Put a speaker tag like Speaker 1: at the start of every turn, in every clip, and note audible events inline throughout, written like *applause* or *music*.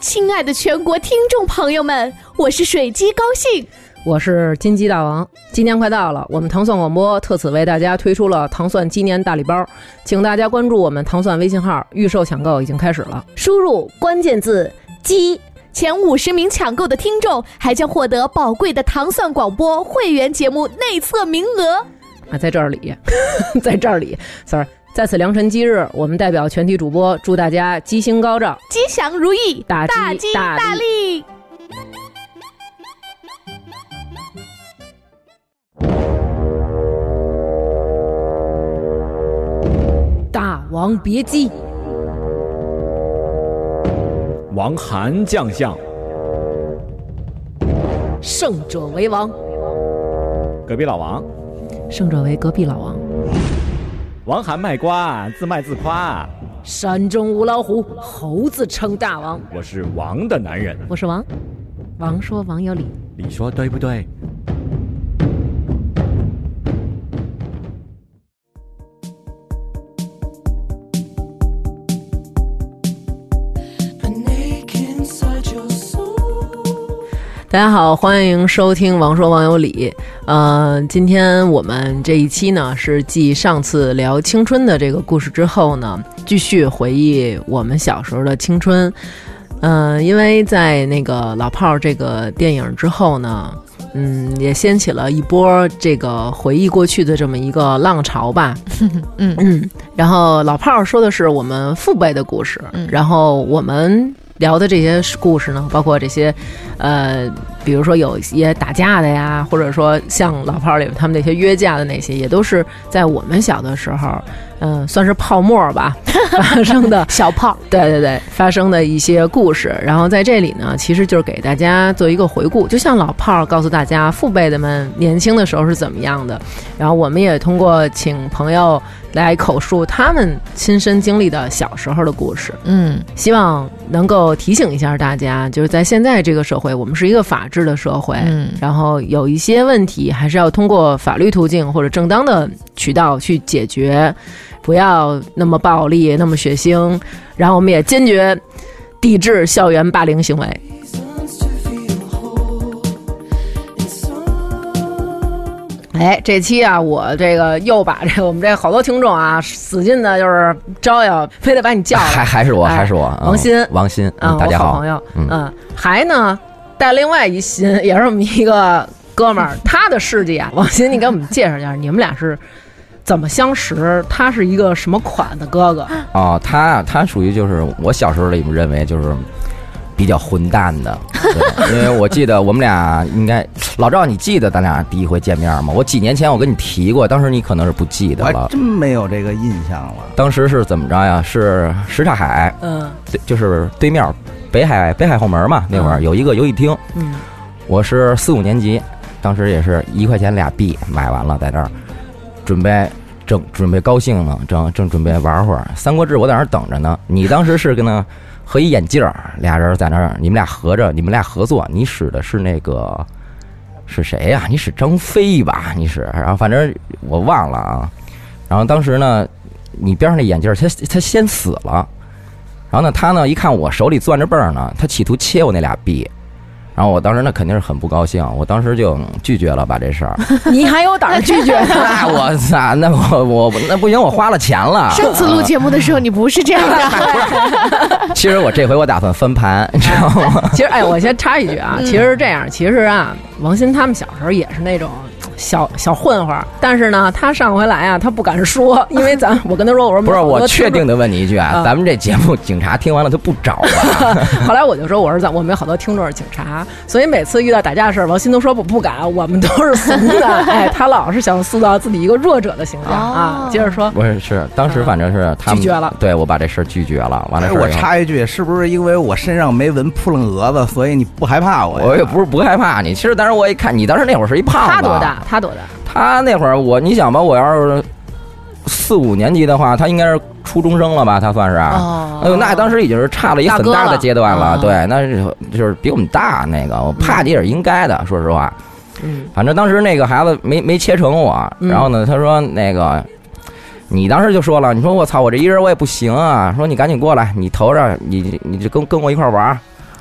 Speaker 1: 亲爱的全国听众朋友们，我是水鸡高兴。
Speaker 2: 我是金鸡大王。今年快到了，我们糖蒜广播特此为大家推出了糖蒜鸡年大礼包，请大家关注我们糖蒜微信号，预售抢购已经开始了。
Speaker 1: 输入关键字“鸡”，前五十名抢购的听众还将获得宝贵的糖蒜广播会员节目内测名额。
Speaker 2: 啊，在这里， *laughs* 在这里，sorry，在此良辰吉日，我们代表全体主播祝大家鸡星高照。
Speaker 1: 吉祥如意，
Speaker 2: 大吉
Speaker 1: 大吉
Speaker 2: 大
Speaker 1: 大利！
Speaker 2: 大王别姬，
Speaker 3: 王韩将相，
Speaker 2: 胜者为王，
Speaker 3: 隔壁老王，
Speaker 2: 胜者为隔壁老王。
Speaker 3: 王韩卖瓜，自卖自夸。
Speaker 2: 山中无老虎，猴子称大王。
Speaker 3: 我是王的男人，
Speaker 2: 我是王，王说王有理。
Speaker 3: 你说对不对？
Speaker 4: An ache inside your soul.
Speaker 2: 大家好，欢迎收听《王说王有理》。呃，今天我们这一期呢，是继上次聊青春的这个故事之后呢，继续回忆我们小时候的青春。嗯，因为在那个《老炮儿》这个电影之后呢，嗯，也掀起了一波这个回忆过去的这么一个浪潮吧。
Speaker 5: *laughs* 嗯
Speaker 2: 嗯。然后《老炮儿》说的是我们父辈的故事，
Speaker 5: 嗯
Speaker 2: 然后我们聊的这些故事呢，包括这些，呃，比如说有一些打架的呀，或者说像《老炮儿》里面他们那些约架的那些，也都是在我们小的时候，嗯、算是泡沫儿吧发生的
Speaker 1: 小胖，
Speaker 2: 对对对，发生的一些故事。然后在这里呢，其实就是给大家做一个回顾，就像老炮儿告诉大家父辈的们年轻的时候是怎么样的，然后我们也通过请朋友来口述他们亲身经历的小时候的故事。
Speaker 5: 嗯
Speaker 2: 希望能够提醒一下大家，就是在现在这个社会，我们是一个法治的社会，
Speaker 5: 嗯
Speaker 2: 然后有一些问题还是要通过法律途径或者正当的渠道去解决，不要那么暴力、那么血腥。然后我们也坚决抵制校园霸凌行为。
Speaker 4: Reasons to feel whole. And some
Speaker 2: 哎，这期啊，我这个又把这个我们这好多听众啊，死劲的就是招摇，非得把你叫
Speaker 6: 啊还
Speaker 2: 来。
Speaker 6: 还是我，
Speaker 2: 哎
Speaker 6: 还是我，嗯
Speaker 2: 王鑫
Speaker 6: 王鑫，
Speaker 2: 啊，
Speaker 6: 嗯大家
Speaker 2: 我好
Speaker 6: 好
Speaker 2: 朋，友，
Speaker 6: 嗯
Speaker 2: 嗯，还呢带另外一新，也是我们一个哥们儿，他的事迹啊，王鑫，你给我们介绍一下，你们俩是怎么相识？他是一个什么款的哥哥？
Speaker 6: 哦，他他属于就是我小时候里面认为就是比较混蛋的，对 *laughs* 因为我记得我们俩应该老赵，你记得咱俩第一回见面吗？我几年前我跟你提过，当时你可能是不记
Speaker 7: 我
Speaker 6: 得
Speaker 7: 还
Speaker 6: 了。
Speaker 7: 真没有这个印象了。
Speaker 6: 当时是怎么着呀？是什刹海，
Speaker 2: 嗯
Speaker 6: 对就是对面北海北海后门嘛，那会儿有一个游戏厅，
Speaker 2: 嗯，
Speaker 6: 我是四五年级，当时也是一块钱俩币买完了，在那儿准备正准备高兴呢，正正准备玩会儿《三国志》，我在那儿等着呢。你当时是跟那和一眼镜儿，俩人在那儿，你们俩合着，你们俩合作，你使的是那个是谁呀、你使张飞吧？你使，然后反正我忘了啊。然后当时呢，你边上那眼镜儿，他他先死了。然后呢，他呢一看我手里攥着镚儿呢，他企图切我那俩币，然后我当时那肯定是很不高兴，我当时就嗯拒绝了把这事儿。 *laughs*
Speaker 2: 你还有胆儿拒绝啊他？
Speaker 6: 那我操，那我我那不行，我花了钱了。 *laughs*
Speaker 1: 上次录节目的时候你不是这样的，
Speaker 6: 其实我这回我打算翻盘，你知道吗？
Speaker 2: 其实，哎，我先插一句啊，其实是这样，其实啊，王鑫他们小时候也是那种。小小混混儿，但是呢，他上回来啊，他不敢说，因为咱我跟他说，我说
Speaker 6: 不是，
Speaker 2: 我
Speaker 6: 我
Speaker 2: 听
Speaker 6: 确
Speaker 2: 着
Speaker 6: 定的问你一
Speaker 2: *laughs*
Speaker 6: 句
Speaker 2: 啊
Speaker 6: 啊，咱们这节目警察听完了他不啊找吧？
Speaker 2: *laughs* 后来我就说，我说咱我们有好多听众是警察，所以每次遇到打架的事儿，王鑫都说我不敢，我们都是怂 *laughs* 的。哎，他老是想塑造自己一个弱者的形象、啊
Speaker 1: 哦。
Speaker 2: 接着说，
Speaker 6: *laughs* 不是，是当时反正是他们
Speaker 2: 拒绝了
Speaker 6: 对我把这事儿拒绝了，完了
Speaker 7: 哎，
Speaker 6: 啊事儿
Speaker 7: 我
Speaker 6: 以后
Speaker 7: 插一句，是不是因为我身上没纹扑棱蛾子，所以你不害怕我呀？
Speaker 6: 我也不是不害怕你，其实当时我一看你当时那会儿是一胖子，啊
Speaker 2: 他多大？他多大？
Speaker 6: 他那会儿我，你想吧，我要是四五年级的话，他应该是初中生了吧？他算是，
Speaker 5: 哦
Speaker 6: 哎呦，那当时已经是差了一很大的阶段
Speaker 5: 大
Speaker 6: 了。
Speaker 5: 哥
Speaker 6: 对，那是就是比我们大那个，我怕你也是应该的，说实话。
Speaker 2: 嗯
Speaker 6: 反正当时那个孩子没没切成我，
Speaker 2: 嗯
Speaker 6: 然后呢，他说那个。你当时就说了，你说我操，我这一人我也不行啊，说你赶紧过来，你头上你你就跟跟我一块儿玩儿，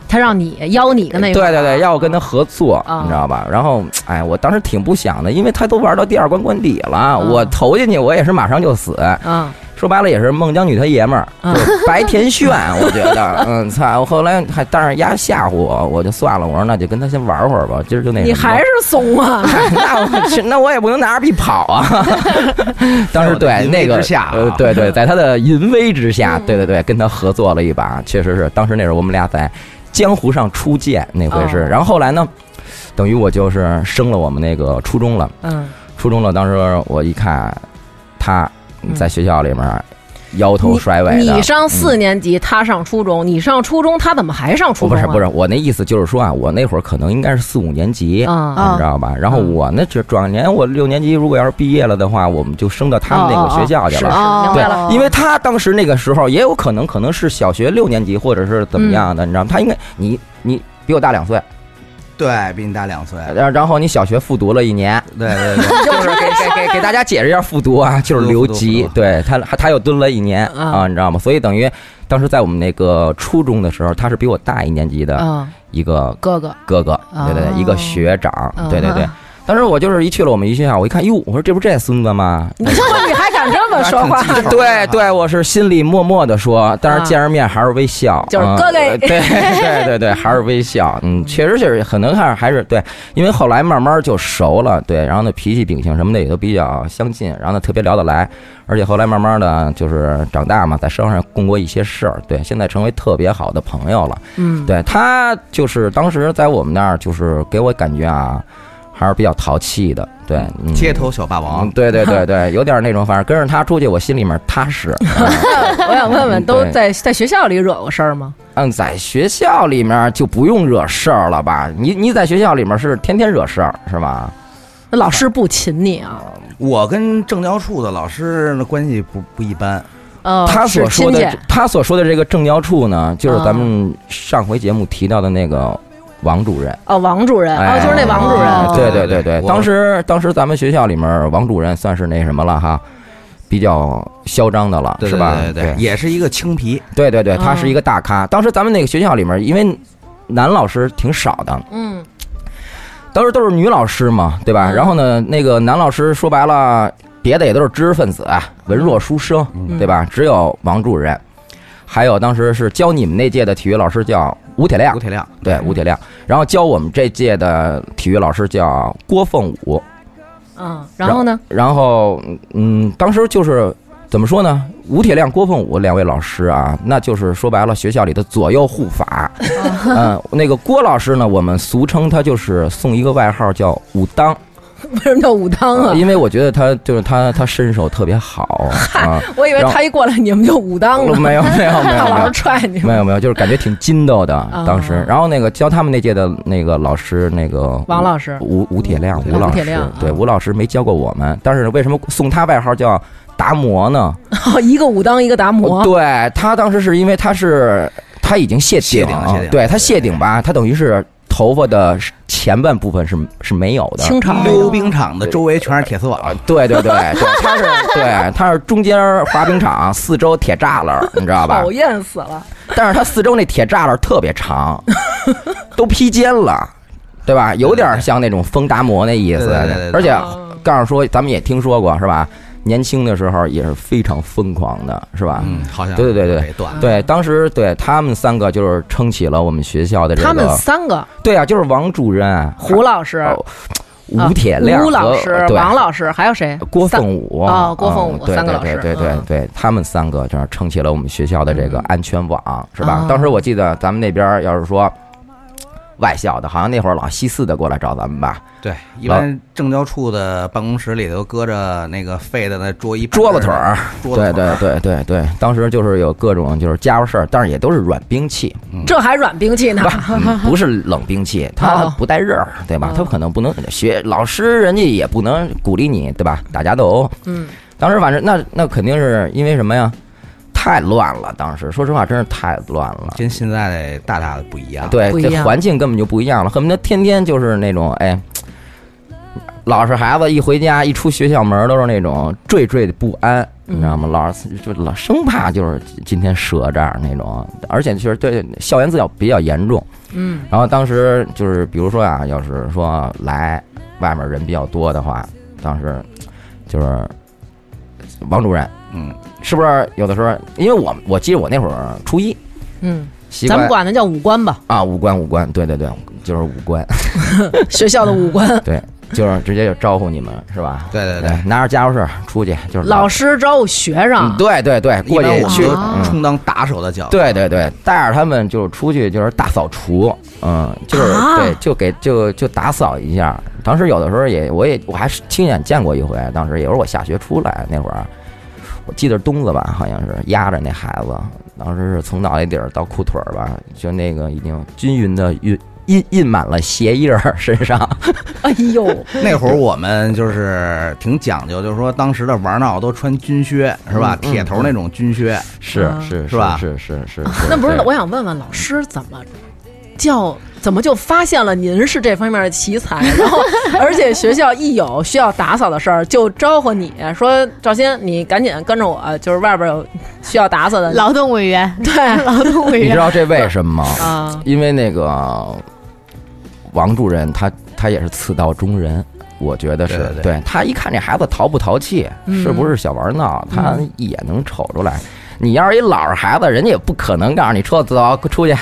Speaker 2: 他让你邀你跟那
Speaker 6: 对
Speaker 2: 个
Speaker 6: 对对，要我跟他合作，
Speaker 2: 啊
Speaker 6: 你知道吧？然后哎，我当时挺不想的，因为他都玩到第二关关底了，
Speaker 2: 嗯
Speaker 6: 我投进去我也是马上就死，
Speaker 2: 啊
Speaker 6: 说白了也是孟姜女她爷们儿，
Speaker 2: 嗯
Speaker 6: 就是白田炫，我觉得，嗯，操！我后来还但是丫吓唬我，我就算了，我说那就跟他先玩会儿吧，今儿就那什么？
Speaker 2: 你还是怂啊
Speaker 6: *laughs* 那我去，那我也不能拿着币跑啊！ *laughs* 当时对那个
Speaker 7: 之下啊
Speaker 6: 呃，对对，在他的淫威之下，
Speaker 2: 嗯
Speaker 6: 对对对，跟他合作了一把，确实是当时那时候我们俩在江湖上初见那回是，
Speaker 2: 哦
Speaker 6: 然后后来呢，等于我就是升了我们那个初中了，
Speaker 2: 嗯，
Speaker 6: 初中了，当时我一看他在学校里面摇
Speaker 2: 嗯
Speaker 6: 头
Speaker 2: 你
Speaker 6: 甩尾的，
Speaker 2: 你上四年级，他上初中，你上初中，他怎么还上初中
Speaker 6: 我不
Speaker 2: 啊？
Speaker 6: 是不是，我那意思就是说啊，我那会儿可能应该是四五年级
Speaker 2: 啊
Speaker 1: 啊
Speaker 6: 你知道吧？然后我呢，这转年我六年级如果要是毕业了的话，我们就升到他们那个学校去
Speaker 2: 哦
Speaker 6: 了。
Speaker 2: 哦哦是是明白了。
Speaker 1: 哦
Speaker 6: 因为他当时那个时候也有可能，可能是小学六年级或者是怎么
Speaker 2: 嗯
Speaker 6: 样的，你知道吗？他应该你你比我大两岁，
Speaker 7: 对比你大两
Speaker 6: *laughs*
Speaker 7: 岁，
Speaker 6: 然然后你小学复读了一
Speaker 2: *laughs*
Speaker 6: 年，
Speaker 7: 对对对，
Speaker 6: 就是给给给给大家解释一下复读啊，就是留
Speaker 7: 复读
Speaker 6: 级
Speaker 7: 复，读嗯
Speaker 6: 对他还他又蹲了一年
Speaker 2: 啊
Speaker 6: 啊，你知道吗？所以等于当时在我们那个初中的时候，他是比我大一年级的
Speaker 2: 啊，
Speaker 6: 一个
Speaker 2: 哥哥，
Speaker 6: 哥哥，对对
Speaker 2: 哦
Speaker 6: 对，一个学长
Speaker 2: 嗯，
Speaker 6: 对对对。当时我就是一去了我们一学校，我一看，哟，我说这不是这孙子
Speaker 2: *laughs*
Speaker 6: 吗？
Speaker 2: 你他妈你还敢这么
Speaker 6: *laughs*
Speaker 2: 说话？
Speaker 7: 挺记仇
Speaker 6: 对对，我是心里默默的说，但是见着面还是微笑，
Speaker 2: 啊就是
Speaker 6: 嗯
Speaker 2: 哥哥
Speaker 6: 呃对对对对，还是微笑，嗯，确实确实可能还是还是对，因为后来慢慢就熟了，对，然后呢脾气秉性什么的也都比较相近，然后呢特别聊得来，而且后来慢慢的就是长大嘛，在社会上共过一些事儿，对，现在成为特别好的朋友了。
Speaker 2: 嗯，
Speaker 6: 对他就是当时在我们那儿，就是给我感觉啊，还是比较淘气的。对，嗯、
Speaker 7: 街头小霸
Speaker 6: 嗯
Speaker 7: 王，
Speaker 6: 对对对对，有点那种，反正跟着他出去，我心里面踏实。
Speaker 2: *laughs* 我想问问，
Speaker 6: 嗯
Speaker 2: 都
Speaker 6: 对
Speaker 2: 在在学校里惹过事儿吗？
Speaker 6: 嗯，在学校里面就不用惹事儿了吧？你你在学校里面是天天惹事儿是吧？
Speaker 2: 那老师不擒你啊？
Speaker 7: 我跟政教处的老师那关系不不一般，
Speaker 2: 呃，
Speaker 6: 哦他
Speaker 2: 是
Speaker 6: 所说
Speaker 2: 亲
Speaker 6: 的
Speaker 2: 戚
Speaker 6: 他所说的这个政教处呢，就是
Speaker 2: 啊
Speaker 6: 咱们上回节目提到的那个王主任。
Speaker 2: 哦，王主任哦，
Speaker 6: 哎
Speaker 2: 就是那王主
Speaker 1: 哦
Speaker 2: 任，
Speaker 6: 对对对对，
Speaker 7: 我
Speaker 6: 当时当时咱们学校里面王主任算是那什么了哈，比较嚣张的了，
Speaker 7: 对
Speaker 6: 是
Speaker 7: 对
Speaker 6: 吧？
Speaker 7: 对对对，
Speaker 6: 对
Speaker 7: 也是一个青皮，
Speaker 6: 对对对，
Speaker 2: 嗯
Speaker 6: 他是一个大咖。当时咱们那个学校里面，因为男老师挺少的，
Speaker 2: 嗯，
Speaker 6: 当时都是女老师嘛，对吧？
Speaker 2: 嗯
Speaker 6: 然后呢，那个男老师说白了，别的也都是知识分子，啊文弱书生，
Speaker 2: 嗯
Speaker 6: 对？吧？只有王主任，还有当时是教你们那届的体育老师叫吴铁亮
Speaker 7: 吴，铁亮，
Speaker 6: 对吴铁亮，然后教我们这届的体育老师叫郭凤武。
Speaker 2: 嗯，然后呢？
Speaker 6: 然后，嗯，当时就是怎么说呢？吴铁亮、郭凤武两位老师啊，那就是说白了，学校里的左右
Speaker 2: *laughs*
Speaker 6: 护法。嗯，那个郭老师呢，我们俗称他就是送一个外号叫“武当
Speaker 2: 为什么叫武”，当啊
Speaker 6: 呃？因为我觉得他就是他，他身手特别好啊。
Speaker 2: 我以为
Speaker 6: 然后
Speaker 2: 他一过来你们就武当了， *laughs*
Speaker 6: 没有没有没有
Speaker 2: 怕
Speaker 6: 没
Speaker 2: 老师
Speaker 6: 有
Speaker 2: 踹你
Speaker 6: 没
Speaker 2: 们。
Speaker 6: 有没有，就是感觉挺筋斗的当时
Speaker 2: 啊。
Speaker 6: 然后那个教他们那届的那个老师，那个
Speaker 2: 王老师
Speaker 6: 吴吴铁亮，
Speaker 2: 吴
Speaker 6: 吴老
Speaker 2: 铁
Speaker 6: 师
Speaker 2: 亮啊，
Speaker 6: 对吴老师没教过我们，但是为什么送他外号叫达摩呢？
Speaker 2: 哦，一个武当，一个达摩。
Speaker 6: 呃对他当时是因为他是他已经谢
Speaker 7: 谢顶了谢顶了
Speaker 6: 对他谢顶吧，他等于是头发的前半部分是是没有的，啊
Speaker 2: 清朝
Speaker 7: 溜冰场的周围全是铁丝网，
Speaker 6: 对对对对，
Speaker 2: *laughs*
Speaker 6: 他是对他是中间滑冰场四周铁栅栏儿，你知道吧
Speaker 2: 讨？厌死了。
Speaker 6: 但是他四周那铁栅栏特别长，都披肩了，对吧？有点像那种风达摩那意思
Speaker 7: 对对对对对。
Speaker 6: 而且
Speaker 2: 哦
Speaker 6: 告诉说，咱们也听说过是吧？年轻的时候也是非常疯狂的，是吧？
Speaker 7: 嗯，好像
Speaker 6: 对对对对
Speaker 7: 被断
Speaker 2: 嗯
Speaker 7: 了，
Speaker 6: 对，当时对他们三个就是撑起了我们学校的这
Speaker 2: 他们
Speaker 6: 个，
Speaker 2: 三个，
Speaker 6: 对啊，就是王主任、
Speaker 2: 胡老师、啊
Speaker 6: 哦吴铁亮、
Speaker 2: 吴老师、
Speaker 6: 呃对
Speaker 2: 王老师，还有谁？
Speaker 6: 郭
Speaker 2: 三
Speaker 6: 凤武
Speaker 2: 哦郭凤武
Speaker 6: 嗯对
Speaker 2: 三个老
Speaker 6: 对
Speaker 2: 师
Speaker 6: 对对对
Speaker 2: 嗯
Speaker 6: 对，他们三个就是撑起了我们学校的这个
Speaker 2: 嗯
Speaker 6: 安全网，是吧
Speaker 2: 哦？
Speaker 6: 当时我记得咱们那边要是说外校的，好像那会儿老西四的过来找咱们
Speaker 2: 啊
Speaker 6: 吧，
Speaker 7: 对，一般政教处的办公室里头搁着那个废的那桌一
Speaker 6: 桌子腿儿，
Speaker 7: 桌
Speaker 6: 对
Speaker 7: 子腿
Speaker 6: 对
Speaker 7: 儿，
Speaker 6: 对对对，当时就是有各种就是家伙事儿，但是也都是软兵器，
Speaker 2: 这还软兵器呢 *laughs*
Speaker 6: 不。嗯不是冷兵器，它
Speaker 2: 哦
Speaker 6: 不带热儿，对吧
Speaker 2: 哦？
Speaker 6: 它可能不能学老师，人家也不能鼓励你，对吧？打架斗殴，
Speaker 2: 嗯，
Speaker 6: 当时反正那那肯定是因为什么呀？太乱了，当时说实话，真是太乱了。
Speaker 7: 跟现在大大的不一样，
Speaker 6: 对
Speaker 2: 啊不，一
Speaker 6: 这
Speaker 2: 样
Speaker 6: 环境根本就不一样了，恨不得天天就是那种哎。老实孩子一回家一出学校门儿都是那种惴惴的不安，
Speaker 2: 嗯
Speaker 6: 你知道吗？老是就老生怕就是今天折这儿那种，而且就是对校园自教比较严重。
Speaker 2: 嗯
Speaker 6: 然后当时就是比如说啊，要是说来外面人比较多的话，当时就是王主任
Speaker 7: 嗯，
Speaker 6: 是不是有的时候，因为我我记得我那会儿初一
Speaker 2: 嗯，
Speaker 6: 习
Speaker 2: 咱们
Speaker 6: 惯
Speaker 2: 管它叫五官吧，
Speaker 6: 啊五官五官，对对对，就是五官，
Speaker 2: 学校的五
Speaker 6: *laughs* 嗯
Speaker 2: 官。
Speaker 6: 就是直接就招呼你们是吧？哎
Speaker 7: 对对对，
Speaker 6: 拿着家伙事儿出去就是
Speaker 2: 老师啊招呼学
Speaker 6: 嗯
Speaker 2: 生，
Speaker 6: 对对对，过
Speaker 7: 一
Speaker 6: 去
Speaker 7: 般我们
Speaker 6: 去
Speaker 7: 都
Speaker 2: 啊
Speaker 6: 嗯
Speaker 7: 充当打手的角色。
Speaker 6: 对对对，带着他们就是出去就是大扫除，嗯，就是、
Speaker 2: 啊
Speaker 6: 对，就给就就打扫一下。当时有的时候也我也我还是亲眼见过一回，当时也是我下学出来那会儿，我记得是东子吧，好像是压着那孩子，当时是从脑袋顶儿到裤腿儿吧，就那个已经均匀的印印印满了鞋印儿身上，
Speaker 2: 哎呦，
Speaker 7: 那会儿我们就是挺讲究，就是说当时的玩闹都穿军靴，是吧？
Speaker 6: 嗯嗯
Speaker 7: 铁头那种军靴，
Speaker 6: 是
Speaker 2: 啊
Speaker 6: 是
Speaker 7: 是吧
Speaker 6: 是是是，
Speaker 2: 那不是
Speaker 6: 对？
Speaker 2: 我想问问老师怎么叫怎么就发现了您是这方面的奇才，然后而且学校一有需要打扫的事儿就招呼你说赵鑫，你赶紧跟着我，就是外边有需要打扫的，
Speaker 1: *laughs* 劳动委员，
Speaker 2: 对
Speaker 1: 劳动委
Speaker 6: 你知
Speaker 1: 员，
Speaker 6: 道这为什么吗？
Speaker 2: 啊，
Speaker 6: 因为那个王主任他他也是刺到中人，我觉得是
Speaker 7: 对对对
Speaker 6: 他一看这孩子淘不淘气，
Speaker 2: 嗯
Speaker 6: 是不是小玩闹，
Speaker 2: 嗯
Speaker 6: 他一眼能瞅出来。你要是一老实孩子，人家也不可能告诉你车子走出去，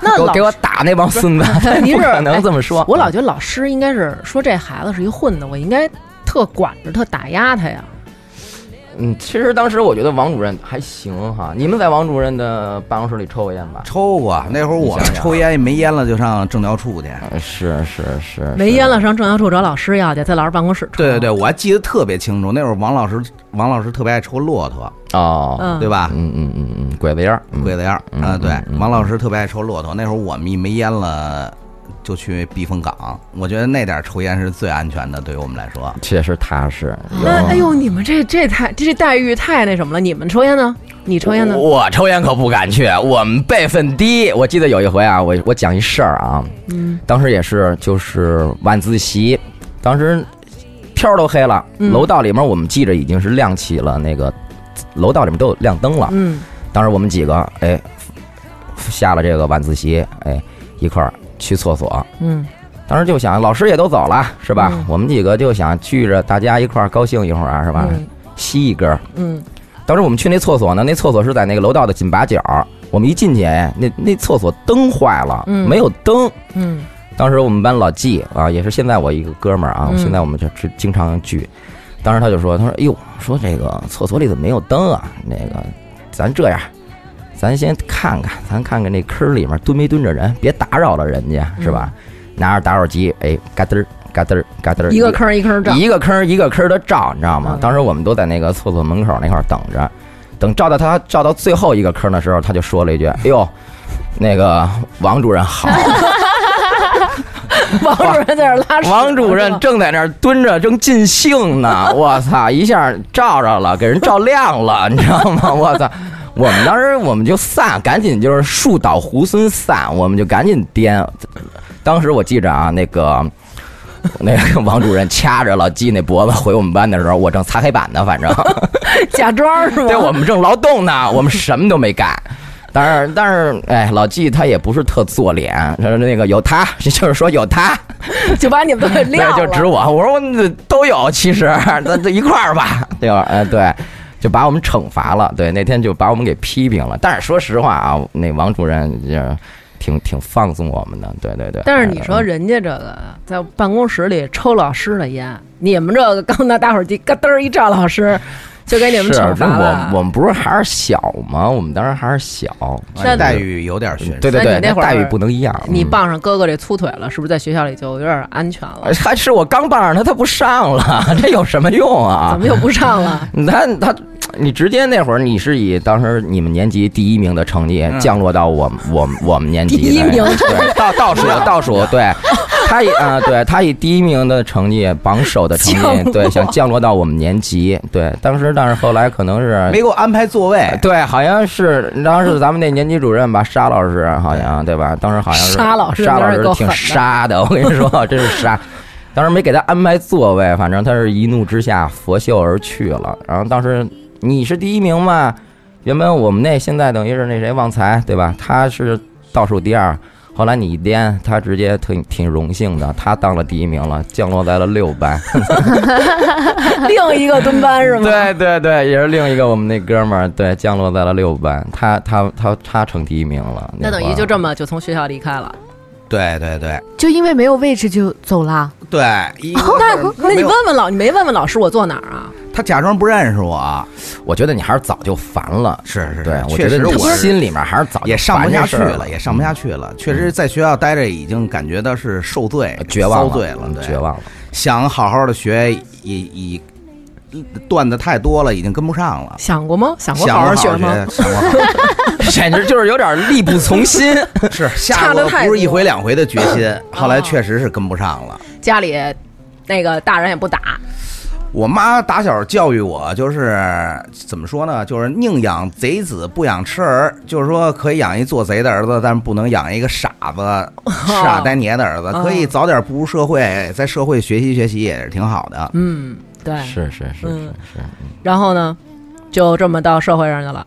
Speaker 2: 那
Speaker 6: 给我
Speaker 2: 老
Speaker 6: 给我打那帮孙子，他也
Speaker 2: 您
Speaker 6: 不
Speaker 2: 是
Speaker 6: 可能这么说。
Speaker 2: 我老觉得老师应该是说这孩子是一混的，我应该特管着、特打压他呀。
Speaker 6: 嗯，其实当时我觉得王主任还行哈。你们在王主任的办公室里抽过烟吧？
Speaker 7: 抽过。那会儿我
Speaker 6: 你
Speaker 7: 们
Speaker 6: 想想啊
Speaker 7: 抽烟没烟了就上政教处去。
Speaker 6: 是是是，
Speaker 2: 没烟了，上政教处找老师要去，在老师办公室抽。
Speaker 7: 对对对，我还记得特别清楚。那会儿王老师，王老师特别爱抽骆驼，
Speaker 6: 哦，
Speaker 2: 嗯
Speaker 7: 对吧？
Speaker 6: 嗯嗯嗯嗯，鬼子烟儿，嗯
Speaker 7: 鬼子样儿
Speaker 6: 嗯
Speaker 7: 啊，对
Speaker 6: 嗯，嗯
Speaker 7: 王老师特别爱抽骆驼。那会儿我们一没烟了，就去避风港。我觉得那点儿抽烟是最安全的，对于我们来说。
Speaker 6: 确实踏实。
Speaker 2: 那哎呦，你们这这太这这待遇太那什么了！你们抽烟呢？你抽烟呢？
Speaker 6: 我抽烟可不敢去，我们辈分低。我记得有一回啊，我我讲一事儿啊，
Speaker 2: 嗯，
Speaker 6: 当时也是就是晚自习，当时天儿都黑了，
Speaker 2: 嗯
Speaker 6: 楼道里面我们记着已经是亮起了那个楼道里面都有亮灯了。
Speaker 2: 嗯，
Speaker 6: 当时我们几个哎下了这个晚自习，哎一块儿去厕所。
Speaker 2: 嗯，
Speaker 6: 当时就想，老师也都走了，是吧？
Speaker 2: 嗯
Speaker 6: 我们几个就想聚着大家一块儿高兴一会儿，啊是吧？
Speaker 2: 嗯
Speaker 6: 吸一根儿，
Speaker 2: 嗯，
Speaker 6: 当时我们去那厕所呢，那厕所是在那个楼道的紧把角儿。我们一进去，哎那那厕所灯坏了，
Speaker 2: 嗯
Speaker 6: 没有灯。
Speaker 2: 嗯，
Speaker 6: 当时我们班老纪啊，也是现在我一个哥们儿啊，
Speaker 2: 嗯
Speaker 6: 现在我们就只经常聚。当时他就说：“他说，哎呦，说这个厕所里怎么没有灯啊？那个，咱这样，咱先看看，咱看看那坑里面蹲没蹲着人，别打扰了人家，是吧？”拿着打火机，哎，嘎噔儿，嘎噔儿，嘎噔儿，
Speaker 2: 嗯一个坑儿一个坑儿照。
Speaker 6: 一个坑儿一个坑的照，你知道吗
Speaker 2: 嗯？
Speaker 6: 当时我们都在那个厕所门口那块儿等着，等照到他照到最后一个坑的时候，他就说了一句：“哎呦，那个王主任好， *laughs*
Speaker 2: 王主任在那儿拉屎。
Speaker 6: 王主任正在那儿蹲着正尽兴呢，我操，一下照着了，给人照亮了，你知道吗？我操！”我们当时我们就散，赶紧就是树倒猢狲散，我们就赶紧颠。当时我记着啊，那个 *laughs* 那个王主任掐着老纪那脖子回我们班的时候，我正擦黑板呢，反正。
Speaker 2: *laughs* 假装是吗？
Speaker 6: 对，我们正劳动呢，我们什么都没干。但是但是，哎，老纪他也不是特做脸，他说那个有他， *laughs* 就是说有他，
Speaker 2: *laughs* 就把你们都给
Speaker 6: 对
Speaker 2: 撂，了。
Speaker 6: 就指我，我说我们都有，其实 *laughs* 咱这一块儿吧， *laughs* 对吧？哎，对，就把我们惩罚了，对，那天就把我们给批评了。但是说实话啊，那王主任也挺挺放纵我们的，对对对。
Speaker 2: 但是你说
Speaker 6: 嗯
Speaker 2: 人家这个在办公室里抽老师的烟，你们这个刚拿打火机嘎噔儿一照老师，就给你们
Speaker 6: 是啊
Speaker 2: 惩罚了。
Speaker 6: 那我我们不是还是小吗？我们当时还是小，
Speaker 2: 那
Speaker 7: 待遇有点
Speaker 6: 对
Speaker 7: 悬殊。
Speaker 6: 对
Speaker 2: 那
Speaker 6: 对，
Speaker 2: 你那会儿
Speaker 6: 待遇不能一样。
Speaker 2: 你
Speaker 6: 嗯
Speaker 2: 傍上哥哥这粗腿了，是不是在学校里就有点安全了？
Speaker 6: 哎还是我刚傍上他，他不上了， *laughs* 这有什么用啊
Speaker 2: 怎？么又不上
Speaker 6: *laughs*
Speaker 2: 了？
Speaker 6: 他他，你直接那会儿你是以当时你们年级第一名的成绩
Speaker 7: 嗯
Speaker 6: 降落到我们我们我们年级
Speaker 2: 第一名
Speaker 6: 对，倒倒
Speaker 2: *laughs*
Speaker 6: 数倒数，对，他以啊、对他以第一名的成绩榜首的成
Speaker 2: 降
Speaker 6: 绩，
Speaker 2: 落
Speaker 6: 对，想降落到我们年级，对，当时但是后来可能是
Speaker 7: 没给我安排座位，
Speaker 6: 对，好像是当时咱们那年级主任吧，沙老师好像对吧？当时好像是
Speaker 2: 沙老师
Speaker 6: 沙
Speaker 2: 名
Speaker 6: 老
Speaker 2: 儿也够
Speaker 6: 师挺
Speaker 2: 狠的
Speaker 6: 沙的，我跟你说， *laughs* 真是沙。当时没给他安排座位，反正他是一怒之下拂袖而去了。然后当时你是第一名嘛。原本我们那现在等于是那谁旺财对吧？他是倒数第二，后来你一颠，他直接挺挺荣幸的，他当了第一名了，降落在了六班。
Speaker 2: 另一个蹲班是吗？
Speaker 6: 对对对，也是另一个我们那哥们儿，对，降落在了六班，他他他他成第一名了。
Speaker 2: *laughs* 那等
Speaker 6: 会
Speaker 2: 于
Speaker 6: 儿
Speaker 2: 就这么就从学校离开了。
Speaker 7: 对对对
Speaker 5: 就因为没有位置就走啦。
Speaker 7: 对，一个
Speaker 2: 那
Speaker 7: 没有
Speaker 2: 那你问问老，你没问问老师我坐哪儿啊？
Speaker 7: 他假装不认识我，啊
Speaker 6: 我觉得你还是早就烦了，
Speaker 7: 是是
Speaker 6: 对
Speaker 7: 是，，
Speaker 6: 我
Speaker 7: 确
Speaker 6: 觉得
Speaker 7: 实
Speaker 6: 你
Speaker 7: 我是
Speaker 6: 心里面还是早就
Speaker 7: 也上不
Speaker 6: 烦
Speaker 7: 下
Speaker 6: 这
Speaker 7: 去
Speaker 6: 事儿
Speaker 7: 了，也上不下去了。确实，在学校待着已经感觉到是受罪、
Speaker 6: 绝望
Speaker 7: 遭罪了，
Speaker 6: 嗯嗯
Speaker 7: 对
Speaker 6: 绝。望了。 *laughs*
Speaker 7: 想好好的学，已已段子太多了，已经跟不上了。
Speaker 2: 想过吗？想过
Speaker 7: 想
Speaker 2: 好
Speaker 7: 过好
Speaker 2: 学吗？
Speaker 7: 学？想过好好学
Speaker 6: 简直就是有点力不从
Speaker 7: *laughs*
Speaker 6: 心。
Speaker 7: 是
Speaker 2: 差
Speaker 7: 下
Speaker 2: 得
Speaker 7: 过
Speaker 2: 太
Speaker 7: 不
Speaker 2: 多
Speaker 7: 是一回两回的决心，后来确实是跟不上了。
Speaker 2: 家里那个大人也不打，
Speaker 7: 我妈打小教育我，就是怎么说呢？就是宁养贼子，不养痴儿。就是说，可以养一做贼的儿子，但是不能养一个傻子、
Speaker 6: 哦
Speaker 7: 傻呆捏的儿子。
Speaker 2: 哦
Speaker 7: 可以早点步入社会，在社会学习学习也是挺好的。
Speaker 2: 嗯，对。
Speaker 6: 是是是
Speaker 2: 嗯
Speaker 6: 是，
Speaker 2: 然后呢，就这么到社会上去了。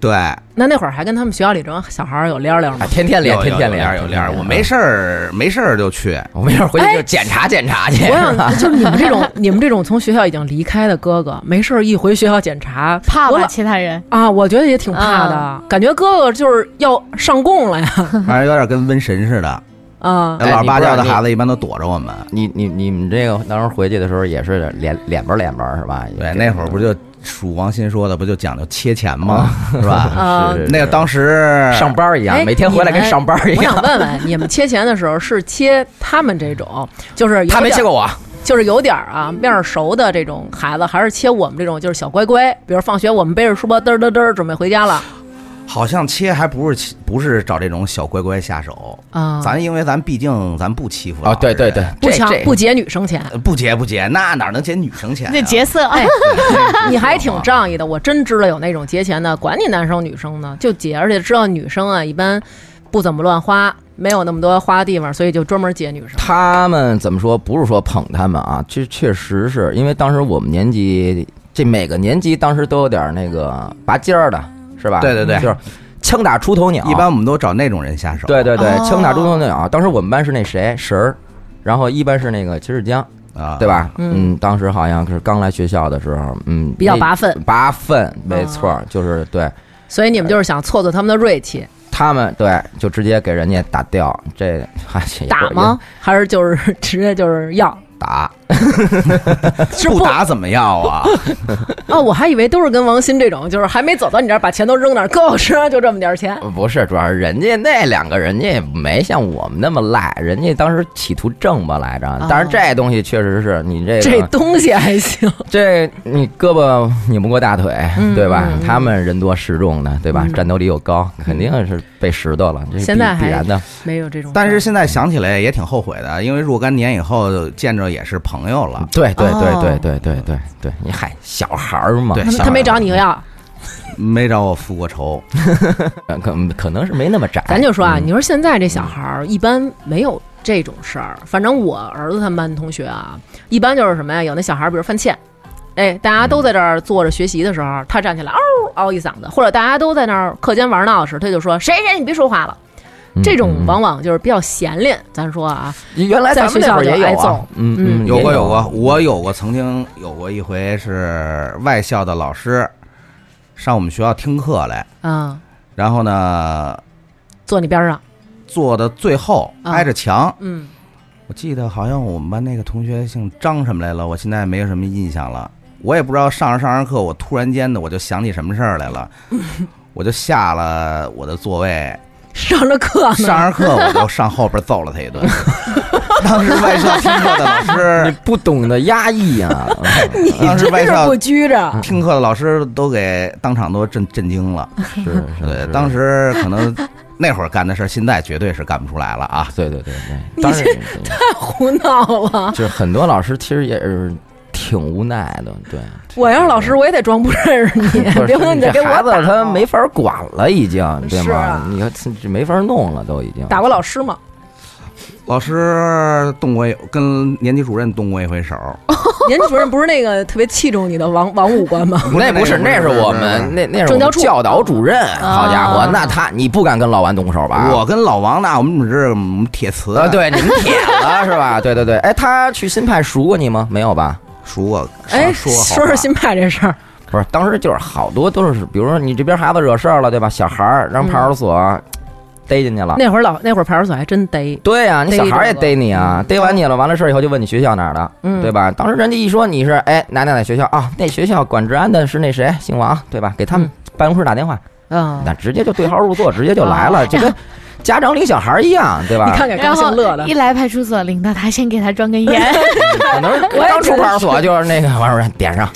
Speaker 7: 对，
Speaker 2: 那那会儿还跟他们学校里这小孩儿有撩撩吗
Speaker 6: 啊，？天天练，
Speaker 7: 有
Speaker 6: 天天
Speaker 7: 有
Speaker 6: 练，
Speaker 7: 有
Speaker 6: 天
Speaker 7: 有
Speaker 6: 天
Speaker 7: 有
Speaker 6: 练嗯
Speaker 7: 我没，事儿，没事儿
Speaker 6: *laughs*
Speaker 7: 就去。
Speaker 6: 我没事儿回去就检查检查去。
Speaker 2: 哎我想，就你们这种，你们这种从学校已经离开的哥哥，没事儿一回学校检查，
Speaker 5: 怕
Speaker 2: 我
Speaker 5: 吧
Speaker 2: 老
Speaker 5: 其他人？
Speaker 2: 啊，我觉得也挺怕的，
Speaker 5: 啊
Speaker 2: 感觉哥哥就是要上供了呀， *laughs*
Speaker 7: 反正有点跟瘟神似的。
Speaker 2: 啊，
Speaker 7: 那
Speaker 6: 哎
Speaker 7: 老
Speaker 6: 你
Speaker 7: 八
Speaker 6: 不是
Speaker 7: 教的
Speaker 6: 你
Speaker 7: 孩子一般都躲着我们。
Speaker 6: *laughs* 你你你们这个当时回去的时候也是脸脸巴脸巴是吧？
Speaker 7: 对，那会儿不就属王鑫说的，不就讲究切钱吗？是吧？
Speaker 2: 啊
Speaker 6: 是是
Speaker 7: 那个当时
Speaker 6: 哦上班儿一
Speaker 2: 哎
Speaker 6: 样，每天回来跟上班儿一
Speaker 2: 我想
Speaker 6: 样。
Speaker 2: 问问，你们切钱的时候是切他们这种，就是有
Speaker 6: 他没
Speaker 2: 点
Speaker 6: 切过我，
Speaker 2: 就是有点儿啊面儿熟的这种孩子，还是切我们这种就是小乖乖？比如放学我们背着书包嘚儿嘚儿嘚儿准备回家了
Speaker 7: 好像切还不是切不是找这种小乖乖下手，
Speaker 2: 啊，
Speaker 7: 咱因为咱毕竟咱不欺负
Speaker 6: 啊，对对
Speaker 7: 老
Speaker 6: 对
Speaker 7: 人，
Speaker 2: 不
Speaker 6: 这
Speaker 2: 抢
Speaker 6: 这
Speaker 2: 不劫女生钱，
Speaker 7: 呃不劫不劫，那哪能劫女生钱呀？啊
Speaker 5: 那
Speaker 7: *laughs*
Speaker 5: 角色，
Speaker 2: 哎，*laughs*
Speaker 7: 对
Speaker 2: 你还挺仗义的，我真知道有那种节前的，管你男生女生呢，就节，而且知道女生啊一般不怎么乱花，没有那么多花的地方，所以就专门节女生。
Speaker 6: 他们怎么说？不是说捧他们啊，这确实是因为当时我们年级，这每个年级当时都有点那个拔尖儿的，是吧？
Speaker 7: 对对对
Speaker 6: 就是枪打出头鸟。
Speaker 7: 一般我们都找那种人下手。
Speaker 6: 对对对
Speaker 5: 哦，
Speaker 6: 枪打出头鸟。当时我们班是那谁神儿，然后一班是那个秦始江，
Speaker 7: 啊，
Speaker 6: 对？吧？
Speaker 2: 嗯
Speaker 6: 嗯，当时好像是刚来学校的时候，嗯，
Speaker 2: 比较
Speaker 6: 那
Speaker 2: 拔哦分，
Speaker 6: 拔分，没错儿，就是对。
Speaker 2: 所以你们就是想挫挫他们的锐气，
Speaker 6: 他们对，就直接给人家打掉，这还
Speaker 2: 打吗？？还是就是直接就是要？
Speaker 7: 打
Speaker 2: *laughs* 是
Speaker 7: 不打怎么要啊？
Speaker 2: 哦，我还以为都是跟王鑫这种，就是还没走到你这儿，把钱都扔那儿，哥我身上就这么点儿钱。
Speaker 6: 呃不是，主要是人家那两个人家也没像我们那么赖，人家当时企图挣吧来着。
Speaker 2: 哦
Speaker 6: 但是这东西确实是你这个
Speaker 2: 这东西还行，
Speaker 6: 这你胳膊拧不过大腿，
Speaker 2: 嗯
Speaker 6: 对吧？他们人多势众的，对吧？战斗力又高，肯定是被石头了，这是
Speaker 2: 现在
Speaker 6: 必必
Speaker 2: 还
Speaker 6: 然的。
Speaker 2: *laughs* 没有这种事儿。
Speaker 7: *laughs* 但是现在想起来也挺后悔的，因为若干年以后见着也是朋友了。
Speaker 6: 对对
Speaker 5: 哦
Speaker 6: 对对对对对对，你嗨，小孩儿嘛，
Speaker 7: 对
Speaker 2: 他他没找你要，
Speaker 7: 没找我复过仇，
Speaker 6: 呃可可能是没那么窄。
Speaker 2: 咱就说啊，
Speaker 6: 嗯
Speaker 2: 你说现在这小孩儿一般没有这种事儿，反正我儿子他们班同学啊，一般就是什么呀，有那小孩儿比如犯欠。哎，大家都在这儿坐着学习的时候，他站起来嗷嗷一嗓子，或者大家都在那儿课间玩闹时，他就说：“谁谁，你别说话了。”
Speaker 6: 嗯
Speaker 2: 这种
Speaker 6: 嗯
Speaker 2: 往往就是比较闲练，咱说啊，
Speaker 6: 原来咱们那会儿也
Speaker 2: 在学校就挨
Speaker 6: 有
Speaker 2: 揍
Speaker 6: 啊，嗯嗯，
Speaker 7: 有过
Speaker 6: 也
Speaker 7: 有过，我有过曾经有过一回是外校的老师上我们学校听课来，
Speaker 2: 嗯，
Speaker 7: 然后呢
Speaker 2: 坐你边儿上，
Speaker 7: 坐的最后
Speaker 2: 啊
Speaker 7: 挨着墙，
Speaker 2: 嗯，
Speaker 7: 我记得好像我们班那个同学姓张什么来了，我现在没有什么印象了。我也不知道上着上着课，我突然间的我就想起什么事儿来
Speaker 2: *laughs*
Speaker 7: 了，我就下了我的座位，
Speaker 2: 上着课呢，
Speaker 7: 上着课我就上后边揍了他一
Speaker 2: *laughs*
Speaker 7: 顿。当时外校听课的老
Speaker 6: 你
Speaker 7: 师，
Speaker 6: 不懂得压
Speaker 2: *laughs*
Speaker 6: 抑啊！
Speaker 2: 你
Speaker 7: 当时
Speaker 2: 真
Speaker 7: 外
Speaker 2: 是
Speaker 7: 校
Speaker 2: 不拘着，
Speaker 7: 听课的老师都给当场都震震惊了。
Speaker 6: 是是
Speaker 7: 对，当时可能那会儿干的事儿，现在绝对是干不出来了啊。
Speaker 6: 对对对对，当时也是
Speaker 2: 太胡闹了。
Speaker 6: 就是很多老师其实也是挺无奈的，对。
Speaker 2: 我要是老师，我也得装不认识你，
Speaker 6: *laughs* 不是
Speaker 2: 别说你得给
Speaker 6: 这
Speaker 2: 我
Speaker 6: 孩子
Speaker 2: 打
Speaker 6: 他
Speaker 2: 了
Speaker 6: 没法管了，已经对
Speaker 2: 是
Speaker 6: 吗
Speaker 2: 啊？
Speaker 6: 你看这没法弄了，都已经
Speaker 2: 打过老师吗？
Speaker 7: 老师动过一，跟年级主任动过一回手，
Speaker 6: 哦
Speaker 2: 年级主任不是那个特别器重你的王王武官吗？
Speaker 6: 那不是，那
Speaker 7: 那
Speaker 6: 是我们那那是
Speaker 2: 政
Speaker 6: 我
Speaker 2: 教
Speaker 6: 们
Speaker 2: 处
Speaker 6: 教导主任，好家伙，那他你不敢跟老王动手吧？
Speaker 7: 我跟老王那我们只是我们铁磁
Speaker 6: 啊，，对，你们铁了是吧？对对对，哎，他去新派赎过你吗？没有吧？
Speaker 7: 数我
Speaker 2: 哎，
Speaker 7: 说好
Speaker 2: 说
Speaker 7: 话
Speaker 2: 说新派这事儿，
Speaker 6: 不是，当时就是好多都是，比如说你这边孩子惹事儿了，对吧？小孩儿让派出所逮进去了，
Speaker 2: 那会儿老那会儿派出所还真逮，
Speaker 6: 对呀、你
Speaker 2: 逮
Speaker 6: 小孩儿也
Speaker 2: 着了
Speaker 6: 逮你啊，逮完你了，完了事儿以后就问你学校哪儿的，
Speaker 2: 嗯
Speaker 6: 对吧？当时人家一说你是哎哪哪哪学校啊，那学校管治安的是那谁，姓王，对吧？给他们办公室打电话，
Speaker 2: 嗯，
Speaker 6: 那直接就对号
Speaker 2: *laughs*
Speaker 6: 入座，直接就来了，就跟家长领小孩儿一样，对吧？
Speaker 2: 啊你看给哎高兴乐的
Speaker 5: 一，来派出所，领到他先给他装根烟，
Speaker 6: 可能是刚出派出所就是那个王主任点上，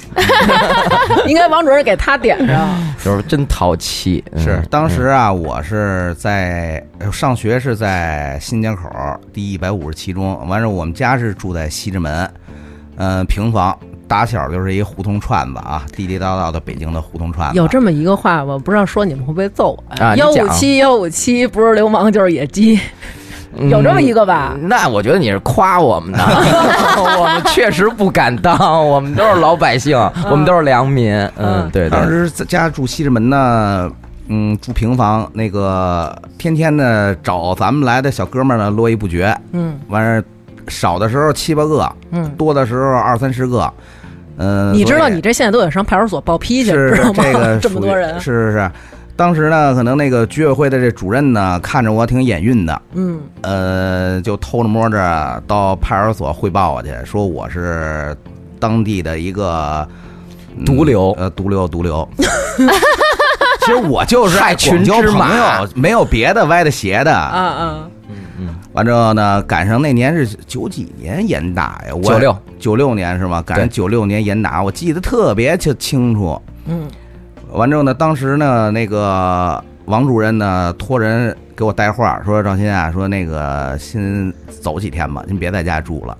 Speaker 2: 应该王主任给他点上，
Speaker 6: 就是真淘气。嗯
Speaker 7: 是当时啊，我是在呃上学是在新街口第一百五十七中，完事儿我们家是住在西直门，嗯、平房，打小就是一胡同串子啊，地地道道的北京的胡同串子。
Speaker 2: 有这么一个话吧，不知道说你们会不会揍我
Speaker 6: 啊你
Speaker 2: 幺
Speaker 6: 讲
Speaker 2: 五七幺五七不是流氓就是野鸡，有这么一个吧？
Speaker 6: 嗯那我觉得你是夸我们
Speaker 2: *laughs*
Speaker 6: 的，我们确实不敢当，我们都是老百姓，我们都是良民。嗯，对对
Speaker 7: 当。时在家住西直门呢，嗯，住平房，那个天天呢找咱们来的小哥们儿呢络绎不绝，
Speaker 2: 嗯，
Speaker 7: 完事儿少的时候七八个，
Speaker 2: 嗯，
Speaker 7: 多的时候二三十个，嗯、
Speaker 2: 你知道
Speaker 7: 所以
Speaker 2: 你这现在都得上派出所报批去，
Speaker 7: 是
Speaker 2: 知道吗
Speaker 7: 这
Speaker 2: *laughs*
Speaker 7: 个？
Speaker 2: 这么
Speaker 7: 属于
Speaker 2: 多人，
Speaker 7: 是是是。当时呢，可能那个居委会的这主任呢，看着我挺眼运的，
Speaker 2: 嗯，
Speaker 7: 呃，就偷着摸着到派出所汇报我去，说我是当地的一个、嗯
Speaker 6: 毒瘤
Speaker 7: 呃，毒瘤，毒瘤。 *laughs* 其实我就是爱广交
Speaker 6: 害群之
Speaker 7: 朋
Speaker 6: 马
Speaker 7: 友，没有别的歪的斜的。
Speaker 2: 啊啊，
Speaker 7: 完之后呢，赶上那年是九几年严打呀，我
Speaker 6: 96
Speaker 7: 九六年是吗？赶上九六年严打，我记得特别清清楚。
Speaker 2: 嗯，
Speaker 7: 完之后呢，当时呢，那个王主任呢托人给我带话，说赵鑫啊，说那个先走几天吧，您别在家住了。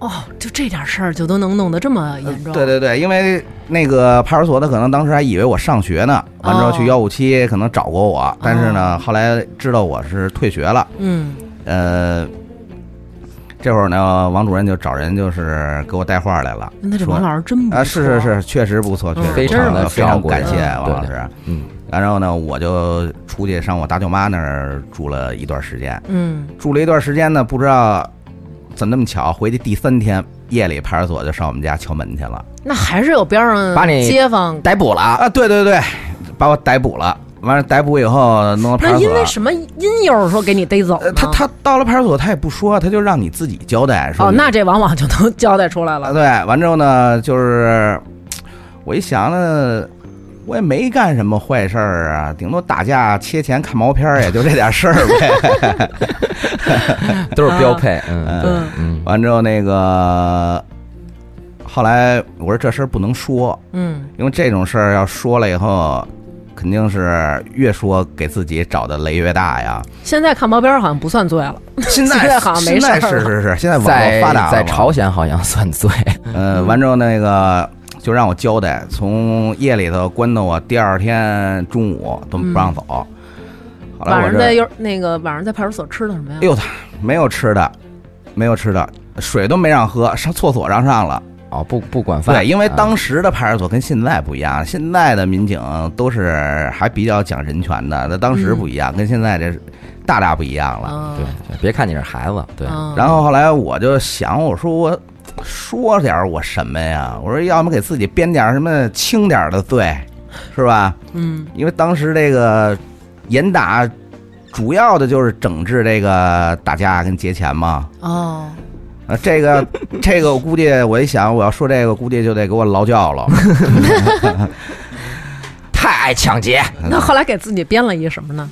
Speaker 2: 哦，就这点事儿就都能弄得这么严重，
Speaker 7: 呃对对对，因为那个派出所的可能当时还以为我上学呢，完之后去
Speaker 2: 哦
Speaker 7: 幺五七可能找过我，但是呢，后来知道我是退学了。
Speaker 2: 嗯，
Speaker 7: 呃，这会儿呢，王主任就找人就是给我带话来了。
Speaker 2: 那这
Speaker 7: 说
Speaker 2: 王老师真嗯不
Speaker 7: 啊，是是
Speaker 2: 错，
Speaker 7: 是，确实不错，确实不
Speaker 6: 非
Speaker 7: 错
Speaker 6: 常的
Speaker 7: 非常
Speaker 6: 照顾
Speaker 7: 感谢
Speaker 6: 人
Speaker 7: 王老师。
Speaker 6: 嗯，
Speaker 7: 然后呢，我就出去上我大舅妈那儿住了一段时间，
Speaker 2: 嗯，
Speaker 7: 住了一段时间呢，不知道怎么那么巧，回去第三天夜里派出所就上我们家敲门去了
Speaker 2: 那还是有边上
Speaker 6: 把你
Speaker 2: 街坊
Speaker 6: 逮捕了啊！
Speaker 7: 啊！对对对，把我逮捕了。完了，逮捕以后弄到派
Speaker 2: 那
Speaker 7: 出
Speaker 2: 因为
Speaker 7: 所，
Speaker 2: 什么因由说给你逮走呢？
Speaker 7: 呃，他他到了派出所，他也不说，他就让你自己交代。说
Speaker 2: 哦，
Speaker 7: 你
Speaker 2: 那这往往就能交代出来
Speaker 7: 啊，
Speaker 2: 了。
Speaker 7: 对，完之后呢，就是我一想呢，我也没干什么坏事儿啊，顶多打架、切钱、看毛片儿，也就这点事儿
Speaker 2: *laughs*
Speaker 7: 呗。
Speaker 6: *laughs* 都是标配。嗯，对
Speaker 2: 嗯
Speaker 6: 嗯，
Speaker 7: 完之后那个，后来我说这事儿不能说，
Speaker 2: 嗯，
Speaker 7: 因为这种事儿要说了以后，肯定是越说给自己找的雷越大呀。
Speaker 2: 现在看毛边儿好像不算罪了。
Speaker 7: 现在
Speaker 2: *laughs* 现在好像没
Speaker 7: 现在
Speaker 2: 事儿
Speaker 7: 是
Speaker 2: 了
Speaker 7: 是是，现在网
Speaker 6: 在
Speaker 7: 络发达了
Speaker 6: 在
Speaker 7: 嘛
Speaker 6: 朝鲜好像算罪。
Speaker 7: 呃，完之后那个就让我交代，从夜里头关到我第二天中午都不让走。后
Speaker 2: 嗯
Speaker 7: 来
Speaker 2: 晚
Speaker 7: 我
Speaker 2: 上
Speaker 7: 这
Speaker 2: 在幼那个晚上在派出所吃的什么呀
Speaker 7: 哎？呦，没有吃的，没有吃的，水都没让喝，上厕所让上了。
Speaker 6: 哦，不不管饭。
Speaker 7: 对，因为
Speaker 6: 啊
Speaker 7: 当时的派出所跟现在不一样，现在的民警都是还比较讲人权的，那当时不一样，跟现在这大大不一样了。
Speaker 2: 啊，
Speaker 6: 对，对别看你是孩子，对，
Speaker 2: 啊
Speaker 7: 然后后来我就想，我说我说点儿我什么呀？我说要么给自己编点儿什么轻点儿的罪，是吧？
Speaker 2: 嗯，
Speaker 7: 因为当时这个严打主要的就是整治这个打架跟劫钱嘛。
Speaker 2: 哦，
Speaker 7: 啊，
Speaker 2: *laughs*
Speaker 7: 这个这个我估计我一想，我要说这个估计就得给我劳教了。
Speaker 6: 太爱抢劫。
Speaker 2: 那后来给自己编了一什么呢？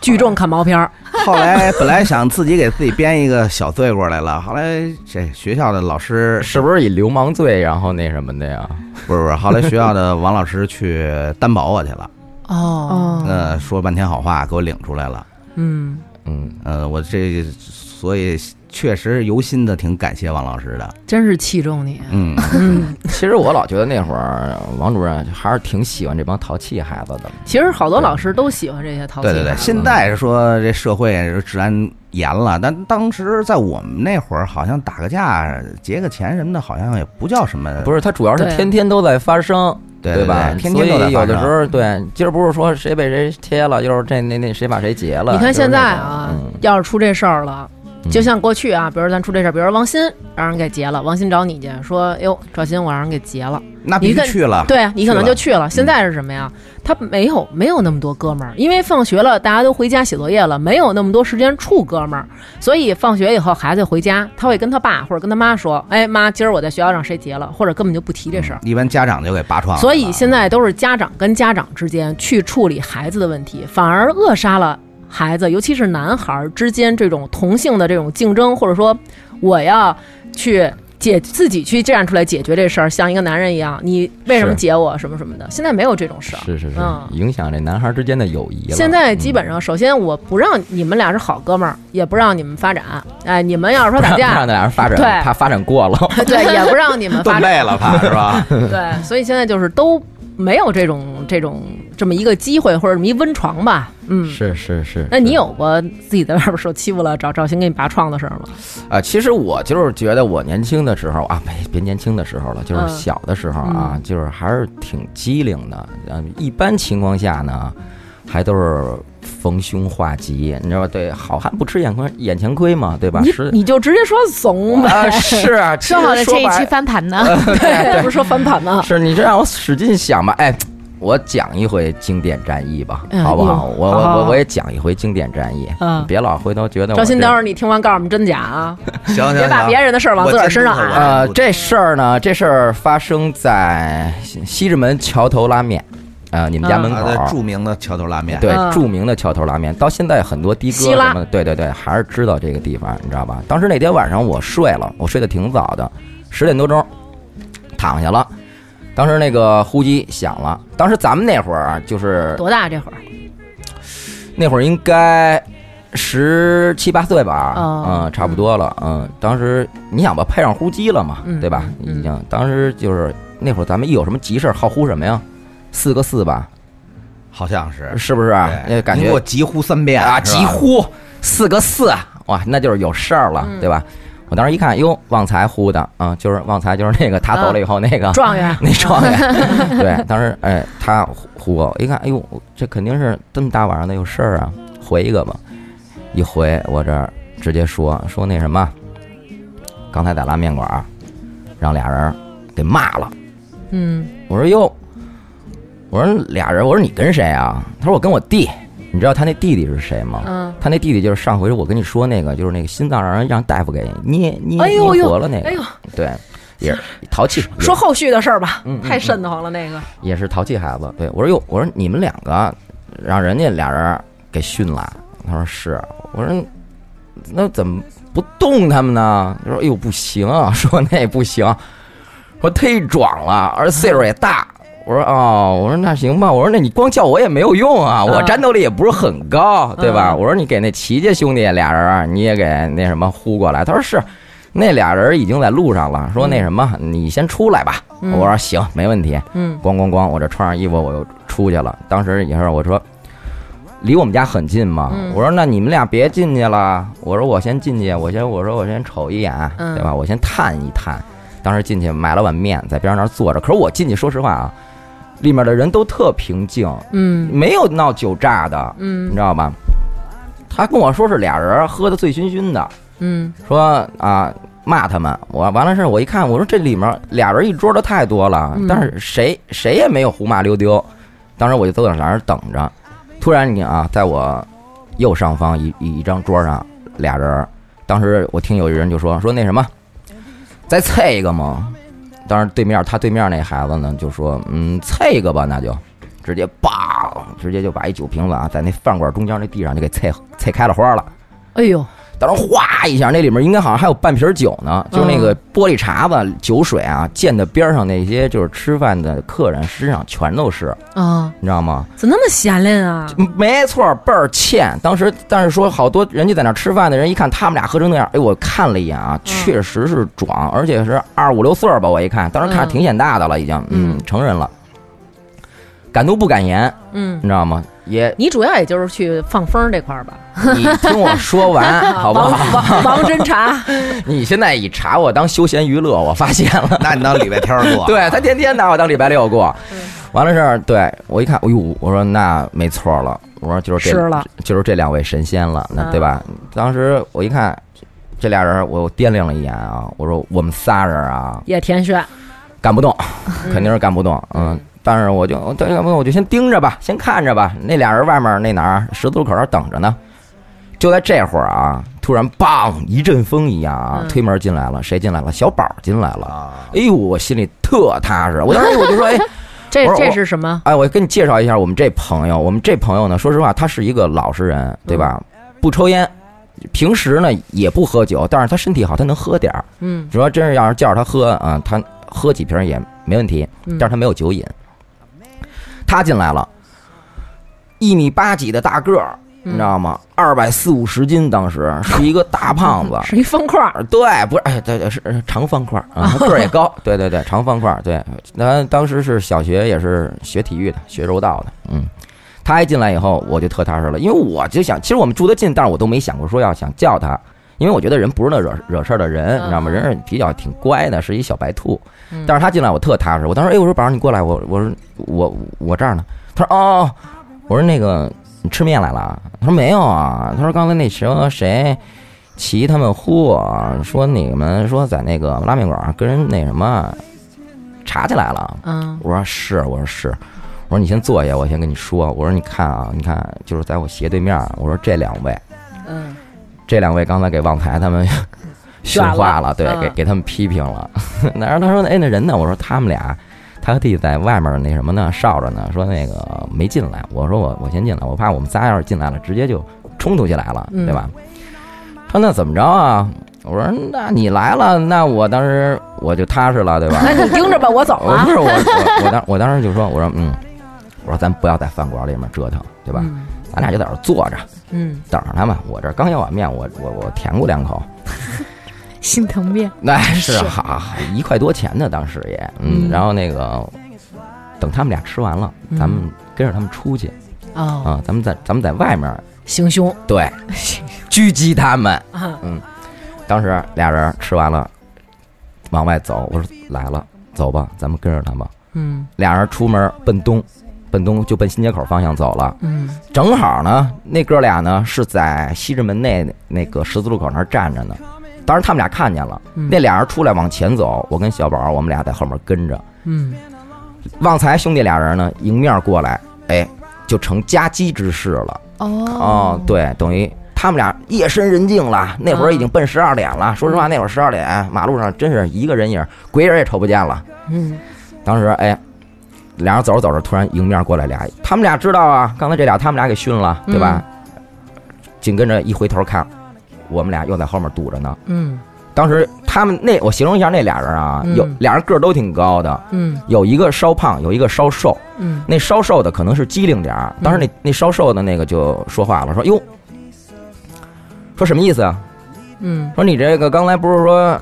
Speaker 2: 聚众看毛片儿，
Speaker 7: 后来本来想自己给自己编一个小罪过来了，后来这学校的老师
Speaker 6: 是不是以流氓罪，然后那什么的呀？
Speaker 7: 不是不是，后来学校的王老师去担保我去了。
Speaker 2: 哦，
Speaker 5: 哦，
Speaker 7: 呃，说半天好话给我领出来了。
Speaker 2: 嗯，
Speaker 6: 嗯，
Speaker 7: 呃，我这所以确实是由心的挺感谢王老师的，
Speaker 2: 真是器重你。
Speaker 7: 嗯，
Speaker 2: 嗯，
Speaker 6: 其实我老觉得那会儿王主任还是挺喜欢这帮淘气孩子的。
Speaker 2: 其实好多老师都喜欢这些淘气
Speaker 7: 对
Speaker 2: 孩
Speaker 7: 对
Speaker 2: 子。
Speaker 7: 对，现在说这社会治安严了，但当时在我们那会儿，好像打个架、结个钱什么的，好像也不叫什么，
Speaker 6: 不是，他主要是
Speaker 2: 对
Speaker 6: 天天都在发生，
Speaker 7: 对
Speaker 6: 吧？
Speaker 7: 天天都
Speaker 6: 所
Speaker 7: 在
Speaker 6: 以
Speaker 7: 发
Speaker 6: 有
Speaker 7: 生
Speaker 6: 的时候，对，今儿不是说谁被谁贴了，就是这那那谁把谁劫了。
Speaker 2: 你看
Speaker 6: 就是
Speaker 2: 现在
Speaker 6: 那种
Speaker 2: 啊，
Speaker 6: 嗯
Speaker 2: 要是出这事儿了。
Speaker 6: 嗯
Speaker 2: 就像过去啊，比如咱出这事儿，比如王鑫让人给劫了，王鑫找你去说：“哟，赵鑫，我让人给劫
Speaker 6: *laughs*
Speaker 2: 了。
Speaker 7: 那必须去了，
Speaker 2: 对啊，你可能
Speaker 7: 去
Speaker 2: 就
Speaker 7: 了
Speaker 2: 去
Speaker 6: 嗯
Speaker 2: 了。现在是什么呀？他没有没有那么多哥们儿，因为放学了，大家都回家写作业了，没有那么多时间处哥们儿。所以放学以后，孩子回家，他会跟他爸或者跟他妈说：“哎，妈，今儿我在学校让谁劫了。”或者根本就不提这事儿。
Speaker 7: 嗯一般家长就给
Speaker 6: 啊
Speaker 7: 拔创了。啊
Speaker 2: 所以现在都是家长跟家长之间去处理孩子的问题，反而扼杀了孩子，尤其是男孩儿之间这种同性的这种竞争，或者说我要去解自己去站出来解决这事儿，像一个男人一样，你为什么
Speaker 6: 是
Speaker 2: 解我什么什么的，现在没有这种事儿。
Speaker 6: 是是是
Speaker 2: 嗯，
Speaker 6: 影响这男孩之间的友谊了。
Speaker 2: 现在基本
Speaker 6: 嗯
Speaker 2: 上，首先我不让你们俩是好哥们儿，也不让你们发
Speaker 6: *laughs*
Speaker 2: 展，哎，你们要是说打
Speaker 6: 不让 *laughs*
Speaker 2: 架，
Speaker 6: 那俩人发展，
Speaker 2: 对
Speaker 6: 怕发展过
Speaker 7: *laughs*
Speaker 6: 了。
Speaker 2: 对，也不让你们发
Speaker 7: 炖
Speaker 2: 展，
Speaker 7: 累了怕是吧？
Speaker 2: 对，所以现在就是都没有这种这种这么一个机会或者这么一温床吧。嗯，
Speaker 6: *laughs* 是是是。
Speaker 2: *laughs* 那
Speaker 6: 是
Speaker 2: 你有过自己在外边受欺负了，找赵鑫给你拔创的事儿吗？
Speaker 6: 啊，其实我就是觉得我年轻的时候啊，没别年轻的时候了，就是
Speaker 2: 嗯
Speaker 6: 小的时候啊，
Speaker 2: 嗯
Speaker 6: 就是还是挺机灵的。嗯，一般情况下呢，还都是逢凶化吉，你知道吧？对，好汉不吃眼亏眼前亏嘛，对吧？
Speaker 2: 你
Speaker 6: 是
Speaker 2: 你就直接说怂呗， *laughs*
Speaker 6: 啊，是啊，其实
Speaker 5: 说好了这
Speaker 6: 说
Speaker 5: 一
Speaker 6: 白
Speaker 5: 期翻盘呢，
Speaker 2: 对，不是说翻盘吗？
Speaker 6: *laughs* 是你这让我使劲想吧，哎。我讲一回经典战役吧，
Speaker 2: 嗯
Speaker 6: 好不好？
Speaker 2: 哟
Speaker 6: 我
Speaker 2: 好好
Speaker 6: 我
Speaker 2: 好
Speaker 6: 我我也讲一回经典战役，
Speaker 2: 嗯
Speaker 6: 你别老回头觉得我
Speaker 2: 赵鑫，
Speaker 6: 这哎
Speaker 2: 等会儿你听完告诉我们真假啊，
Speaker 7: 行行，
Speaker 2: 别把
Speaker 7: 行
Speaker 2: 别人的事儿往自个儿身上啊
Speaker 7: 我监督
Speaker 2: 揽。
Speaker 7: 他
Speaker 6: 呃，这事儿呢，这事儿发生在西西直门桥头拉面，啊，你们家门
Speaker 7: 啊
Speaker 6: 口
Speaker 7: 对
Speaker 6: 儿。
Speaker 7: 著名的桥头拉面，
Speaker 6: 对
Speaker 2: 嗯，
Speaker 6: 著名的桥头拉面，到现在很多的哥
Speaker 2: 希
Speaker 6: 什
Speaker 2: 拉
Speaker 6: 么的，对对对，还是知道这个地方，你知道吧？当时那天晚上我睡了，我睡得挺早的，十点多钟，躺下了。当时那个呼机响了，当时咱们那会儿啊，就是
Speaker 2: 多大这会儿？
Speaker 6: 那会儿应该十七八岁吧，
Speaker 2: 哦
Speaker 6: 嗯，差不多了，嗯，当时你想吧，配上呼机了嘛，
Speaker 2: 嗯
Speaker 6: 对吧？
Speaker 2: 嗯
Speaker 6: 已经，当时就是那会儿咱们一有什么急事儿，好呼什么呀？四个四吧，
Speaker 7: 好像是，
Speaker 6: 是不是啊？那
Speaker 7: 对
Speaker 6: 感
Speaker 7: 你给
Speaker 6: 觉
Speaker 7: 我急呼三遍
Speaker 6: 啊，
Speaker 7: 是吧
Speaker 6: 急呼四个四，啊哇，那就是有事儿了，
Speaker 2: 嗯
Speaker 6: 对吧？我当时一看，哟，旺财呼的啊，就是旺财，就是那个他走了以后那
Speaker 2: *laughs*
Speaker 6: 个
Speaker 2: 状元，
Speaker 6: 那状元，对，当时哎，他呼呼我，一看，哎呦，这肯定是这么大晚上的有事儿啊，回一个吧。一回我这儿直接说说那什么，刚才在拉面馆儿让俩人给骂了。
Speaker 2: 嗯，
Speaker 6: 我说哟，我说俩人，我说你跟谁啊？他说我跟我弟。你知道他那弟弟是谁吗？
Speaker 2: 嗯
Speaker 6: 他那弟弟就是上回我跟你说那个，就是那个心脏让人让大夫给捏捏
Speaker 2: 哎呦
Speaker 6: 捏
Speaker 2: 呦
Speaker 6: 活了那个，
Speaker 2: 哎呦，
Speaker 6: 对，也是淘气。
Speaker 2: 说后续的事儿吧
Speaker 6: 嗯，嗯
Speaker 2: 太瘆得慌了那个。
Speaker 6: 也是淘气孩子。对我说哟，我说你们两个让人家俩人给训了。他说是，我说那怎么不动他们呢？他说哎呦不行， *laughs* 说那也不行，说忒壮了，而岁数也大。我说哦，我说那行吧，我说那你光叫我也没有用啊，我
Speaker 2: 嗯
Speaker 6: 战斗力也不是很高，对吧？
Speaker 2: 嗯
Speaker 6: 我说你给那齐家兄弟俩人啊你也给那什么呼过来。他说是，那俩人已经在路上了，说那什么你先出来吧。
Speaker 2: 嗯
Speaker 6: 我说行，没问题。
Speaker 2: 嗯
Speaker 6: 咣咣咣，我这穿上衣服我又出去了。当时也是我说，离我们家很近嘛，
Speaker 2: 嗯
Speaker 6: 我说那你们俩别进去了，我说我先进去，我先我说我先瞅一眼，
Speaker 2: 嗯
Speaker 6: 对吧？我先探一探。当时进去买了碗面，在边上那儿坐着。可是我进去，说实话啊，里面的人都特平静，
Speaker 2: 嗯
Speaker 6: 没有闹酒炸的，你
Speaker 2: 嗯
Speaker 6: 知道吧？他跟我说是俩人喝的醉醺醺的，
Speaker 2: 嗯
Speaker 6: 说啊骂他们，我完了事儿我一看，我说这里面俩人一桌的太多了
Speaker 2: 嗯，
Speaker 6: 但是谁谁也没有胡骂溜丢，当时我就坐在那儿等着，突然你啊，在我右上方一一一张桌上俩人儿，当时我听有一人就说说那什么，再菜一个吗？当时对面他对面那孩子呢就说嗯菜一个吧，那就。直接叭，直接就把一酒瓶子啊，在那饭馆中间那地上就给菜菜开了花了。
Speaker 2: 哎呦，
Speaker 6: 当时哗一下，那里面应该好像还有半瓶酒呢，就是那个玻璃碴子、酒水啊，溅的边上那些就是吃饭的客人身上全都是，
Speaker 2: 啊，
Speaker 6: 你知道吗？
Speaker 2: 怎么那么闲练啊？
Speaker 6: 没错，倍儿欠。当时但是说好多人家在那吃饭的人一看他们俩喝成那样，哎，我看了一眼啊，确实是壮，而且是二五六岁儿吧，我一看，当时看着挺显大的了，已经，嗯
Speaker 2: 嗯，
Speaker 6: 成人了，敢怒不敢言，
Speaker 2: 嗯，
Speaker 6: 你知道吗？也
Speaker 2: 你主要也就是去放风这块儿吧，
Speaker 6: 你听我说
Speaker 2: *laughs*
Speaker 6: 完好不好？
Speaker 2: 啊王王王侦察，
Speaker 6: 你现在以查我当休闲娱乐，我发现了。
Speaker 7: 那你当礼拜天儿
Speaker 6: *laughs*
Speaker 7: 过，
Speaker 6: 对他天天拿我当礼拜六过，完了事儿，对我一看，哎呦，我说那没错儿了，我说就是
Speaker 2: 吃
Speaker 6: 这，
Speaker 2: 了，
Speaker 6: 就是这两位神仙了，那
Speaker 2: 嗯
Speaker 6: 对吧？当时我一看，这俩人我掂量了一眼啊，我说我们仨人啊，
Speaker 2: 也甜炫，
Speaker 6: 干不动，肯定是干不动，嗯。但是我就我对干不动，我就先盯着吧，先看着吧。那俩人外面那哪儿十字路口那儿等着呢。就在这会儿啊，突然梆一阵风一样啊，
Speaker 2: 嗯
Speaker 6: 推门进来了，谁进来了？小宝进来了。
Speaker 7: 啊，
Speaker 6: 哎呦，我心里特踏实。我当时我就说，哎，
Speaker 2: 这
Speaker 6: 不是我
Speaker 2: 这是什么？
Speaker 6: 哎，我跟你介绍一下我们这朋友。我们这朋友呢，说实话，他是一个老实人，对吧？不抽烟，平时呢也不喝酒，但是他身体好，他能喝点儿。
Speaker 2: 嗯
Speaker 6: 主要真是要是叫着他喝啊、他喝几瓶也没问题，
Speaker 2: 嗯，
Speaker 6: 但是他没有酒瘾。他进来了，一米八几的大个儿，你知道吗？二百四五十斤，当时是一个大胖子
Speaker 2: *laughs* 是一方块儿，
Speaker 6: 对，不是，哎，对对是是长方块儿啊，他个儿也高，对对对，长方块儿，对，那当时是小学也是学体育的，学柔道的，嗯，他一进来以后我就特踏实了，因为我就想，其实我们住得近，但是我都没想过说要想叫他，因为我觉得人不是那惹惹事儿的人，你知道吗？人是比较挺乖的，是一小白兔，但是他进来我特踏实，我当时哎，我说宝儿你过来，我我说我我这儿呢，他说哦，我说那个你吃面来了啊，他说没有啊，他说刚才那谁谁。齐他们呼我说你们说在那个拉面馆儿跟人那什么查起来了。
Speaker 2: 嗯
Speaker 6: 我说是，我说是，我说你先坐下，我先跟你说。我说你看啊，你看就是在我斜对面儿，我说这两位，
Speaker 2: 嗯，
Speaker 6: 这两位刚才给旺财他们 *laughs* 训话了，对，
Speaker 2: 嗯
Speaker 6: 给给他们批评了。 *laughs* 然后他说哎那人呢？我说他们俩。他和弟在外面那什么呢，哨着呢，说那个没进来。我说我我先进来，我怕我们仨要是进来了，直接就冲突起来了，
Speaker 2: 嗯
Speaker 6: 对吧？他说那怎么着啊？我说那你来了，那我当时我就踏实了，对吧？
Speaker 2: *laughs* 那哎你盯着吧，我走
Speaker 6: 我
Speaker 2: 了
Speaker 6: 不，是我我我当我当时就说我说嗯，我说咱不要在饭馆里面折腾，对吧？
Speaker 2: 嗯
Speaker 6: 咱俩就在这儿坐着
Speaker 2: 嗯，
Speaker 6: 等着他们。我这刚要碗面，我我我舔过两
Speaker 7: *laughs*
Speaker 6: 口，
Speaker 5: 心疼面，
Speaker 7: 哎
Speaker 6: 那 *laughs* 是啊哈一块多钱呢，当时也嗯。
Speaker 2: 嗯
Speaker 6: 然后那个等他们俩吃完了，咱们跟着他们出去
Speaker 2: 哦，
Speaker 6: 啊，咱们在咱们在外面
Speaker 2: 行凶
Speaker 6: 对狙击他们。
Speaker 2: 啊，
Speaker 6: 当时俩人吃完了，往外走，我说来了，走吧，咱们跟着他们。
Speaker 2: 嗯
Speaker 6: 俩人出门奔东，奔东就奔新街口方向走了。
Speaker 2: 嗯
Speaker 6: 正好呢，那哥俩呢是在西直门内那个十字路口那儿站着呢。当时他们俩看见了，
Speaker 2: 嗯
Speaker 6: 那俩人出来往前走，我跟小宝我们俩在后面跟着。
Speaker 2: 嗯，
Speaker 6: 旺财兄弟俩人呢迎面过来，哎，就成夹击之势了。哦，对，等于他们俩夜深人静了，那会儿已经奔十二点了。说实话，那会儿十二点，马路上真是一个人影儿，鬼影儿也瞅不见了。
Speaker 2: 嗯，
Speaker 6: 当时哎，俩人走着走着，突然迎面过来俩，他们俩知道啊，刚才这俩他们俩给训了，对吧？紧跟着一回头看，我们俩又在后面堵着呢。
Speaker 2: 嗯
Speaker 6: 当时他们那我形容一下那俩人啊，
Speaker 2: 嗯
Speaker 6: 有俩人个儿都挺高的，
Speaker 2: 嗯
Speaker 6: 有一个稍胖，有一个稍瘦。
Speaker 2: 嗯
Speaker 6: 那稍瘦的可能是机灵点儿，当时那那稍瘦的那个就说话了，说哟，说什么意思啊？
Speaker 2: 嗯
Speaker 6: 说你这个刚才不是说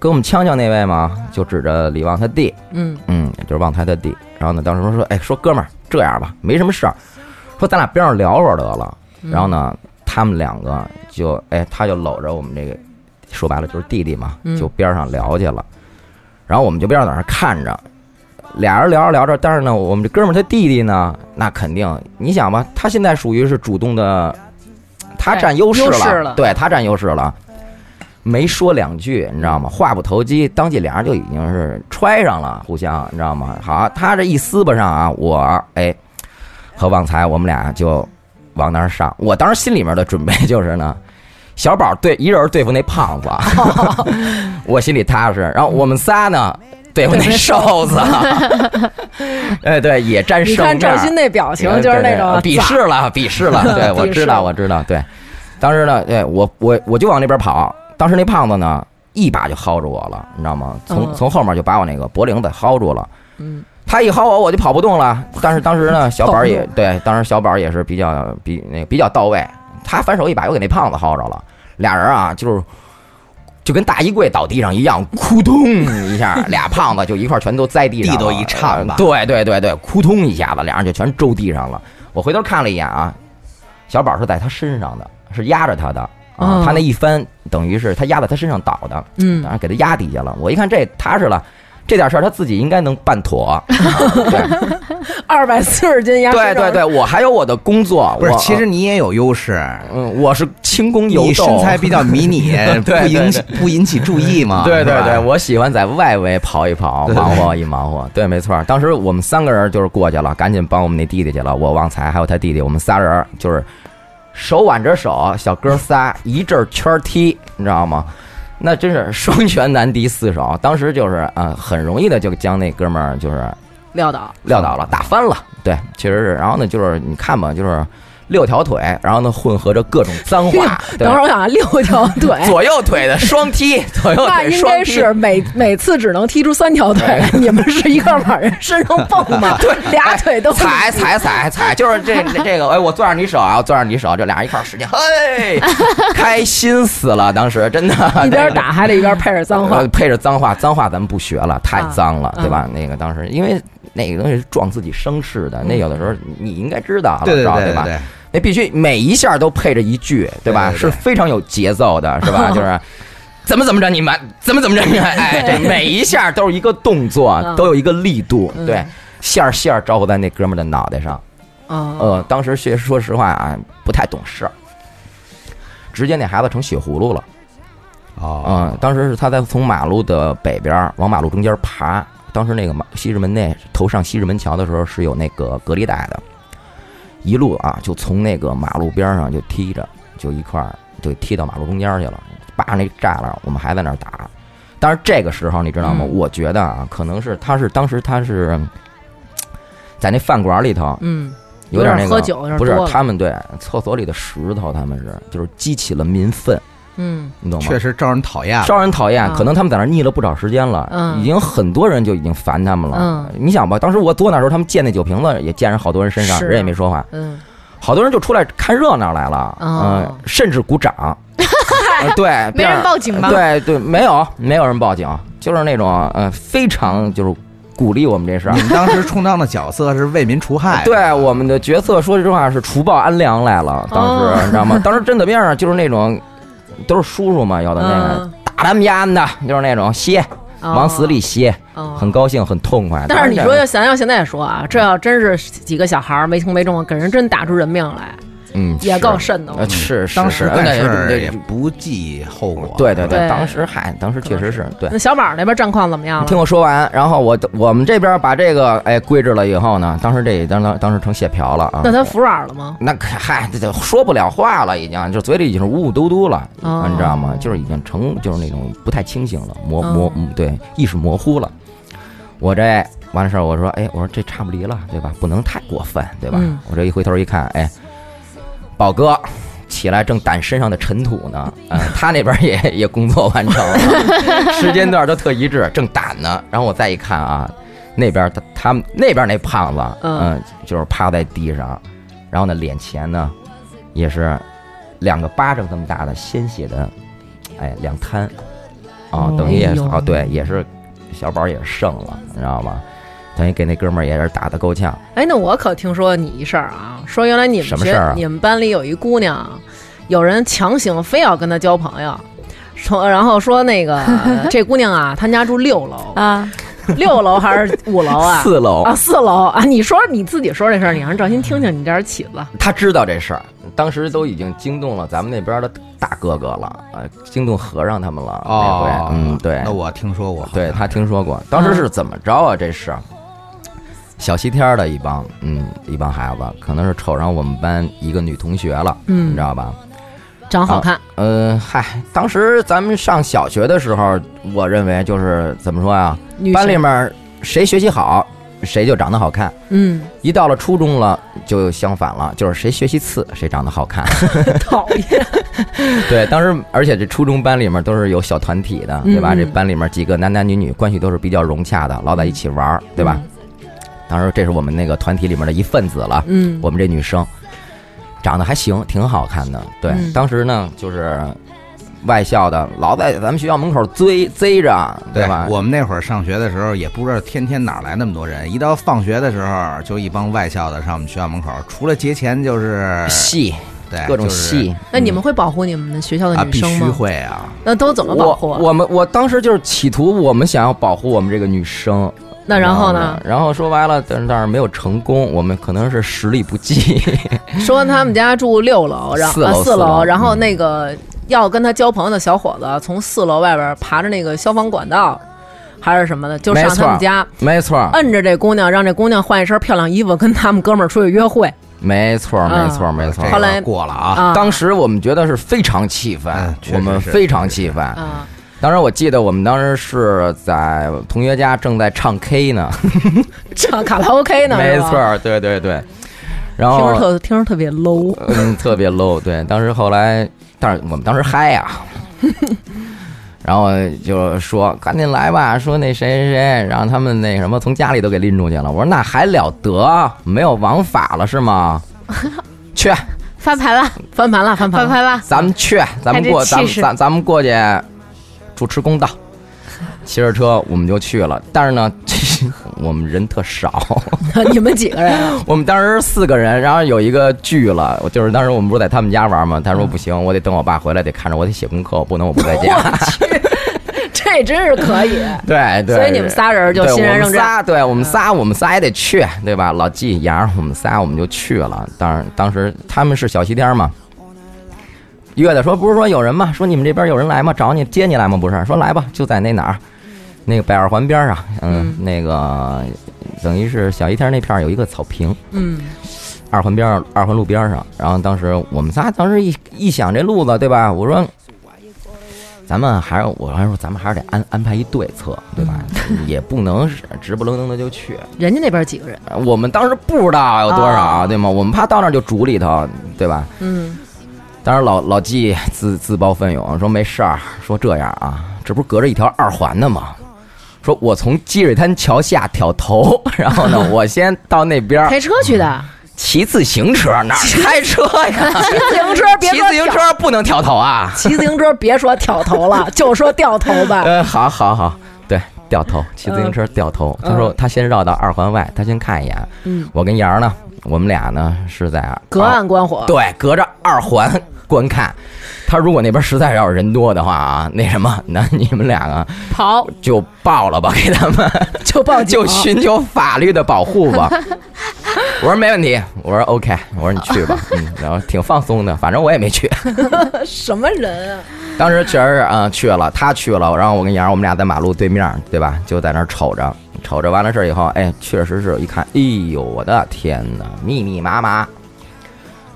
Speaker 6: 跟我们呛呛那位吗？就指着李旺他弟，
Speaker 2: 嗯
Speaker 6: 嗯，就是旺财的弟。然后呢，当时说，哎，说哥们儿这样吧，没什么事儿，说咱俩边上聊会儿得了。
Speaker 2: 嗯，
Speaker 6: 然后呢，他们两个就，哎，他就搂着我们这个，说白了就是弟弟嘛
Speaker 2: 嗯，
Speaker 6: 就边上聊去了。然后我们就边上在那儿看着，俩人聊着聊着，但是呢，我们这哥们儿他弟弟呢，那肯定，你想吧，他现在属于是主动的，他占优势
Speaker 2: 优
Speaker 6: 了，
Speaker 2: 势了
Speaker 6: 对他占优势了。没说两句，你知道吗？话不投机，当即俩人就已经是揣上了，互相，你知道吗？好，他这一撕巴上啊，我哎和旺财，我们俩就往那儿上。我当时心里面的准备就是呢， *laughs* 小宝对一人对付那胖子，我心里踏实。然后我们仨呢对付那瘦子，哎对，也沾
Speaker 2: 你
Speaker 6: 胜面儿。呃
Speaker 2: 看赵鑫那表情，就是那种 *laughs*
Speaker 6: 对对对鄙视了，鄙视了。对，我
Speaker 2: 鄙视
Speaker 6: 知道，我知道。对，当时呢，哎，我我我就往那边跑，当时那胖子呢一把就薅住我了，你知道吗？从
Speaker 2: 嗯
Speaker 6: 从后面就把我那个脖领子薅住了。
Speaker 2: 嗯，
Speaker 6: 他一薅我，我就跑不动
Speaker 2: *laughs*
Speaker 6: 了。但是当时呢，小宝也
Speaker 2: 跑不
Speaker 6: 对，当时小宝也是比较比那个比较到位，他反手一把又给那胖子薅着了，俩人啊就是。就跟大衣柜倒地上一样，扑通一下，俩胖子就一块儿全都栽地上了，呃
Speaker 7: 地都一颤吧
Speaker 6: 对对对对，扑通一下子，俩人就全周地上了。我回头看了一眼啊，小宝是在他身上的，是压着他的啊
Speaker 2: 哦。
Speaker 6: 他那一翻，等于是他压在他身上倒的，当
Speaker 2: 嗯，
Speaker 6: 然给他压底下了。我一看这踏实了，这点事儿他自己应该能办妥。啊对
Speaker 2: 二百四十斤鸭
Speaker 6: 对对对，我还有我的工作。
Speaker 7: 不是，
Speaker 6: 我呃
Speaker 7: 其实你也有优势，
Speaker 6: 嗯，我是轻功游
Speaker 7: 你
Speaker 6: 斗，
Speaker 7: 身材比较
Speaker 6: *laughs*
Speaker 7: 迷你，
Speaker 6: 对
Speaker 7: 不引起不引起注意
Speaker 2: 啊
Speaker 7: 嘛？
Speaker 6: 对对
Speaker 7: 是吧
Speaker 6: 对，我喜欢在外围跑一跑，
Speaker 7: 对对
Speaker 6: 忙活一忙活。对，没错。当时我们三个人就是过去了，赶紧帮我们那弟弟去了。我旺财还有他弟弟，我们仨人就是手挽着手，小哥仨一阵儿圈踢，你知道吗？那真是双拳难敌四手。当时就是啊、呃很容易的就将那哥们儿就是
Speaker 2: 撂倒，
Speaker 6: 撂倒了，打翻了。对，确实是。然后呢，就是你看吧，就是六条腿，然后呢混合着各种脏
Speaker 2: *laughs*
Speaker 6: 话。对
Speaker 2: 等会儿我想啊，六条腿，
Speaker 6: 左右腿的双踢，左右
Speaker 2: *laughs* 那
Speaker 6: 腿
Speaker 2: 应
Speaker 6: 双
Speaker 2: 该
Speaker 6: 踢
Speaker 2: 是。每每次只能踢出三条腿， *laughs* 你们是一块儿往人身上蹦
Speaker 6: *laughs*
Speaker 2: 吗？对， *laughs* 俩腿都
Speaker 6: 踩
Speaker 2: *laughs*
Speaker 6: 踩踩踩，就是这这这个，哎，我攥着你手啊，我攥着你手，这俩人一块儿使劲，
Speaker 2: *laughs*
Speaker 6: 嘿，开心死了，当时真的
Speaker 2: 一
Speaker 6: *laughs*
Speaker 2: 边打还得一边配着脏话
Speaker 6: 呃，配着脏话，脏话咱们不学了，太
Speaker 2: 啊
Speaker 6: 脏了，对吧
Speaker 2: 啊？
Speaker 6: 那个当时因为那个东西是撞自己生势的，那有的时候
Speaker 2: 嗯
Speaker 6: 你应该知道，
Speaker 7: 对对
Speaker 6: 老赵
Speaker 7: 对
Speaker 6: 吧？
Speaker 7: 对，
Speaker 6: 那必须每一下都配着一句，对吧？
Speaker 7: 对对对
Speaker 6: 是非常有节奏的，是
Speaker 2: *laughs*
Speaker 6: 吧？就是。怎么怎么着你们，怎么怎么着你们，哎，这每一下都是一个动作
Speaker 2: 嗯，
Speaker 6: 都有一个力度，
Speaker 2: 嗯
Speaker 6: 对，线儿线儿招呼在那哥们儿的脑袋上，
Speaker 2: 啊
Speaker 6: 呃，当时确实说实话啊，不太懂事儿，直接那孩子成血葫芦了。
Speaker 7: 哦，
Speaker 6: 嗯，当时是他在从马路的北边儿往马路中间爬，当时那个马西直门内头上西直门桥的时候是有那个隔离带的，一路啊就从那个马路边上就踢着，就一块儿就踢到马路中间去了，扒着那栅栏，我们还在那儿打。但是这个时候你知道吗？
Speaker 2: 嗯
Speaker 6: 我觉得啊，可能是他是当时他是在那饭馆里头，
Speaker 2: 嗯，
Speaker 6: 有点那
Speaker 2: 有点
Speaker 6: 个
Speaker 2: 喝酒有点
Speaker 6: 不是
Speaker 2: 多了
Speaker 6: 他们对厕所里的石头，他们是就是激起了民愤，
Speaker 2: 嗯
Speaker 6: 你懂吗？
Speaker 7: 确实招人讨厌了。
Speaker 6: 招人讨厌
Speaker 2: 啊，
Speaker 6: 可能他们在那儿腻了不少时间了，
Speaker 2: 嗯
Speaker 6: 已经很多人就已经烦他们了。
Speaker 2: 嗯
Speaker 6: 你想吧，当时我坐那时候，他们见那酒瓶子也溅人好多人身上，
Speaker 2: 是啊
Speaker 6: 人也没说话，
Speaker 2: 嗯，
Speaker 6: 好多人就出来看热闹来了，嗯、
Speaker 2: 哦
Speaker 6: 甚至鼓掌。
Speaker 2: *laughs*
Speaker 6: 呃对，
Speaker 5: 没
Speaker 6: 边
Speaker 5: 人
Speaker 6: 上
Speaker 5: 报警吧？
Speaker 6: 对对，没有没有人报警，就是那种呃非常就是鼓励我们这事儿
Speaker 7: 你。们当时充当的角色是为民除害，
Speaker 6: 啊 *laughs* 对我们的角色，说实话是除暴安良来了。当时、
Speaker 2: *laughs* 哦
Speaker 6: 你知道吗？当时真的边上就是那种，都是叔叔嘛，有的那个、
Speaker 2: 嗯
Speaker 6: 打他们家的，就是那种歇，往死里歇，
Speaker 2: 哦
Speaker 6: 很高兴，很痛快。
Speaker 2: 但是你
Speaker 6: 当
Speaker 2: 说
Speaker 6: 然
Speaker 2: 要想想现在说啊，这要真是几个小孩儿没轻没重，给人真打出人命来，
Speaker 6: 这，嗯，
Speaker 2: 也
Speaker 6: 是
Speaker 2: 够瘆的。
Speaker 6: 呃是是
Speaker 7: 当
Speaker 6: 是
Speaker 7: 时干
Speaker 6: 对
Speaker 7: 事儿
Speaker 6: 对
Speaker 7: 也不计后果。
Speaker 6: 对对
Speaker 2: 对
Speaker 6: 当时嗨，当时确实是对。
Speaker 2: 那小宝那边战况怎么样
Speaker 6: 你
Speaker 2: 了？
Speaker 6: 听我说完，然后我我们这边把这个哎归置了以后呢，当时这当当当时成血瓢了啊。
Speaker 2: 那他服软了吗？
Speaker 6: 那可嗨，这就说不了话了，已经就嘴里已经是呜呜嘟嘟了，
Speaker 2: 哦
Speaker 6: 你知道吗？就是已经成就是那种不太清醒了，模模
Speaker 2: 哦
Speaker 6: 嗯对意识模糊了。我这完了事儿，我说哎，我说这差不离了，对吧？不能太过分，对吧？
Speaker 2: 嗯
Speaker 6: 我这一回头一看，哎，宝哥。起来正掸身上的尘土呢，嗯、他那边也也工作完成了， *laughs* 时间段都特一致，正掸呢。然后我再一看啊，那边他他们那边那胖子，
Speaker 2: 嗯
Speaker 6: 嗯，就是趴在地上，然后呢，脸前呢也是两个巴掌这么大的鲜血的，哎，两滩啊、
Speaker 2: 哦
Speaker 6: 等于也
Speaker 2: 哎
Speaker 6: 是
Speaker 2: 呦
Speaker 6: 啊，对，也是小宝也是剩了，你知道吗？等于给那哥们儿也是打得够呛，
Speaker 2: 哎，那我可听说你一事儿啊，说原来你们
Speaker 6: 什么
Speaker 2: 学
Speaker 6: 事儿啊
Speaker 2: 你们班里有一姑娘，有人强行非要跟她交朋友，从然后说那
Speaker 6: *laughs*
Speaker 2: 个这姑娘啊，她们家住六楼，
Speaker 5: 啊，
Speaker 2: 六楼还是五楼啊？
Speaker 6: 四楼
Speaker 2: 啊，四楼啊！你说你自己说这事儿，你让人赵鑫听听你这点起子。
Speaker 6: 他知道这事儿，当时都已经惊动了咱们那边的大哥哥了，呃，惊动和尚他们了。
Speaker 7: 哦
Speaker 6: 那，回嗯，对
Speaker 7: 那，我听说过，
Speaker 6: 对他听说过，当时是怎么着啊？这是小西天儿的一帮，嗯，一帮孩子，可能是瞅上我们班一个女同学了，你
Speaker 2: 嗯
Speaker 6: 知，道吧？
Speaker 2: 长好看，
Speaker 6: 呃，嗨，当时咱们上小学的时候，我认为就是怎么说呀，
Speaker 2: 女
Speaker 6: 班里
Speaker 2: 神
Speaker 6: 面谁学习好，谁就长得好看。
Speaker 2: 嗯
Speaker 6: 一到了初中了，就相反了，就是谁学习次谁长得
Speaker 2: *laughs*
Speaker 6: 好看。
Speaker 2: 讨厌，
Speaker 6: 对，当时而且这初中班里面都是有小团体的，对吧？
Speaker 2: 嗯嗯
Speaker 6: 这班里面几个男男女女关系都是比较融洽的，老在一起玩儿， *laughs* 对吧？当时这是我们那个团体里面的一份子了。
Speaker 2: 嗯，
Speaker 6: 我们这女生长得还行，挺好看的。对，
Speaker 2: 嗯
Speaker 6: 当时呢就是外校的，老在咱们学校门口追追着，
Speaker 7: 对
Speaker 6: 吧？
Speaker 7: 我们那会儿上学的时候，也不知道天天哪儿来那么多人。一到放学的时候，就一帮外校的上我们学校门口，除了节前
Speaker 6: *laughs*
Speaker 7: 就是
Speaker 6: 戏，
Speaker 7: 对
Speaker 6: 各种
Speaker 7: 哎就是
Speaker 6: 戏。
Speaker 2: 那你们会保护你们的学校
Speaker 7: 啊，
Speaker 2: 的女
Speaker 7: 必
Speaker 2: 生
Speaker 7: 须
Speaker 2: 吗？
Speaker 7: 会啊。
Speaker 2: 那都怎么保护
Speaker 6: 我
Speaker 2: 啊？
Speaker 6: 我们我当时就是企图我们想要保护我们这个女生，
Speaker 2: 那然后呢？？
Speaker 6: 然后说白了，但是但是没有成功，我们可能是实力不济。 *laughs*
Speaker 2: 说他们家住六楼，然后
Speaker 6: 四楼
Speaker 2: 啊
Speaker 6: 四楼
Speaker 2: 楼，然后
Speaker 6: 嗯
Speaker 2: 那个要跟他交朋友的小伙子从四楼外边爬着那个消防管道，还是什么的，就上
Speaker 6: 没错啊
Speaker 2: 他们家，
Speaker 6: 没错儿，
Speaker 2: 摁着这姑娘，让这姑娘换一身漂亮衣服，跟他们哥们儿出去约会
Speaker 6: 没错儿，没错儿，没错儿。
Speaker 7: 这
Speaker 2: 嗯后来
Speaker 7: 个过了啊，
Speaker 2: 啊。
Speaker 6: 当时我们觉得是非常气愤
Speaker 7: 嗯，确实
Speaker 6: 我们
Speaker 7: 是
Speaker 6: 非常气
Speaker 2: *laughs*
Speaker 6: 愤。
Speaker 2: 啊，
Speaker 6: 当时我记得我们当时是在同学家正在唱 K 呢，
Speaker 2: 唱卡拉 OK 呢，
Speaker 6: *laughs* 没哦
Speaker 2: 是吧
Speaker 6: 错，儿，对对对。然
Speaker 2: 听着
Speaker 6: 后
Speaker 2: 特听着特别 low，
Speaker 6: 嗯，特别 low，对。当时后来，但是我们当时嗨呀、啊。 *laughs* 然后就说赶紧来吧，说那谁谁谁，然后他们那什么从家里都给拎出去了。我说那还了得，没有王法了
Speaker 2: *laughs*
Speaker 6: 是吗？去，
Speaker 5: 翻盘了，
Speaker 2: *laughs* 翻盘了，翻盘
Speaker 5: 翻
Speaker 2: 了，
Speaker 5: 盘了，
Speaker 6: 咱们去，咱们过，
Speaker 5: 看
Speaker 6: 咱
Speaker 5: 这气
Speaker 6: 们
Speaker 5: 势
Speaker 6: 咱咱们过去主持
Speaker 5: *laughs*
Speaker 6: 公道。骑着车我们就去了，但是呢， *laughs* 我们人特少， *laughs*
Speaker 2: *laughs* 你们几个人啊？
Speaker 6: 我们当时四个人，然后有一个聚了，我就是当时我们不是在他们家玩嘛，他
Speaker 5: 嗯
Speaker 6: 说不行，我得等我爸回来，得看着我得写功课，我不能我不在
Speaker 5: *laughs*
Speaker 6: 家。
Speaker 2: 这真是可以，
Speaker 6: 对对，
Speaker 2: 所以你们仨人就
Speaker 6: 对
Speaker 2: 欣然
Speaker 6: 我
Speaker 2: 认
Speaker 6: 们
Speaker 2: 真
Speaker 6: 仨，对我们仨，我们仨也得去，对吧？老纪、杨，我们仨我们就去了。当然，当时他们是小西天嘛。约的说不是说有人吗？说你们这边有人来吗？找你接你来吗？不是，说来吧，就在那哪儿，那个百二环边上，嗯，那个等于是小西天那片儿有一个草坪，
Speaker 2: 嗯，
Speaker 6: 二环边儿二环路边儿上。然后当时我们仨当时一一想这路子，对吧？我说。咱们还是，我还说咱们还是得安安排一对策，对吧？ *laughs* 也不能是直不楞登的就去。
Speaker 2: 人家那边几个人，
Speaker 6: 我们当时不知道有多少，对吗？我们怕到那儿就煮里头，对吧？
Speaker 2: 嗯，
Speaker 6: 当时老老纪自自告奋勇说没事儿，说这样啊，这不是隔着一条二环的吗？说我从积水滩桥下挑头， *laughs* 然后呢，我先到那边儿
Speaker 2: 开车去的，
Speaker 6: 嗯骑自行车，哪儿开车
Speaker 2: *laughs*
Speaker 6: 呀？
Speaker 2: 骑自行车别
Speaker 6: *laughs* 骑
Speaker 2: 说
Speaker 6: 自行车不能挑头啊！
Speaker 2: 骑自行车别说挑头了，就说掉头
Speaker 6: *laughs*
Speaker 2: 吧。
Speaker 6: 呃，好好好，对，掉
Speaker 2: 嗯
Speaker 6: 头，骑自行车掉头。他说他先绕到二环外，他先看一眼。
Speaker 2: 嗯，
Speaker 6: 我跟杨儿呢，我们俩呢是在
Speaker 2: 隔
Speaker 6: 二啊
Speaker 2: 岸观火。
Speaker 6: 对，隔着二环观看。他如果那边实在要是人多的话啊，那什么，那你们俩啊
Speaker 2: 跑
Speaker 6: 就报了吧，给他们
Speaker 2: 就报警，
Speaker 6: 就寻求法律的保护
Speaker 2: *laughs*
Speaker 6: 吧。我说没问题，我说 OK，我说你去
Speaker 2: *laughs*
Speaker 6: 吧，嗯，然后挺放松的，反正我也没去。
Speaker 2: 什么人啊？
Speaker 6: 当时确实是，嗯，去了，他去了，然后我跟杨儿，我们俩在马路对面，对吧？就在那儿瞅着，瞅着完了事儿以后，哎，确实是，一看，哎呦，我的天哪，密密麻麻。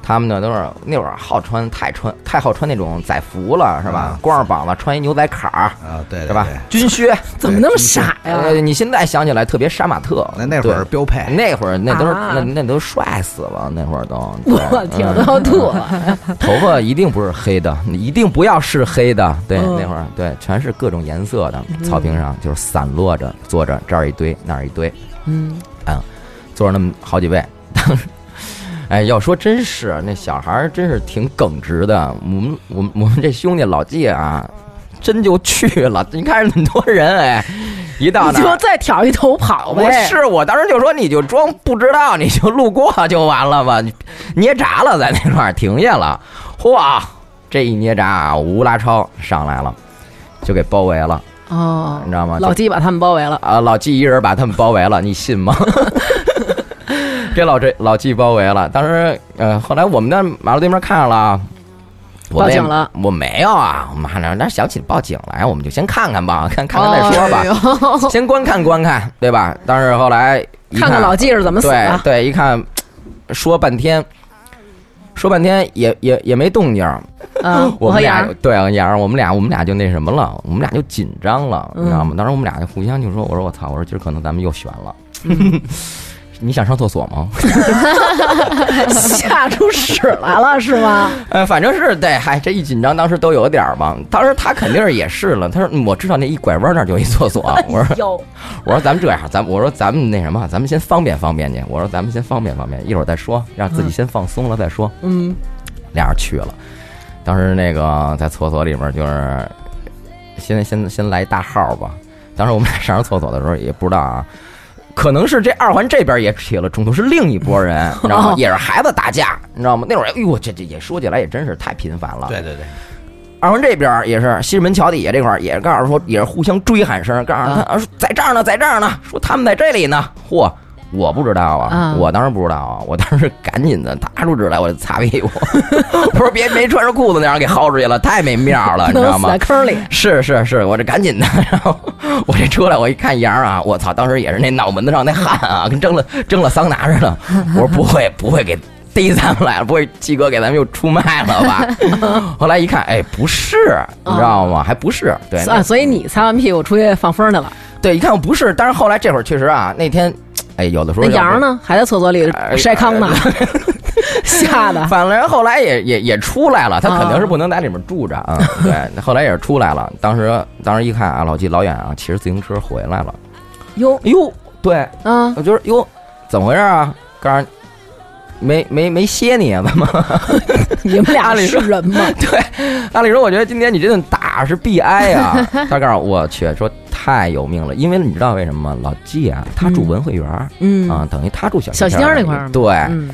Speaker 6: 他们呢都是那会儿好穿太穿太好穿那种仔服了，是吧
Speaker 7: 啊？
Speaker 6: 光着膀子穿一牛仔坎儿，
Speaker 7: 啊，对
Speaker 6: 对吧？
Speaker 2: *laughs*
Speaker 6: 军靴，
Speaker 2: 怎么那么傻
Speaker 6: 呃，
Speaker 2: 哎呀？
Speaker 6: 你现在想起来特别杀马特。
Speaker 7: 那那会儿标配，
Speaker 6: 对，那会儿那都是
Speaker 2: 啊
Speaker 6: 那那都帅死了，那会
Speaker 2: *laughs*
Speaker 6: 儿都。对
Speaker 2: 我天，
Speaker 6: 嗯
Speaker 2: 我都要吐了。
Speaker 6: 头发一定不是黑的，你一定不要是
Speaker 2: *laughs*
Speaker 6: 黑的。对，
Speaker 2: 嗯
Speaker 6: 那会儿对，全是各种颜色的，草坪上就是散落着，坐着这儿一堆，那儿一堆，
Speaker 2: 嗯，
Speaker 6: 坐着那么好几位。 *laughs* 当时，哎，要说真是那小孩儿真是挺耿直的。我们我们我们这兄弟老纪啊，真就去了。你看着那么多人，哎，一
Speaker 2: 你
Speaker 6: 到那
Speaker 2: 就
Speaker 6: 儿。
Speaker 2: 再挑一头跑
Speaker 6: 不
Speaker 2: 呗。
Speaker 6: 是，我当时就说你就装不知道，你就路过就完了吧，你捏闸了，在那块儿停下了，嚯，这一捏闸啊，吴拉超上来了，就给包围了，
Speaker 2: 哦
Speaker 6: 你，知道吗？
Speaker 2: 老
Speaker 6: 就
Speaker 2: 纪把他们包围了。
Speaker 6: 啊，老纪一人把他们包围了，你信吗？ *laughs* 给老这老纪包围了，当时呃，后来我们那马路对面看上了啊。我
Speaker 2: 报
Speaker 6: 们也
Speaker 2: 警了？
Speaker 6: 我没有啊！妈的，那想起报警来，我们就先看看吧，看看看
Speaker 2: 哦
Speaker 6: 再说
Speaker 2: 哎
Speaker 6: 吧，
Speaker 2: 吧。
Speaker 6: *laughs* 先观看观看，对吧？当时后来一
Speaker 2: 看看老纪是怎么死
Speaker 6: 对
Speaker 2: 的。
Speaker 6: 对，一看嗯说半天，说半天也也也没动静儿。
Speaker 2: 嗯，
Speaker 6: 我
Speaker 2: 和
Speaker 6: 们俩
Speaker 2: 杨
Speaker 6: 对啊，杨儿，我们俩我们俩就那什么了，我们俩就紧
Speaker 2: 嗯嗯
Speaker 6: 张了，你知道吗？当时我们俩就互相就说，我说我操，我说今儿可能咱们又悬了。 *laughs* 你想上厕所吗？ *laughs*
Speaker 2: 吓出屎来了是吗？
Speaker 6: 呃，反正是对，嗨，这一紧张，当时都有点儿吧。当时他肯定是也是了，他说嗯我知道那一拐弯那儿就有一厕所， *laughs* 我说
Speaker 2: 有，
Speaker 6: 我说咱们这样，咱我说咱们那什么，咱们先方便方便去。我说咱们先方便方便，一会儿再说，让自己先放松了再说。
Speaker 2: 嗯，
Speaker 6: 俩人去了，当时那个在厕所里面就是先先先来一大号吧。当时我们俩上厕所的时候也不知道啊，可能是这二环这边也起了冲突，是另一拨人，你知道吗？也是孩子打架，你知道吗？那会儿，哎呦，这这也说起来也真是太频繁了。
Speaker 7: 对对对，
Speaker 6: 二环这边儿也是西直门桥底下这块儿，也是告诉说也是互相追喊声，告诉他、说在这儿呢，在这儿呢，说他们在这里呢。嚯，我不知道啊，
Speaker 2: 啊
Speaker 6: 我当时不知道啊，我当时赶紧的拿出纸来，我就擦屁股， *laughs* 我说别没穿着裤子那样给薅出去了，太没面儿了，你知道
Speaker 2: 能死
Speaker 6: 吗
Speaker 2: 在？坑里。
Speaker 6: 是是是，我这赶紧的， *laughs* 然后我这出来，我一看杨儿啊，我操，当时也是那脑门子上那汗啊，跟蒸了蒸了桑拿似的。我说不会不会给逮咱们来了，不会七哥给咱们又出卖了吧？ *laughs* 后来一看，哎，不是，你知道
Speaker 2: 哦
Speaker 6: 吗？还不是，对那
Speaker 2: 啊，所以你擦完屁股出去放风去了。
Speaker 6: 对，一看我不是，但是后来这会儿确实啊，那天，哎，有的时候
Speaker 2: 那
Speaker 6: 要是
Speaker 2: 羊儿呢，还在厕所里
Speaker 6: 哎
Speaker 2: 晒糠呢，吓的。
Speaker 6: 反正后来也也也出来了，他肯定是不能在里面住着啊。 *laughs* 对，后来也是出来了。当时当时一看啊，老季老远啊，骑着自行车回来了。
Speaker 2: 哟
Speaker 6: 哎呦，对，
Speaker 2: 啊，
Speaker 6: 我就是哟，怎么回事啊？刚没没没歇你啊，怎么？ *laughs*
Speaker 2: 你们俩是人吗？
Speaker 6: 按理说，我觉得今天你这顿打是必
Speaker 2: *laughs*
Speaker 6: 挨啊。他告诉我我去，说太有命了，因为你知道为什么吗？老季啊，他住文汇园儿、
Speaker 2: 嗯
Speaker 6: 啊，等于他住小
Speaker 2: 小
Speaker 6: 西
Speaker 2: 西
Speaker 6: 儿
Speaker 2: 儿那块儿吗
Speaker 6: 对，
Speaker 2: 嗯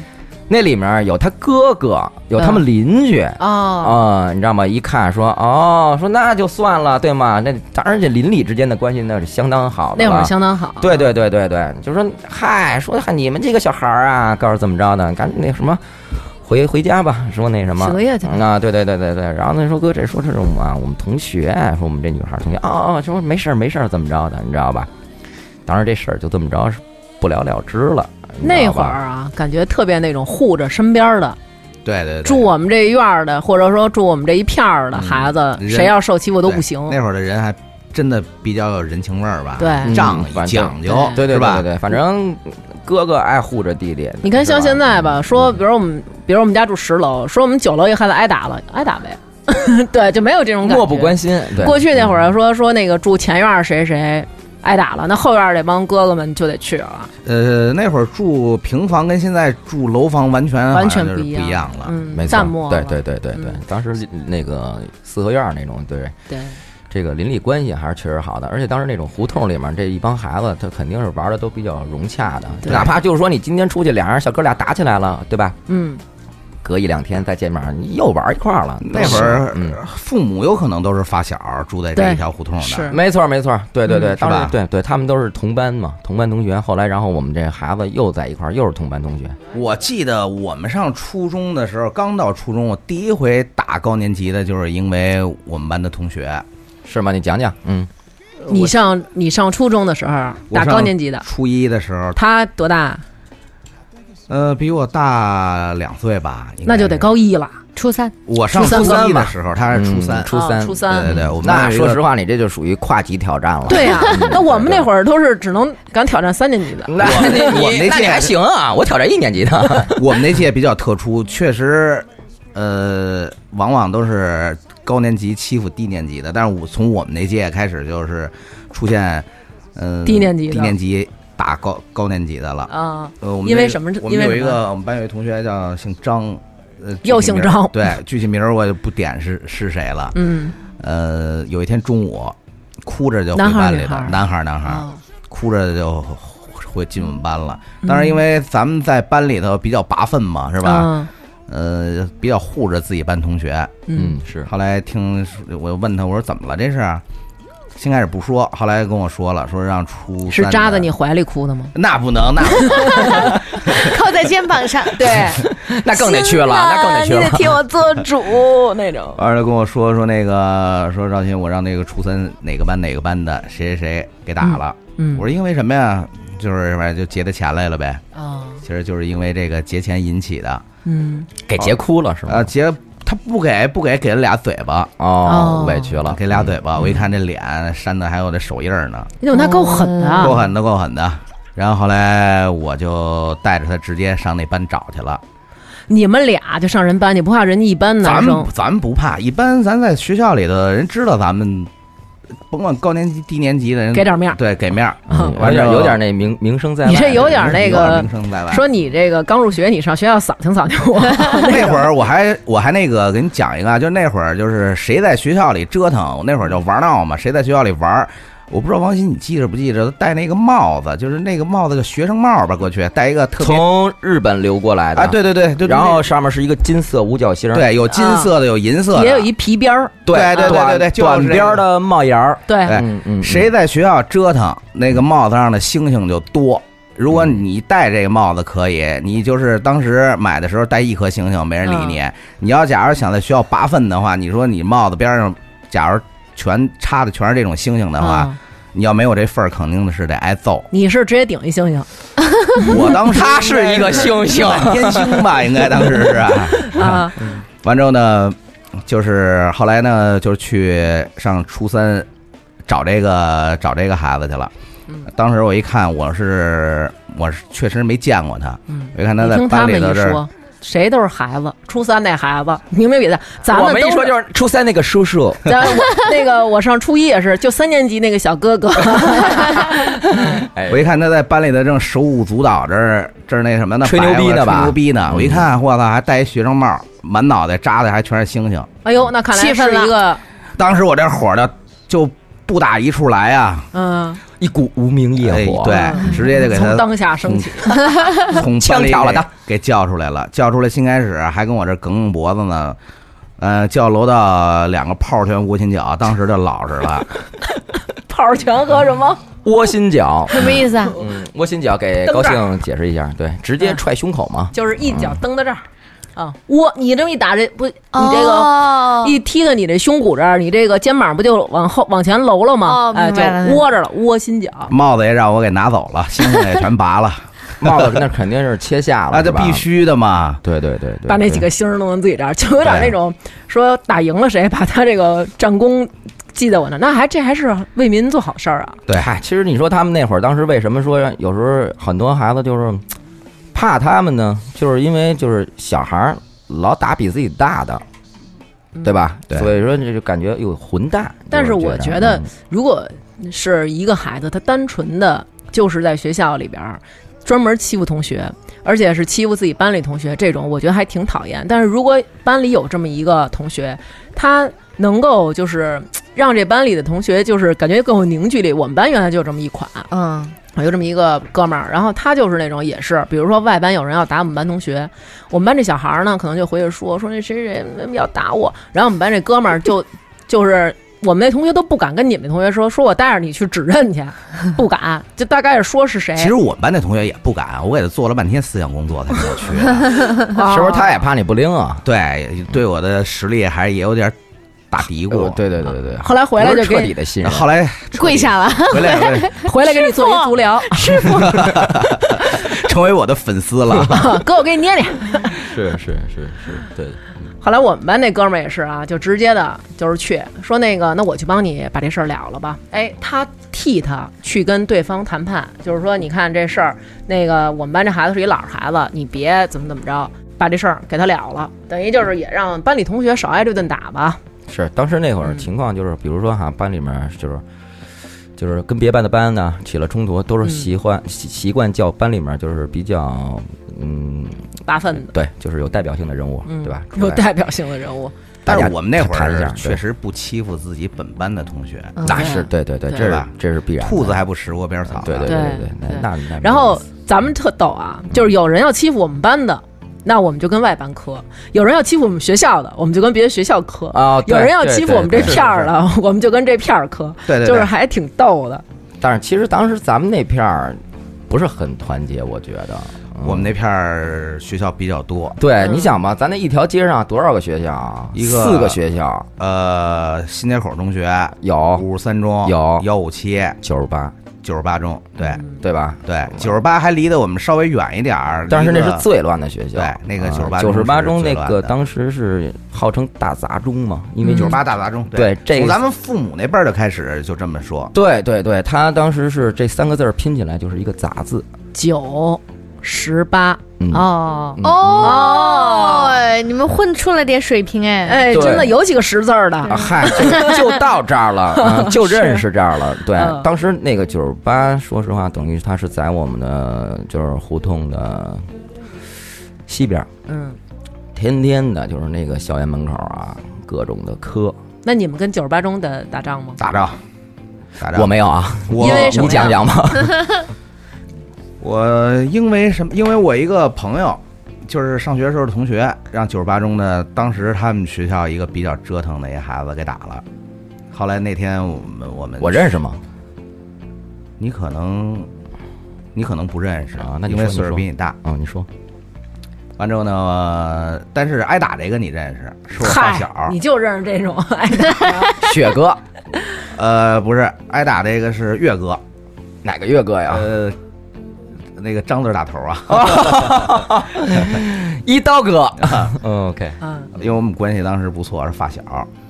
Speaker 6: 那里面有他哥哥，有他们邻居。
Speaker 2: 哦，
Speaker 6: 啊、你知道吗？一看说哦，说那就算了，对吗？那当然，这邻里之间的关系那是相当好的
Speaker 2: 那会
Speaker 6: 了
Speaker 2: 儿相当好。
Speaker 6: 对对对对对，就说嗨，说嗨，你们这个小孩儿啊，告诉怎么着呢？赶紧那什么，回回家吧，说那什么
Speaker 2: 写。作业去了。
Speaker 6: 啊，对对对对对，然后他说哥，这说这是我们啊，我们同学，说我们这女孩儿同学，哦哦，说没事儿没事儿，怎么着的，你知道吧？当时这事儿就这么着，是不了了之了。你知道
Speaker 2: 那会
Speaker 6: 吧
Speaker 2: 儿啊，感觉特别那种护着身边儿的，
Speaker 7: 对对对，
Speaker 2: 住
Speaker 6: 啊
Speaker 2: 我们这一院儿的，或者说住我们这一片儿
Speaker 6: 嗯
Speaker 2: 的孩子，
Speaker 7: 人
Speaker 2: 谁要受欺负都不行。
Speaker 7: 那会儿的人还真的比较有人情味儿吧？
Speaker 2: 对
Speaker 6: 嗯
Speaker 7: 仗义
Speaker 6: 反正
Speaker 7: 讲究，
Speaker 6: 对对对
Speaker 7: 是吧
Speaker 6: 对？对，反正哥哥爱护着弟弟。
Speaker 2: 你看，像
Speaker 6: 是吧嗯
Speaker 2: 现在吧，说比如我们，比如我们家住十楼，说我们九楼一孩子挨打了，挨打呗， *laughs* 对，就没有这种感觉。
Speaker 6: 漠不关心。嗯对
Speaker 2: 过去那会儿说说那个住前院儿谁谁挨打了，那后院儿这帮哥哥们就得去了。啊
Speaker 7: 呃，那会儿住平房跟现在住楼房完全
Speaker 2: 完全
Speaker 7: 好像就是
Speaker 2: 不一
Speaker 7: 不
Speaker 2: 样
Speaker 7: 一样了。
Speaker 2: 嗯，
Speaker 6: 没错
Speaker 2: 淡漠
Speaker 6: 对
Speaker 2: 了。
Speaker 6: 对对对对，
Speaker 2: 嗯
Speaker 6: 当时那个四合院儿那种，对
Speaker 2: 对
Speaker 6: 这个邻里关系还是确实好的，而且当时那种胡同里面这一帮孩子，他肯定是玩的都比较融洽的，
Speaker 2: 对
Speaker 6: 哪怕就是说你今天出去俩人小哥俩打起来了，对吧？
Speaker 2: 嗯，
Speaker 6: 隔一两天再见面，你又玩一块儿了。
Speaker 7: 那会儿
Speaker 6: 嗯
Speaker 7: 父母有可能都是发小住在这
Speaker 2: 对
Speaker 7: 一条胡同的
Speaker 2: 是，
Speaker 6: 没错，没错，对对对，
Speaker 7: 嗯
Speaker 6: 当
Speaker 7: 是
Speaker 6: 时
Speaker 7: 吧
Speaker 6: 对对，他们都是同班嘛，同班同学。后来，然后我们这孩子又在一块儿，又是同班同学。
Speaker 7: 我记得我们上初中的时候，刚到初中，我第一回打高年级的，就是因为我们班的同学，
Speaker 6: 是吗？你讲讲，嗯，
Speaker 2: 你上你上初中的时候
Speaker 7: 我
Speaker 2: 打
Speaker 7: 上
Speaker 2: 高年级的，
Speaker 7: 初一的时候，
Speaker 2: 他多大？
Speaker 7: 呃，比我大两岁吧，应该
Speaker 2: 那就得
Speaker 7: 是。
Speaker 2: 高一了。
Speaker 5: 初三，
Speaker 7: 我上
Speaker 2: 初三
Speaker 7: 初一
Speaker 6: 吧
Speaker 7: 的时候，他是初三
Speaker 6: 嗯，初三，
Speaker 2: 啊初
Speaker 7: 对
Speaker 2: 三
Speaker 7: 对对，我们
Speaker 6: 那
Speaker 7: 班有一
Speaker 6: 说
Speaker 7: 个
Speaker 6: 实话，你这就属于跨级挑战了。
Speaker 2: 对
Speaker 7: 啊 *laughs*
Speaker 2: 呀、
Speaker 6: 嗯
Speaker 2: 那我们那会儿都是只能敢挑战三年级
Speaker 7: 嗯
Speaker 2: 的。
Speaker 6: 那你
Speaker 7: *laughs* 我们那届
Speaker 6: 那你还行啊，我挑战一年级的。
Speaker 7: 我们那届比较特殊，确实，呃，往往都是高年级欺负低年级的。但是我从我们那届开始，就是出现，呃，
Speaker 2: 低年级的
Speaker 7: 低年级打高高年级的了。
Speaker 2: 啊，
Speaker 7: 呃，我们
Speaker 2: 因为
Speaker 7: 那
Speaker 2: 什么
Speaker 7: 我们
Speaker 2: 因为
Speaker 7: 有一
Speaker 2: 什么
Speaker 7: 个我们班有一同学叫姓张，呃，
Speaker 2: 又
Speaker 7: 具体
Speaker 2: 姓
Speaker 7: 名儿
Speaker 2: 张
Speaker 7: 对，具体名儿我就不点是是谁了。
Speaker 2: 嗯，
Speaker 7: 呃，有一天中午，哭着就回
Speaker 2: 男孩儿
Speaker 7: 班
Speaker 2: 女
Speaker 7: 里
Speaker 2: 孩
Speaker 7: 了
Speaker 2: 儿，
Speaker 7: 男孩儿男孩儿。
Speaker 2: 啊，
Speaker 7: 哭着就回进我们班了。
Speaker 2: 嗯
Speaker 7: 当然，因为咱们在班里头比较拔分嘛，是
Speaker 2: 是
Speaker 7: 吧？？呃，比较护着自己班同学。
Speaker 2: 嗯，，
Speaker 6: 是
Speaker 7: 后来听我问他，我说怎么了这是？先开始不说，后来跟我说了，说让初三
Speaker 2: 是扎在
Speaker 7: 的
Speaker 2: 你。怀里哭的吗？
Speaker 7: 那不能，那不能
Speaker 1: 靠在肩膀上，
Speaker 5: *laughs*
Speaker 2: 对，
Speaker 7: 嗯
Speaker 6: 那更得去了，
Speaker 5: 啊
Speaker 6: 那更得去了。
Speaker 2: 替我做主那种。
Speaker 7: 后来跟我说说那个说赵鑫，我让那个初三哪个班哪个班的谁谁谁给打了。
Speaker 2: 嗯，
Speaker 7: 我说因为什么呀？就是反正就劫他钱来了呗。
Speaker 2: 啊，
Speaker 7: 其实就是因为这个劫钱引起的。
Speaker 2: 嗯，
Speaker 6: 给截哭了是吗
Speaker 7: 啊，？劫他不给不给，给了俩嘴巴。
Speaker 2: 哦，
Speaker 6: 哦委屈了，
Speaker 7: 给俩
Speaker 2: 嗯
Speaker 7: 嘴巴，我一看这脸扇的还有这手印儿呢，
Speaker 2: 哎哟，那够狠的啊，
Speaker 7: 哦够狠的，够狠的。然后后来我就带着他直接上那班找去了。
Speaker 2: 你们俩就上人班，你不怕人家一班嗯男
Speaker 7: 咱们
Speaker 2: 生？
Speaker 7: 咱们不怕，一般咱在学校里头人知道咱们，甭管高年级低年级的人
Speaker 2: 给点面儿
Speaker 7: 对给面儿。
Speaker 2: 嗯
Speaker 6: 有
Speaker 7: 哎
Speaker 6: 点有点那名名声在外。
Speaker 2: 你这有点那个
Speaker 7: 名声在外。
Speaker 2: 说你这个刚入学，你上学校扫听扫听我。
Speaker 7: *laughs* 那会儿我还我还那个给你讲一个啊，就那会儿就是谁在学校里折腾，我那会儿就玩闹嘛，谁在学校里玩儿。我不知道王鑫你记着不记着，戴那个帽子，就是那个帽子，个学生帽吧，过去戴一个特别
Speaker 6: 从日本流过来的
Speaker 7: 啊，对对对，就
Speaker 6: 然后上面是一个金色五角星，
Speaker 7: 那，对有金色的，有银色的，
Speaker 2: 也有一皮鞭儿，
Speaker 7: 对
Speaker 6: 对
Speaker 7: 对对对对，
Speaker 6: 短
Speaker 7: 哎就是
Speaker 6: 短
Speaker 7: 这个
Speaker 6: 边儿的帽檐儿，
Speaker 2: 对
Speaker 7: 哎
Speaker 6: 嗯嗯，嗯
Speaker 7: 谁在学校折腾，那个帽子上的星星就多。如果你戴这个帽子可以，你就是当时买的时候戴一颗星星，没人理你。
Speaker 6: 嗯
Speaker 7: 你要假如想在学校拔粪的话，你说你帽子边上，假如全插的全是这种星星的话，
Speaker 6: 嗯
Speaker 2: 啊。
Speaker 7: 你要没有这份儿，肯定是得挨
Speaker 6: *laughs*
Speaker 7: 揍
Speaker 2: 你是直接顶一星星
Speaker 7: 我当时
Speaker 6: 他是一个星星，
Speaker 7: 天星 *laughs* 吧，应该当时是、 *laughs* 啊。
Speaker 2: 啊？
Speaker 7: 完之后呢，就是后来呢，就是去上初三找这个找这个孩子去了
Speaker 2: 嗯。
Speaker 7: 当时我一看，我是我是确实没见过他，
Speaker 2: 嗯，
Speaker 7: 我一看他
Speaker 2: 你
Speaker 7: 在
Speaker 2: 听他
Speaker 7: 班里
Speaker 2: 们
Speaker 7: 头
Speaker 2: 一
Speaker 7: 这儿，
Speaker 2: 说，谁都是孩子，初三那孩子明明比他，咱
Speaker 6: 我
Speaker 2: 们
Speaker 6: 们
Speaker 2: 都
Speaker 6: 一说就是初三那个叔叔，
Speaker 2: *laughs* 咱我那个我上初一也是，就三年级那个小哥 *laughs* 哥，
Speaker 6: 哎
Speaker 7: 我一看他在班里头正手舞足蹈，这儿这儿那什么呢，
Speaker 6: 吹牛逼呢
Speaker 7: 摆我
Speaker 6: 吧
Speaker 7: 吹牛逼呢！
Speaker 6: 嗯
Speaker 7: 我一看，我操，还戴一学生帽，满脑袋扎的还全是星星。
Speaker 2: 哎呦，那看来
Speaker 5: 气愤
Speaker 2: 是
Speaker 5: 了
Speaker 2: 一个
Speaker 7: 当时我这火的就不打一处来啊！
Speaker 2: 嗯，
Speaker 6: 一股无名业
Speaker 7: 哎
Speaker 6: 火，，
Speaker 7: 对，直接就给他
Speaker 2: 从当下升起，
Speaker 7: 从班里
Speaker 6: 枪挑了他
Speaker 7: 给叫出来了，叫出来先开始还跟我这梗梗脖子呢，呃，叫楼道两个炮拳无心脚，当时就老实
Speaker 6: *laughs*
Speaker 7: 了。
Speaker 2: 泡儿拳和什么？
Speaker 6: 窝心
Speaker 7: *laughs*
Speaker 6: 脚，
Speaker 5: 什么意思啊？
Speaker 6: 嗯，窝心脚给高兴解释一下，对，直
Speaker 7: 哎
Speaker 6: 接踹胸口嘛，
Speaker 2: 就是一脚蹬到这儿啊，窝，你这么一打这不，你这
Speaker 5: 哦
Speaker 2: 个
Speaker 5: 个
Speaker 1: 哦
Speaker 2: 一踢到你这胸骨这儿，你这个肩膀不就往后往前搂搂吗
Speaker 5: 哦？
Speaker 2: 哎，
Speaker 5: 明白了
Speaker 2: 就窝着了，窝心脚。
Speaker 7: 帽子也让我给拿走了，星星也全拔
Speaker 6: *laughs*
Speaker 7: 了，
Speaker 6: 帽子那肯定是切下了，
Speaker 7: *laughs* 那这
Speaker 6: 是吧
Speaker 7: 必，须的嘛。
Speaker 6: 对对对对，
Speaker 2: 把那几个星儿弄到自己这儿，就有点那种说打赢了谁，把他这个战功记在我那儿，那还这还是为民做好事儿啊！
Speaker 7: 对，
Speaker 6: 嗨，其实你说他们那会儿当时为什么说有时候很多孩子就是嗯怕他们呢？就是因为就是小孩儿老打比自己大的，对吧？
Speaker 7: 对
Speaker 6: 所以说这就感觉有混蛋。
Speaker 2: 嗯但是
Speaker 6: 就是
Speaker 2: 我
Speaker 6: 这样
Speaker 2: 觉得
Speaker 6: 嗯
Speaker 2: 如果是一个孩子，他单纯的就是在学校里边儿专门欺负同学，而且是欺负自己班里同学，这种我觉得还挺讨厌。但是如果班里有这么一个同学，他能够就是嘖让这班里的同学就是感觉更有凝聚力。我们班原来就有这么一款，
Speaker 5: 嗯，
Speaker 2: 有这么一个哥们儿，然后他就是那种也是，比如说外班有人要打我们班同学，我们班这小孩儿呢，可能就回去说说那谁谁谁要打我，然后我们班这哥们儿就就是我们那同学都不敢跟你们那同学说，说我带着你去指认去，不敢，就大概是说是谁，
Speaker 6: 哎
Speaker 7: 其实我们班那同学也不敢，我给他做了半天思想工作才给我去
Speaker 6: *laughs*
Speaker 7: 的。
Speaker 2: 啊
Speaker 6: 是不是他也怕你不灵啊？
Speaker 7: 对，对我的实力还是也有点打嘀
Speaker 2: 呃
Speaker 7: 咕。
Speaker 6: 对对对对对，
Speaker 2: 后来回来就
Speaker 6: 不是彻底
Speaker 2: 给 *laughs*
Speaker 6: 的信任。
Speaker 7: 后来
Speaker 5: 跪下了，
Speaker 7: 回来回
Speaker 6: *laughs*
Speaker 7: 来
Speaker 2: 回来给你做一足疗，
Speaker 7: 成为我的粉
Speaker 6: *laughs*
Speaker 7: 丝了。
Speaker 2: 哥我给你捏捏。
Speaker 6: 是是是是，对，
Speaker 2: 后来我们班那哥们儿也是啊，就直接的，就是去说那个，那我去帮你把这事儿了了吧。哎，他替他去跟对方谈判，就是说，你看这事儿，那个我们班这孩子是一老实孩子，你别怎么怎么着，把这事儿给他了了，等于就是也让班里同学少挨这顿打吧。
Speaker 6: 是当时那会儿
Speaker 2: 嗯
Speaker 6: 情况就是，比如说哈，班里面就是。就是跟别班的班呢起了冲突，都是
Speaker 2: 嗯
Speaker 6: 习惯、习习惯叫班里面就是比较嗯
Speaker 2: 拔粪的，
Speaker 6: 对，就是有代表性的人物，
Speaker 2: 嗯，
Speaker 6: 对吧？出
Speaker 2: 有
Speaker 6: 来
Speaker 2: 代表性的人物，
Speaker 7: 但
Speaker 6: 大
Speaker 7: 是
Speaker 6: 家
Speaker 7: 我们那会
Speaker 6: 谈一下
Speaker 7: 儿
Speaker 6: 对
Speaker 7: 确实不欺负自己本班的同学，
Speaker 6: 那是对对
Speaker 2: 嗯
Speaker 6: 对，
Speaker 2: 对
Speaker 6: 这是
Speaker 7: 吧
Speaker 6: 这是必然的。啊
Speaker 7: 兔子还不食窝边草呢。
Speaker 6: 对对对对，那
Speaker 2: 啊对
Speaker 6: 那那没意思。
Speaker 2: 然后咱们特逗啊，就是有人要欺负我们班的，那我们就跟外班磕；有人要欺负我们学校的，我们就跟别的学校磕。
Speaker 6: 啊，对
Speaker 2: 有人要欺负我们这片儿，
Speaker 6: 对对对是是
Speaker 2: 了， *laughs* 我们就跟这片儿磕，
Speaker 7: 对对，
Speaker 2: 就是还挺逗的。
Speaker 6: 是但是其实当时咱们那片儿不是很团结，我觉得嗯
Speaker 7: 我们那片儿学校比较多，
Speaker 6: 对，
Speaker 2: 嗯
Speaker 6: 你想吧，咱那一条街上多少个学校啊？
Speaker 7: 一个
Speaker 6: 四个学校
Speaker 7: 呃，新街口中学
Speaker 6: 有
Speaker 7: 五十三中
Speaker 6: 哦有
Speaker 7: 幺五七
Speaker 6: 九十八，
Speaker 7: 九十八中，对
Speaker 6: 对吧？
Speaker 7: 对，九十八还离得我们稍微远一点儿，
Speaker 6: 但是那
Speaker 7: 离
Speaker 6: 是
Speaker 7: 个
Speaker 6: 最乱的学校，啊
Speaker 7: 对那个98
Speaker 6: 九十八中那
Speaker 7: 中是最乱
Speaker 6: 个
Speaker 7: 的
Speaker 6: 当时是号称大杂中嘛，因为
Speaker 5: 嗯
Speaker 6: 九
Speaker 7: 九
Speaker 6: 十
Speaker 7: 十
Speaker 6: 八，
Speaker 7: 八大杂中，
Speaker 6: 对这
Speaker 7: 从
Speaker 6: 个
Speaker 7: 咱们父母那辈儿就开始就这么说，
Speaker 6: 对对对，他当时是这三个字儿拼起来就是一个杂字，
Speaker 2: 九十八
Speaker 6: 嗯，
Speaker 2: 哦，
Speaker 5: 哦，你们混出了点水平哎，
Speaker 2: 哎，
Speaker 6: 对
Speaker 2: 真的有几个识字儿
Speaker 6: 啊
Speaker 2: 的，
Speaker 6: 嗨，就就到这儿了，嗯就认识这儿了。对
Speaker 2: 嗯，
Speaker 6: 当时那个九十八，说实话，等于他是在我们的就是胡同的西边儿，
Speaker 2: 嗯。
Speaker 6: 天天的就是那个校园门口啊，各种的磕。
Speaker 2: 那你们跟九十八中的打仗吗？
Speaker 7: 打仗，打仗，
Speaker 6: 我没有啊，
Speaker 7: 我
Speaker 2: 因为什么
Speaker 6: 你讲讲吧。
Speaker 7: 我因为什么？因为我一个朋友，就是上学时候的同学，让九十八中的当时他们学校一个比较折腾的一孩子给打了。后来那天我们我们
Speaker 6: 我认识吗？
Speaker 7: 你，可能你可能不认识
Speaker 6: 啊那你
Speaker 7: 因为
Speaker 6: 说你
Speaker 7: 岁数
Speaker 6: 说
Speaker 7: 比你大。
Speaker 6: 嗯，你说
Speaker 7: 完之后呢，呃但是挨打这个你认识，是我发小。
Speaker 2: 嗨，你就认识这种，哎，
Speaker 6: 雪哥
Speaker 7: 呃，不是挨打这个是岳哥，啊
Speaker 6: 哪个月哥呀？
Speaker 7: 呃，那个张字打头
Speaker 6: *laughs*
Speaker 7: 啊，
Speaker 6: 一刀哥。嗯 OK，
Speaker 2: 嗯
Speaker 7: 因为我们关系当时不错，是发小。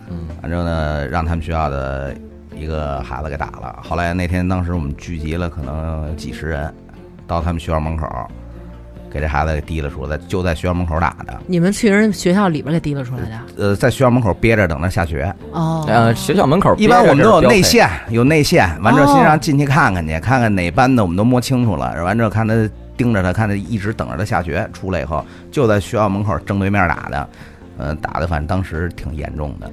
Speaker 6: 嗯，
Speaker 7: 完之后呢，让他们学校的一个孩子给打了。后来那天当时我们聚集了可能几十人，到他们学校门口，给这孩子给提了出来，就在学校门口打的。
Speaker 2: 你们去人学校里边给提了出来的啊
Speaker 7: 呃，在学校门口憋着等着下学。
Speaker 2: 哦，
Speaker 7: 哎
Speaker 6: 呃，学校门口
Speaker 7: 一般我们都有
Speaker 6: 别
Speaker 7: 内
Speaker 6: 人这是标配。
Speaker 7: 线，有内线。完之后先
Speaker 2: 哦
Speaker 7: 让进去看看去，看看哪班的我们都摸清楚了。完之后看他盯着他，看他一直等着他下学。出来以后就在学校门口正对面打的，嗯、打的反正当时挺严重的。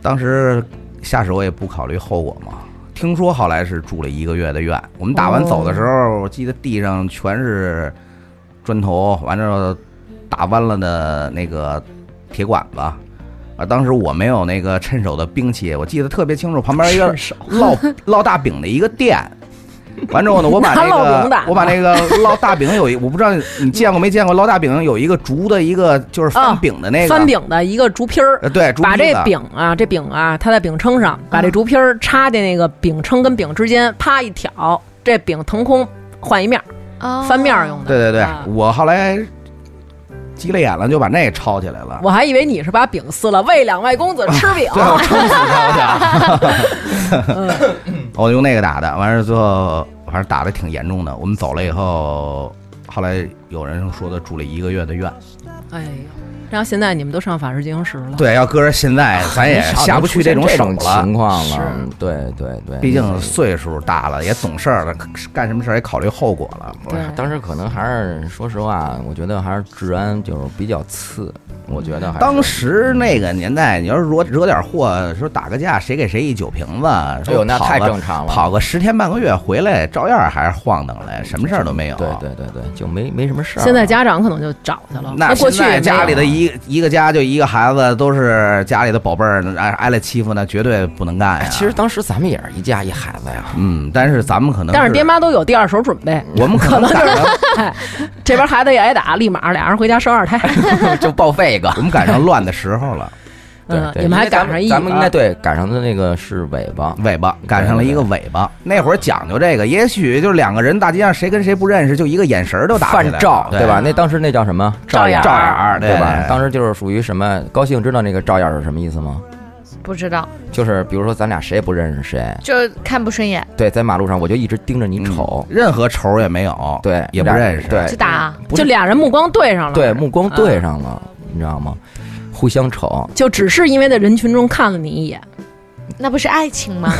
Speaker 7: 当时下手也不考虑后果嘛。听说后来是住了一个月的院。我们打完走的时候，
Speaker 2: 哦
Speaker 7: 我记得地上全是砖头，完之后打弯了的那个铁管子。啊，当时我没有那个趁手的兵器，我记得特别清楚，旁边一个
Speaker 2: 手
Speaker 7: 烙烙大饼的一个店。完之后呢，我
Speaker 2: *laughs*
Speaker 7: 把那
Speaker 2: 拿烙饼
Speaker 7: 个
Speaker 2: 打
Speaker 7: 我把那个烙大饼有一，我不知道你见过没见过烙大饼有一个竹的一个就是
Speaker 2: 啊
Speaker 7: 翻饼的那个
Speaker 2: 翻，饼的一个竹坯儿。
Speaker 7: 呃对，竹
Speaker 2: 把
Speaker 7: 坯
Speaker 2: 这
Speaker 7: 子
Speaker 2: 饼啊，这饼啊，它在饼铛上，把这竹坯儿插在那个饼铛跟饼之间，啪一挑，这饼腾空换一面儿，
Speaker 5: 哦
Speaker 2: 翻面儿用的。
Speaker 7: 对对对
Speaker 2: 哦啊，
Speaker 7: 我后来急了眼了，就把那抄起来了。
Speaker 2: 我还哦以为你是把饼撕了，喂两位公子吃
Speaker 6: *laughs*
Speaker 2: 饼。
Speaker 6: 啊
Speaker 7: 对，我撑死他的，
Speaker 2: *laughs* 嗯
Speaker 7: *laughs* 我用那个打的，完事最后反正打的挺严重的。我们走了以后，后来有人说的住了一个月的院，
Speaker 2: 哎呦，然后现在你们都上法制进行时了。
Speaker 7: 对，要搁着现在咱也
Speaker 6: 很少
Speaker 7: 下不去
Speaker 6: 出现
Speaker 7: 种
Speaker 6: 这
Speaker 7: 手
Speaker 6: 种
Speaker 7: 了嗯
Speaker 6: 情，况
Speaker 2: 是
Speaker 6: 了，嗯对对对，
Speaker 7: *laughs* 毕竟岁数大了，也懂事儿了，干什么事儿也考虑后果了。
Speaker 2: 对
Speaker 6: 当时可能还是说实话，我觉得还是治安就是比较次，我觉得还是
Speaker 7: 当时那个年代，你要是惹惹点祸，说打个架，谁给谁一酒瓶子，
Speaker 6: 哎
Speaker 7: 说
Speaker 6: 呦那
Speaker 7: 跑
Speaker 6: 太
Speaker 7: 个
Speaker 6: 正常了，
Speaker 7: 跑个十天半个月回来，照样还是晃荡嘞，什么事儿都没有。
Speaker 6: 对对对对，就没没什么事儿。
Speaker 2: 现在家长可能就找去了。
Speaker 7: 那
Speaker 2: 过
Speaker 7: 现
Speaker 2: 去也没
Speaker 7: 在
Speaker 2: 有
Speaker 7: 家里的一一个家就一个孩子，都是家里的宝贝儿，挨挨了欺负那绝对不能干
Speaker 6: 哎
Speaker 7: 呀。
Speaker 6: 其实，当时咱们也是一家一孩子呀，
Speaker 7: 嗯，但是咱们可能，
Speaker 2: 但是爹，妈都有第二手准备，
Speaker 7: *laughs* 我们可能打上，
Speaker 2: 这边孩子也挨打，立马俩人回家生
Speaker 6: *laughs*
Speaker 2: 二胎。
Speaker 6: 就报废一个
Speaker 7: *laughs* 我。们赶上乱的时候了，
Speaker 6: 对
Speaker 2: 嗯，，
Speaker 6: 对
Speaker 2: 你们还
Speaker 6: 因为咱
Speaker 2: 赶上一啊
Speaker 6: 咱们应
Speaker 2: 尾
Speaker 6: 该
Speaker 2: 巴
Speaker 6: 对赶上的那个是尾巴，
Speaker 7: 尾巴赶上了一个尾巴。那会儿讲究这个，也许就两个人大街上谁跟谁不认识，就一个眼神儿都打起
Speaker 6: 犯
Speaker 7: 来了
Speaker 6: 照
Speaker 7: 对啊
Speaker 6: 对吧？？那当时那叫什么？
Speaker 2: 照
Speaker 6: 眼
Speaker 2: 眼
Speaker 6: 儿
Speaker 2: 儿
Speaker 7: 照眼儿
Speaker 6: 对吧？当
Speaker 7: 时
Speaker 6: 时就是属于什么？高兴知道那个照眼儿是什么意思吗？
Speaker 5: 不知道，
Speaker 6: 就是比如说咱俩谁也不认识谁，
Speaker 5: 就看不顺眼
Speaker 6: 对，在马路上我就一直盯着你瞅，
Speaker 7: 嗯任何仇儿也没有，
Speaker 6: 对，
Speaker 7: 也不
Speaker 6: 俩
Speaker 7: 认识，
Speaker 6: 对
Speaker 5: 就打，
Speaker 6: 不是
Speaker 2: 啊就俩人目光对上了，
Speaker 7: 啊
Speaker 6: 对，目光对上了，你知道吗？互相瞅，
Speaker 2: 就只是因为在人群中看了你一
Speaker 6: *laughs*
Speaker 2: 眼，
Speaker 5: 那不是爱情吗？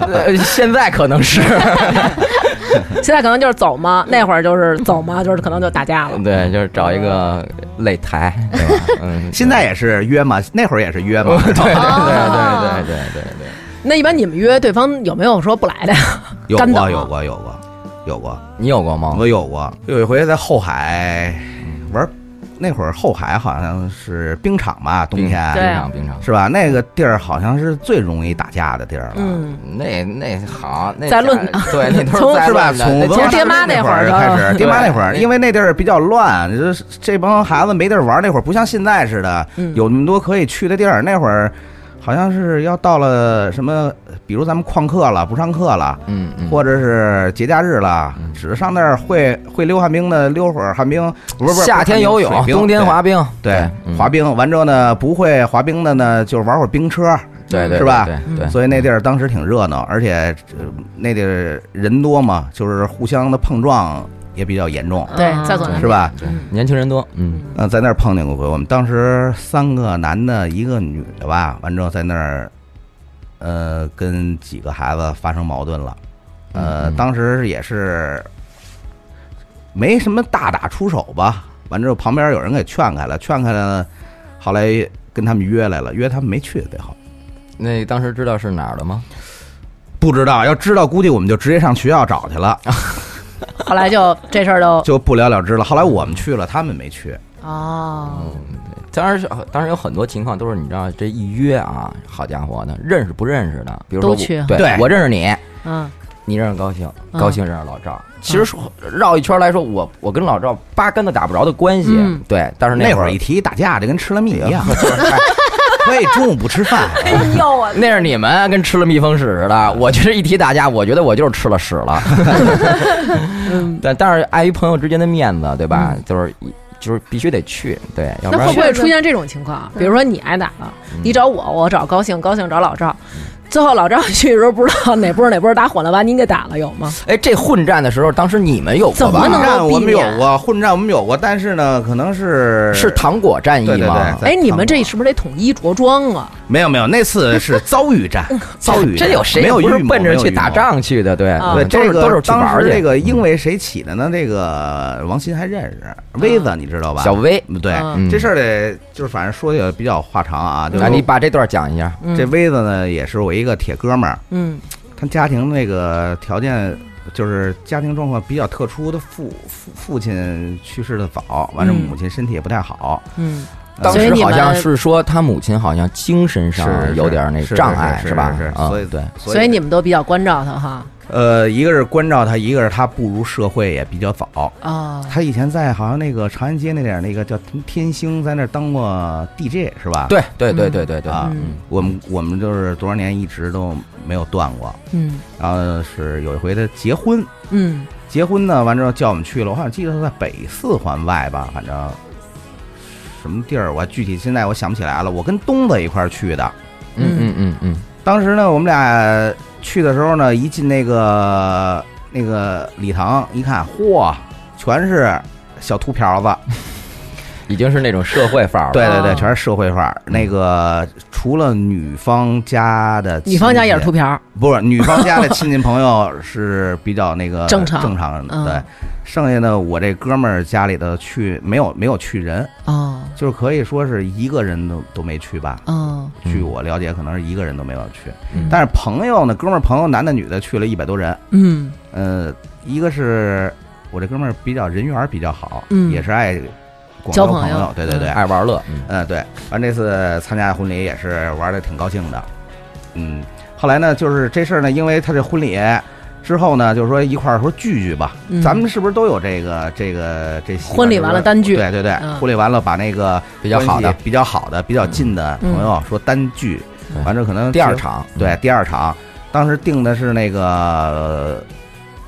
Speaker 6: 呃 *laughs* 现在可能是 *laughs*
Speaker 2: 现在可能就是走嘛，那会儿就是走嘛，就是可能就打架了。
Speaker 6: 对，就是找一个擂台，对吧？嗯，
Speaker 7: *laughs* 现在也是约嘛，那会儿也是
Speaker 6: *laughs*
Speaker 7: 约嘛 *laughs*
Speaker 6: 对。对对
Speaker 2: 哦
Speaker 6: 对对对对对。
Speaker 2: 那一般你们约对方有没有说不来的？啊
Speaker 7: 有
Speaker 2: 干
Speaker 7: 过，
Speaker 2: 等
Speaker 7: 有过，有过，有过。
Speaker 6: 你有过吗？
Speaker 7: 我有过，有一回在后海玩，那会儿后海好像是冰场吧，冬
Speaker 6: 冰
Speaker 7: 天
Speaker 2: 嗯对
Speaker 6: 场，冰场。
Speaker 7: 是吧？那个地儿好像是最容易打架的地儿了。
Speaker 2: 嗯，
Speaker 6: 那那好，那
Speaker 2: 在论
Speaker 6: 家对，那
Speaker 2: *laughs*
Speaker 6: 都
Speaker 2: 从
Speaker 6: 在
Speaker 7: 是吧？
Speaker 6: 论的
Speaker 7: 从
Speaker 6: 那
Speaker 7: 文
Speaker 6: 家
Speaker 7: 化
Speaker 2: 从爹妈
Speaker 7: 大革命那
Speaker 2: 那会儿
Speaker 7: 儿就
Speaker 2: 到 *laughs*
Speaker 7: 开始，爹妈
Speaker 6: 对
Speaker 7: 那会儿，因为那地儿比较乱，这这帮孩子没地儿玩。那会儿不像现在似的，
Speaker 2: 嗯
Speaker 7: 有那么多可以去的地儿。那会儿好像是要到了什么，比如咱们旷课了，不上课了，
Speaker 6: 嗯嗯，
Speaker 7: 或者是节假日了，
Speaker 6: 嗯
Speaker 7: 只是上那儿会会溜旱冰的溜会儿旱冰，不是不是
Speaker 6: 夏天游
Speaker 7: 水
Speaker 6: 泳，
Speaker 7: 冰
Speaker 6: 冬天
Speaker 7: 对
Speaker 6: 滑冰，
Speaker 7: 对
Speaker 6: 嗯
Speaker 7: 滑冰，完之后呢，不会滑冰的呢，就是玩会儿冰车，
Speaker 6: 对对
Speaker 7: 是吧
Speaker 6: 对
Speaker 7: 嗯
Speaker 6: 对对，
Speaker 7: 所以那地儿当时挺热闹，而且、呃那地儿人多嘛，就是互相的碰撞也比较严重，
Speaker 2: 对
Speaker 5: 啊
Speaker 2: 在
Speaker 6: 嗯
Speaker 2: 座男
Speaker 7: 是吧？
Speaker 6: 年轻人多，嗯，
Speaker 7: 嗯，在那儿碰见过鬼。我们当时三个男的，一个女的吧，完之后在那儿，呃，跟几个孩子发生矛盾了。呃，
Speaker 6: 嗯
Speaker 7: 当时也是没什么大打出手吧。完之后，旁边有人给劝开了，劝开了，后来跟他们约来了，约他们没去，最后
Speaker 6: 那当时知道是哪儿的吗？
Speaker 7: 不知道，要知道估计我们就直接上学校找去
Speaker 6: 哦
Speaker 7: 了，
Speaker 2: 后来就这事儿都
Speaker 7: 就不了了之了。后来我们去了，他们没去。
Speaker 2: 哦，
Speaker 6: 当时当时有很多情况都是你知道这一约啊，好家伙的，认识不认识的，比如说我
Speaker 2: 都去
Speaker 6: 对
Speaker 7: 对
Speaker 6: 我认识你，
Speaker 2: 嗯，
Speaker 6: 你认识高兴，
Speaker 2: 嗯
Speaker 6: 高兴认识老赵。其实说绕一圈来说，我我跟老赵八竿子打不着的关系
Speaker 2: 嗯，
Speaker 6: 对，但是
Speaker 7: 那
Speaker 6: 会
Speaker 7: 会
Speaker 6: 儿
Speaker 7: 儿一提打架，就跟吃了蜜
Speaker 6: *laughs*
Speaker 7: 一样。 *laughs* 可以中午不吃饭，
Speaker 6: 那是你们跟吃了蜜蜂屎似的。
Speaker 7: 嗯
Speaker 6: 我就是一提打架，我觉得我就是吃了屎了。但但是碍于朋友之间的面子，对吧？就是一就是必须得去，对，要
Speaker 2: 嗯
Speaker 6: 不
Speaker 2: 那
Speaker 6: 然
Speaker 2: 会不会出现这种情况？比如说你挨打了，你找我，我找高兴，高兴找老赵，最后老赵去的时候不知道哪波哪波打混了，把您给打了，有吗？
Speaker 6: 哎，这混战的时候，当时你们有过
Speaker 2: 怎么
Speaker 6: 吧？
Speaker 2: 能
Speaker 7: 混
Speaker 2: 够
Speaker 7: 战我们
Speaker 2: 避
Speaker 7: 有
Speaker 2: 免
Speaker 7: 过，混战我们有过，但是呢，可能是
Speaker 6: 是糖果战役
Speaker 7: 对对
Speaker 6: 吗？
Speaker 7: 对，
Speaker 2: 哎，你们这是不是得统一着装啊？
Speaker 7: 没有没有，那次是遭遇战，遭遇
Speaker 6: 嗯
Speaker 7: 战
Speaker 6: 这有谁
Speaker 7: 没有
Speaker 6: 不是
Speaker 7: 预谋
Speaker 6: 奔着
Speaker 7: 没有
Speaker 6: 去
Speaker 7: 预
Speaker 6: 打
Speaker 7: 谋
Speaker 6: 仗去的？对
Speaker 2: 啊
Speaker 7: 对，
Speaker 6: 都
Speaker 7: 这
Speaker 6: 是
Speaker 7: 个
Speaker 6: 都是去玩
Speaker 7: 当
Speaker 6: 儿
Speaker 7: 时这
Speaker 6: 去。嗯
Speaker 7: 个因为谁起的呢？这个王鑫还认识威
Speaker 6: 嗯
Speaker 7: 子，你知道吧？
Speaker 6: 小薇，
Speaker 7: 对
Speaker 2: 嗯，
Speaker 7: 这事儿得就是反正说起来比较话长啊，就
Speaker 6: 那你把这段讲一下。
Speaker 2: 嗯
Speaker 7: 这威子呢也是我一个铁哥们儿，
Speaker 2: 嗯
Speaker 7: 他家庭那个条件就是家庭状况比较特殊，他父父父亲去世的早，完了
Speaker 2: 嗯
Speaker 7: 母亲身体也不太好，
Speaker 2: 嗯，
Speaker 6: 当
Speaker 2: 所以
Speaker 6: 时
Speaker 2: 你
Speaker 6: 好像
Speaker 2: 们
Speaker 6: 是说他母亲好像精神上
Speaker 7: 是是
Speaker 6: 有点那
Speaker 7: 是是
Speaker 6: 障碍，
Speaker 7: 是
Speaker 6: 吧
Speaker 7: 是是？
Speaker 6: 啊
Speaker 7: 所以
Speaker 6: 对，
Speaker 2: 所以你们都比较关照他哈。
Speaker 7: 呃，一个是关照他，一个是他步入社会也比较早。
Speaker 2: 哦，
Speaker 7: 他以前在好像那个长安街那点儿那个叫天星，在那儿当过 DJ 是吧？
Speaker 6: 对对对对对对
Speaker 7: 啊
Speaker 6: 嗯
Speaker 7: 我们我们就是多少年一直都没有断过。
Speaker 2: 嗯
Speaker 7: 然后是有一回他结婚，
Speaker 2: 嗯
Speaker 7: 结婚呢完之后叫我们去了，我好像记得他在北四环外吧，反正什么地儿我具体现在我想不起来了。我跟东子一块儿去的，
Speaker 6: 嗯嗯嗯嗯，
Speaker 7: 当时呢，我们俩去的时候呢，一进那个那个礼堂，一看，嚯，全是小秃瓢子，
Speaker 6: 已经是那种社会范儿了。
Speaker 7: 对
Speaker 2: 啊
Speaker 7: 对对，嗯全是社会范儿。那个除了女方家的亲戚，
Speaker 2: 女方家也是秃瓢儿，
Speaker 7: 不是女方家的亲戚朋友是比较
Speaker 2: *laughs*
Speaker 7: 那个
Speaker 2: 正常
Speaker 7: 正常
Speaker 2: 嗯
Speaker 7: 的，对。剩下的我这哥们儿家里的去没有没有去人，
Speaker 2: 哦
Speaker 7: 就是可以说是一个人都都没去吧。
Speaker 2: 哦，
Speaker 6: 嗯
Speaker 7: 据我了解，可能是一个人都没有去。
Speaker 6: 嗯
Speaker 7: 但是朋友呢，哥们儿朋友男的女的去了一百多人。
Speaker 2: 嗯
Speaker 7: 呃，一个是我这哥们儿比较人缘儿比较好，
Speaker 2: 嗯
Speaker 7: 也是爱广
Speaker 2: 交
Speaker 7: 交
Speaker 2: 朋友
Speaker 7: 友，对对对，
Speaker 6: 爱玩乐，嗯
Speaker 7: 嗯，对，完这次参加婚礼也是玩的挺高兴的，嗯，后来呢，就是这事儿呢，因为他这婚礼之后呢，就是说一块儿说聚聚吧，
Speaker 2: 嗯
Speaker 7: 咱们是不是都有这个这个这习惯
Speaker 2: 婚礼完了单聚
Speaker 7: 对对对，
Speaker 2: 嗯
Speaker 7: 婚礼完了把那个
Speaker 6: 比较好
Speaker 7: 关
Speaker 6: 的
Speaker 7: 系比较好的、比较近的朋友说单聚，
Speaker 6: 嗯
Speaker 7: 完了可能
Speaker 6: 第二
Speaker 7: 结
Speaker 6: 场，
Speaker 7: 对，第二场，当时定的是那个呃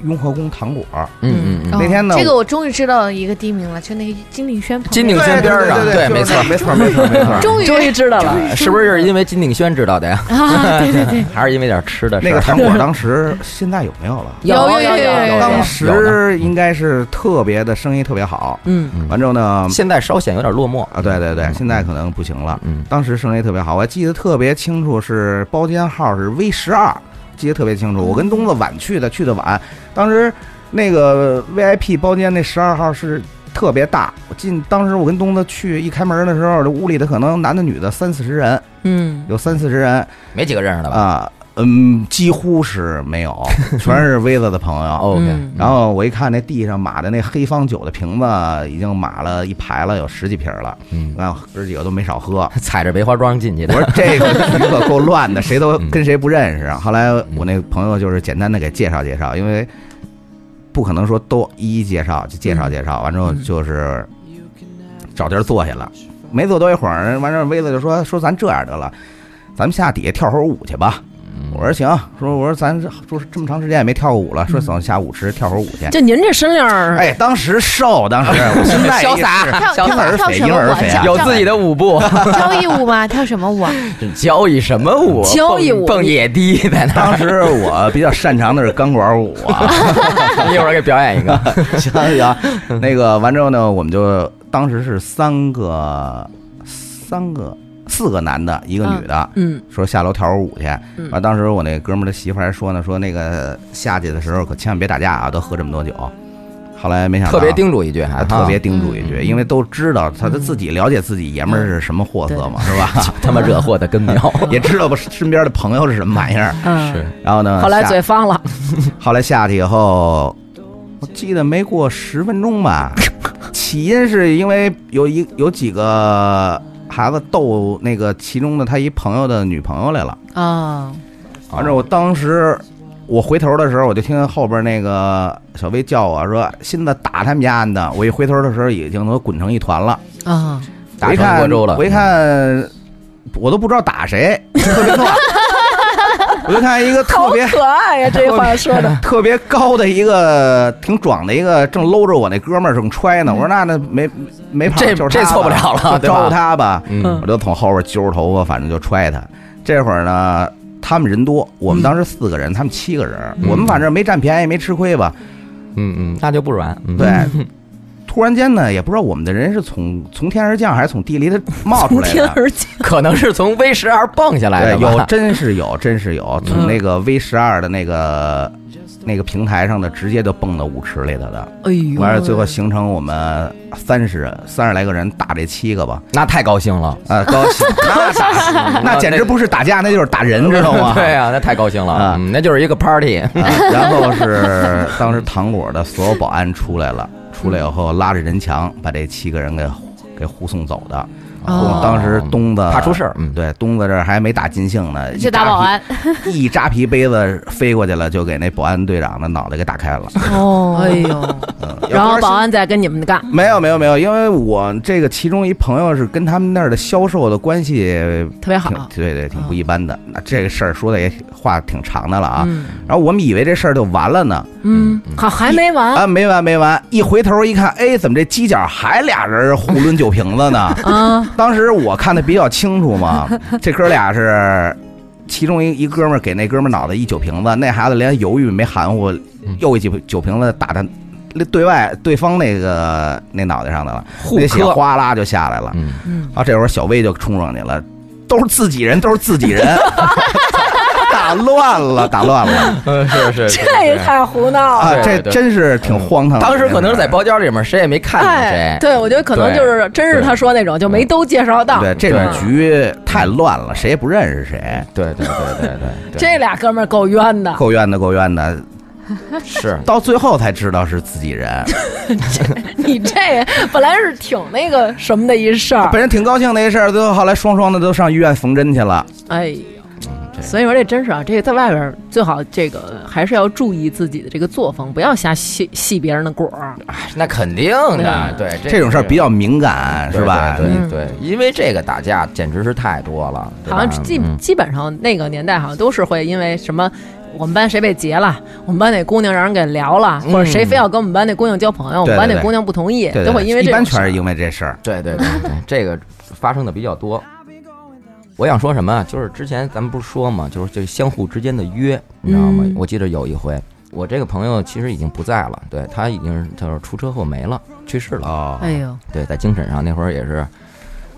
Speaker 7: 雍和宫糖果。
Speaker 6: 嗯嗯嗯，
Speaker 7: 那天呢
Speaker 5: 哦这个我终于知道一个地名了，就那个金鼎轩旁
Speaker 6: 金
Speaker 5: 边。
Speaker 6: 鼎轩边上，
Speaker 7: 对对对
Speaker 6: 没错
Speaker 7: *laughs* 对，没错，没错，没错。
Speaker 5: 终于
Speaker 2: 终于知道了，
Speaker 6: 是不是因为金鼎轩知道的呀？
Speaker 5: 啊，对对对，
Speaker 6: *laughs* 还是因为点吃的事
Speaker 7: 那
Speaker 6: 儿？
Speaker 7: 个糖果当时现在有没有了？
Speaker 2: 有
Speaker 5: 有
Speaker 2: 有
Speaker 5: 有有有
Speaker 7: 当
Speaker 2: 哎有，
Speaker 6: 有的
Speaker 7: 时应该是特别的生意特别好，
Speaker 2: 嗯
Speaker 6: 嗯
Speaker 7: 完之后呢，
Speaker 6: 现在稍显有点落寞
Speaker 7: 啊，对对对，现在可能不行了。
Speaker 6: 嗯，
Speaker 7: 当时生意特别好，我还记得特别清楚，是包间号是 V 十二，记得特别清楚。我跟东子晚去的，去的晚。当时那个 VIP 包间那十二号是特别大，我进当时我跟东子去一开门的时候，这屋里的可能男的女的三四十人，
Speaker 2: 嗯
Speaker 7: 有三四十人
Speaker 6: 没几个认识的吧？
Speaker 7: 啊，嗯，几乎是没有，全是威子的朋友。
Speaker 6: OK，
Speaker 2: 嗯
Speaker 7: 啊哦然后我一看那地上码的那黑方酒的瓶子，已经码了一排了，有十几瓶了，
Speaker 6: 嗯，
Speaker 7: 那哥几个都没少喝。
Speaker 6: 踩着梅花桩进去
Speaker 7: 我
Speaker 6: 的，
Speaker 7: 说这
Speaker 6: *laughs*
Speaker 7: 个局可够乱的，谁都
Speaker 6: 嗯
Speaker 7: 跟谁不认识。啊后来我那朋友就是简单的给介绍介绍，因为不可能说都一一介绍，就介
Speaker 6: 嗯
Speaker 7: 绍介绍。完之后就是找地儿坐下了，没坐多一会儿，完之后威子就说说咱这样得了，咱们下底下跳会儿舞去吧。
Speaker 6: 嗯 *laughs*
Speaker 7: 我说行，说我说咱这说这么长时间也没跳过舞了，
Speaker 6: 嗯
Speaker 7: 说走下舞池跳会儿舞去。
Speaker 2: 就您这身量儿，
Speaker 7: 哎，当时瘦，当时我
Speaker 6: *laughs*
Speaker 7: 现
Speaker 6: 啊
Speaker 7: 在
Speaker 6: 潇洒
Speaker 7: 也是
Speaker 5: 跳
Speaker 7: 婴
Speaker 5: 跳
Speaker 7: 儿
Speaker 5: 跳
Speaker 7: 肥，
Speaker 5: 什
Speaker 7: 婴
Speaker 5: 么舞
Speaker 7: 儿
Speaker 5: 啊？
Speaker 7: 肥啊
Speaker 5: 跳
Speaker 6: 有自己的舞 *laughs* 步，
Speaker 5: 跳 *laughs* 交谊舞吗？跳什么 *laughs* 舞啊？
Speaker 6: 交谊什么 *laughs* 舞？
Speaker 2: 交谊舞
Speaker 6: 蹦蹦野迪在那
Speaker 7: 当时我比较擅长的是钢管舞
Speaker 6: *laughs*
Speaker 7: 啊，
Speaker 6: 儿，一会儿给表演一个。
Speaker 7: 行行，啊那个完之后呢，我们就当时是三个、三个、四个男的，一个女的，
Speaker 2: 嗯，
Speaker 7: 说下楼跳会儿舞去。
Speaker 2: 嗯
Speaker 7: 完、当时我那哥们儿的媳妇儿还说呢，说那个下去的时候可千万别打架啊，都喝这么多酒。后来没想到，
Speaker 6: 特别叮嗯嘱一句，还
Speaker 7: 啊，特别叮嘱一句，因为都知道他他自己了解自己爷
Speaker 6: 嗯
Speaker 7: 们儿是什么货色嘛，是吧？ *laughs*
Speaker 6: *laughs* 他妈惹祸的 *laughs* 根苗。
Speaker 7: 也知道吧身边的朋友是什么玩意儿。
Speaker 2: 嗯，
Speaker 7: 然后呢，
Speaker 2: 后来
Speaker 7: 下
Speaker 2: 嘴方了，
Speaker 7: 后来下去以后，我记得没过十分
Speaker 6: *laughs*
Speaker 7: 钟吧，起因是因为有一有几个孩子逗那个其中的他一朋友的女朋友来了。
Speaker 2: 啊，
Speaker 5: 嗯
Speaker 7: 反正我当时我回头的时候，我就听见后边那个小薇叫我说：“新子打他们家呢！”我一回头的时候，已经都滚成一团了。
Speaker 2: 啊，
Speaker 6: 打
Speaker 7: 我一
Speaker 6: 成
Speaker 7: 看，
Speaker 6: 锅粥了
Speaker 7: 我一看，我都不知道打谁，特
Speaker 6: *laughs*
Speaker 7: 别乱。我就看一个特别
Speaker 2: 爱呀，这话说
Speaker 6: *laughs*
Speaker 2: 的，
Speaker 7: 特别高的一个挺壮的一个，正搂着我那哥们儿正揣呢。我说那那没没法儿，
Speaker 6: 嗯这
Speaker 7: 就是
Speaker 6: 这
Speaker 7: 他吧
Speaker 6: 错不了了
Speaker 7: 就
Speaker 6: 对吧
Speaker 7: 招呼他吧。
Speaker 6: 嗯
Speaker 7: 我就从后边揪着头发，反正就揣他。这会儿呢，他们人多，我们当时四个人，他们七个人，我们反正没占便宜，没吃亏吧。
Speaker 6: 嗯嗯，那就不软。嗯 *laughs*
Speaker 7: 对，，突然间呢，也不知道我们的人是从从天而降还是从地里它冒
Speaker 2: 从
Speaker 7: 出来
Speaker 2: 天
Speaker 7: 的。
Speaker 2: 而降，
Speaker 6: 可能是从 V 十二蹦下来的
Speaker 7: 对，有
Speaker 6: 吧。嗯
Speaker 7: 真是有，真是有，从那个 V 十二的那个那个平台上的，直接就蹦到舞池里头的。
Speaker 2: 哎呦，
Speaker 7: 完了，最后形成我们三十人，三十来个人打这七个吧，
Speaker 6: 那太高兴了，
Speaker 7: 啊，
Speaker 6: *laughs*
Speaker 7: 高兴，那打，那简直不是打架，那就是打人，知道
Speaker 6: *laughs*
Speaker 7: 吗？
Speaker 6: 啊对呀，那太高兴了
Speaker 7: 啊，
Speaker 6: 嗯那就是一个 *laughs* party。
Speaker 7: 啊。 *laughs* 然后是当时糖果的所有保安出来了，出来以后拉着人墙把这七个人给给护送走的。
Speaker 2: 哦
Speaker 7: 当时东子
Speaker 6: 怕出事儿嗯
Speaker 7: 对，东子这儿还没打尽兴呢，
Speaker 5: 去打保安，
Speaker 7: 一扎皮，一扎皮杯子飞过去了，就给那保安队长的脑袋给打开了。
Speaker 5: 哦
Speaker 2: 哎呦，
Speaker 7: 嗯
Speaker 2: 然后保安再跟你们干，
Speaker 7: 没有没有没有，因为我这个其中一朋友是跟他们那儿的销售的关系
Speaker 2: 特别好
Speaker 7: 挺，对对挺不一般的。那这个事儿说的也话挺长的了啊。
Speaker 2: 嗯
Speaker 7: 然后我们以为这事儿就完了呢，
Speaker 2: 嗯，好，还没完
Speaker 7: 啊，没完没完！一回头一看，哎，怎么这犄角还俩人互抡酒瓶
Speaker 2: *laughs*
Speaker 7: 子呢？ *laughs*
Speaker 2: 啊，
Speaker 7: 当时我看的比较清楚嘛，这哥俩是其中一一哥们儿给那哥们儿脑袋一酒瓶子，那孩子连犹豫没含糊，
Speaker 2: 嗯
Speaker 7: 又一酒酒瓶子打他对外对方那个那脑袋上的了，那血
Speaker 6: 磕
Speaker 7: 哗啦就下来了。
Speaker 6: 嗯，
Speaker 2: 嗯，
Speaker 7: 啊，这会儿小薇就冲上去了，都是自己人，都是自己人， *laughs* 打乱了，打乱了
Speaker 6: 嗯是 *laughs* 是，这也太……
Speaker 2: 哦
Speaker 7: 啊！
Speaker 6: 对
Speaker 7: 这
Speaker 6: 对
Speaker 7: 真是
Speaker 2: 嗯
Speaker 7: 挺荒唐的。
Speaker 6: 当时可能是在包间里面，谁也没看见谁。
Speaker 2: 对，我觉得可能就是真是他说那种，就没都介绍到。
Speaker 7: 对这种局太乱了，谁也不认识谁，
Speaker 6: 对对对对对对，
Speaker 2: 这俩哥们儿够冤的，
Speaker 7: 够冤的，够冤的。
Speaker 6: 是
Speaker 7: 到最后才知道是自己
Speaker 2: *laughs*
Speaker 7: 人，
Speaker 2: 你这本来是挺那个什么的一事儿，
Speaker 7: 本人挺高兴的一事儿，最后后来双双的都上医院缝针去了。
Speaker 2: 哎呦，
Speaker 7: 嗯
Speaker 2: 所以说这真是啊，这个在外边儿最好这个还是要注意自己的这个作风，不要瞎戏戏别人的果儿。
Speaker 6: 哎那肯定的，对
Speaker 7: 这种事儿比较敏感，是吧？
Speaker 6: 对
Speaker 2: 嗯
Speaker 6: 对，因为这个打架简直是太多了，对
Speaker 2: 好
Speaker 6: 吧
Speaker 2: 像基
Speaker 6: 嗯
Speaker 2: 基本上那个年代好像都是会因为什么。我们班谁被劫了？我们班那姑娘让人给撩了，
Speaker 6: 嗯
Speaker 2: 或者谁非要跟我们班那姑娘交朋友，我
Speaker 7: 对
Speaker 2: 们
Speaker 7: 对
Speaker 2: 班那
Speaker 7: 对
Speaker 2: 姑娘不同意，
Speaker 7: 对对
Speaker 2: 都会因为
Speaker 7: 一
Speaker 2: 这种
Speaker 7: 般
Speaker 2: 事
Speaker 7: 全
Speaker 2: 儿
Speaker 7: 是因为这事儿。
Speaker 6: 对对对对，这个发生的比较多。我想说什么啊？就是之前咱们不是说嘛，就是这相互之间的约，你知道吗？
Speaker 2: 嗯
Speaker 6: 我记得有一回，我这个朋友其实已经不在了，对他已经就是出车祸没了，去世了。
Speaker 7: 哦，
Speaker 2: 哎呦，
Speaker 6: 对，在精神上那会儿也是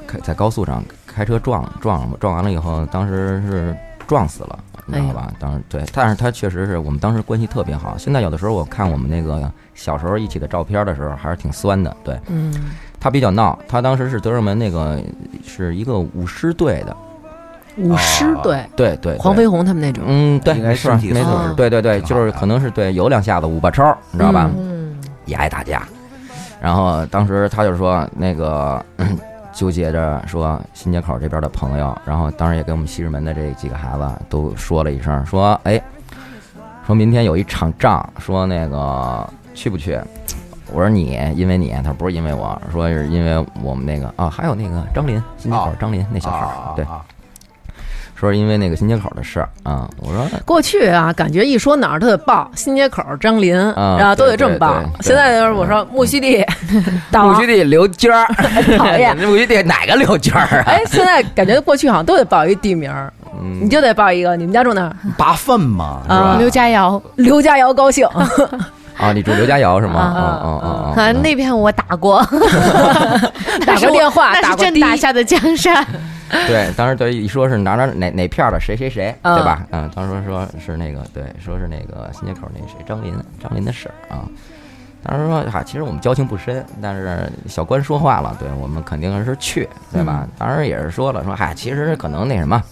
Speaker 6: 开在高速上开车撞撞了撞完了以后，当时是撞死了，你知道吧？当时对，但是他确实是我们当时关系特别好。现在有的时候我看我们那个小时候一起的照片的时候，还是挺酸的。对，
Speaker 2: 嗯，
Speaker 6: 他比较闹，他当时是德胜门那个是一个舞狮队的，
Speaker 2: 舞狮队，
Speaker 6: 对对，对
Speaker 2: 黄飞鸿他们那种，
Speaker 6: 嗯，对，
Speaker 7: 应该
Speaker 6: 没错，
Speaker 7: 身体素
Speaker 6: 没
Speaker 2: 质
Speaker 6: 错
Speaker 2: 挺，
Speaker 6: 对对对，
Speaker 7: 好
Speaker 6: 就是
Speaker 7: 的
Speaker 6: 可能是对有两下子五把超，你知道吧？
Speaker 5: 嗯，
Speaker 6: 也爱打架。然后当时他就说那个嗯纠结着说新街口这边的朋友，然后当时也给我们西直门的这几个孩子都说了一声，说哎，说明天有一场仗，说那个去不去？我说你，因为你，他说不是因为我，说是因为我们那个啊，还有那个张林，新街口
Speaker 7: 哦
Speaker 6: 张林那小孩儿，
Speaker 7: 啊
Speaker 6: 对，
Speaker 7: 啊
Speaker 6: 说是因为那个新街口的事儿啊、我说
Speaker 2: 过去啊，感觉一说哪儿都得报新街口张林
Speaker 6: 啊
Speaker 2: 然后都得这么报
Speaker 6: 对对。对
Speaker 2: 现在就是我说木须地，大
Speaker 6: 木
Speaker 2: 王
Speaker 6: 须地刘娟儿，
Speaker 2: 啊讨厌
Speaker 6: *laughs* 木须地哪个刘娟儿
Speaker 2: *laughs*
Speaker 6: 啊？
Speaker 2: 哎，现在感觉过去好像都得报一地名儿，你就得报一个你们家住哪儿
Speaker 7: 拔粪嘛，是吧？
Speaker 2: 啊
Speaker 5: 刘佳瑶
Speaker 2: 刘家窑高兴，
Speaker 6: 啊，你住刘家窑是吗？
Speaker 5: 啊
Speaker 6: 啊啊啊！
Speaker 5: 啊，那片我打过，
Speaker 2: 打过电话，
Speaker 5: *laughs* *laughs* 那
Speaker 2: 打
Speaker 5: 是
Speaker 2: 过
Speaker 5: 真
Speaker 2: 的
Speaker 5: 打下的江山。
Speaker 2: *laughs*
Speaker 6: 对，当时对一说是哪哪哪哪片儿的谁谁谁，
Speaker 2: 嗯
Speaker 6: 对吧？嗯，当时说是那个对，说是那个新街口那谁张林张林的事儿啊。当时说哈、其实我们交情不深，但是小关说话了，对我们肯定是去，对吧？
Speaker 2: 嗯
Speaker 6: 当时也是说了，说嗨、其实可能那什么。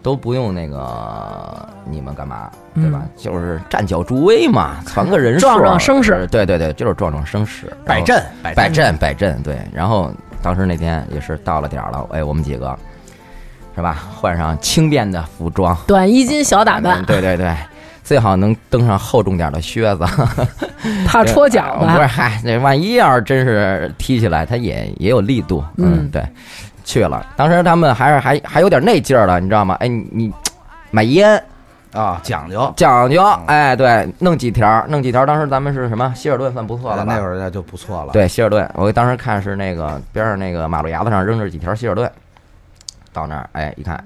Speaker 6: 都不用那个你们干嘛，
Speaker 2: 嗯
Speaker 6: 对吧？就是站脚助威嘛，传个人数，
Speaker 2: 壮壮声势
Speaker 6: 对对对，就是壮壮声势，然
Speaker 7: 摆
Speaker 6: 后
Speaker 7: 阵，
Speaker 6: 摆阵摆阵，对。然后当时那天也是到了点儿了，哎，我们几个是吧，换上轻便的服装，
Speaker 2: 短衣襟小打扮
Speaker 6: 嗯，对
Speaker 2: *laughs*
Speaker 6: 对对，最好能登上厚重点儿的靴子，
Speaker 2: 怕戳脚
Speaker 6: 哎不
Speaker 2: 吧？
Speaker 6: 是，嗨，那万一要是真是踢起来，它也也有力度，
Speaker 2: 嗯
Speaker 6: 对。去了，当时他们还是还还有点那劲儿了，你知道吗？哎，你你买烟
Speaker 7: 啊，讲究。
Speaker 6: 讲究，哎，对，弄几条儿，弄几条儿。当时咱们是什么？希尔顿算不错了吧？
Speaker 7: 哎那会儿就不错了。，
Speaker 6: 对，希尔顿，我当时看是那个边上那个马路牙子上扔着几条希尔顿，到那儿哎一看，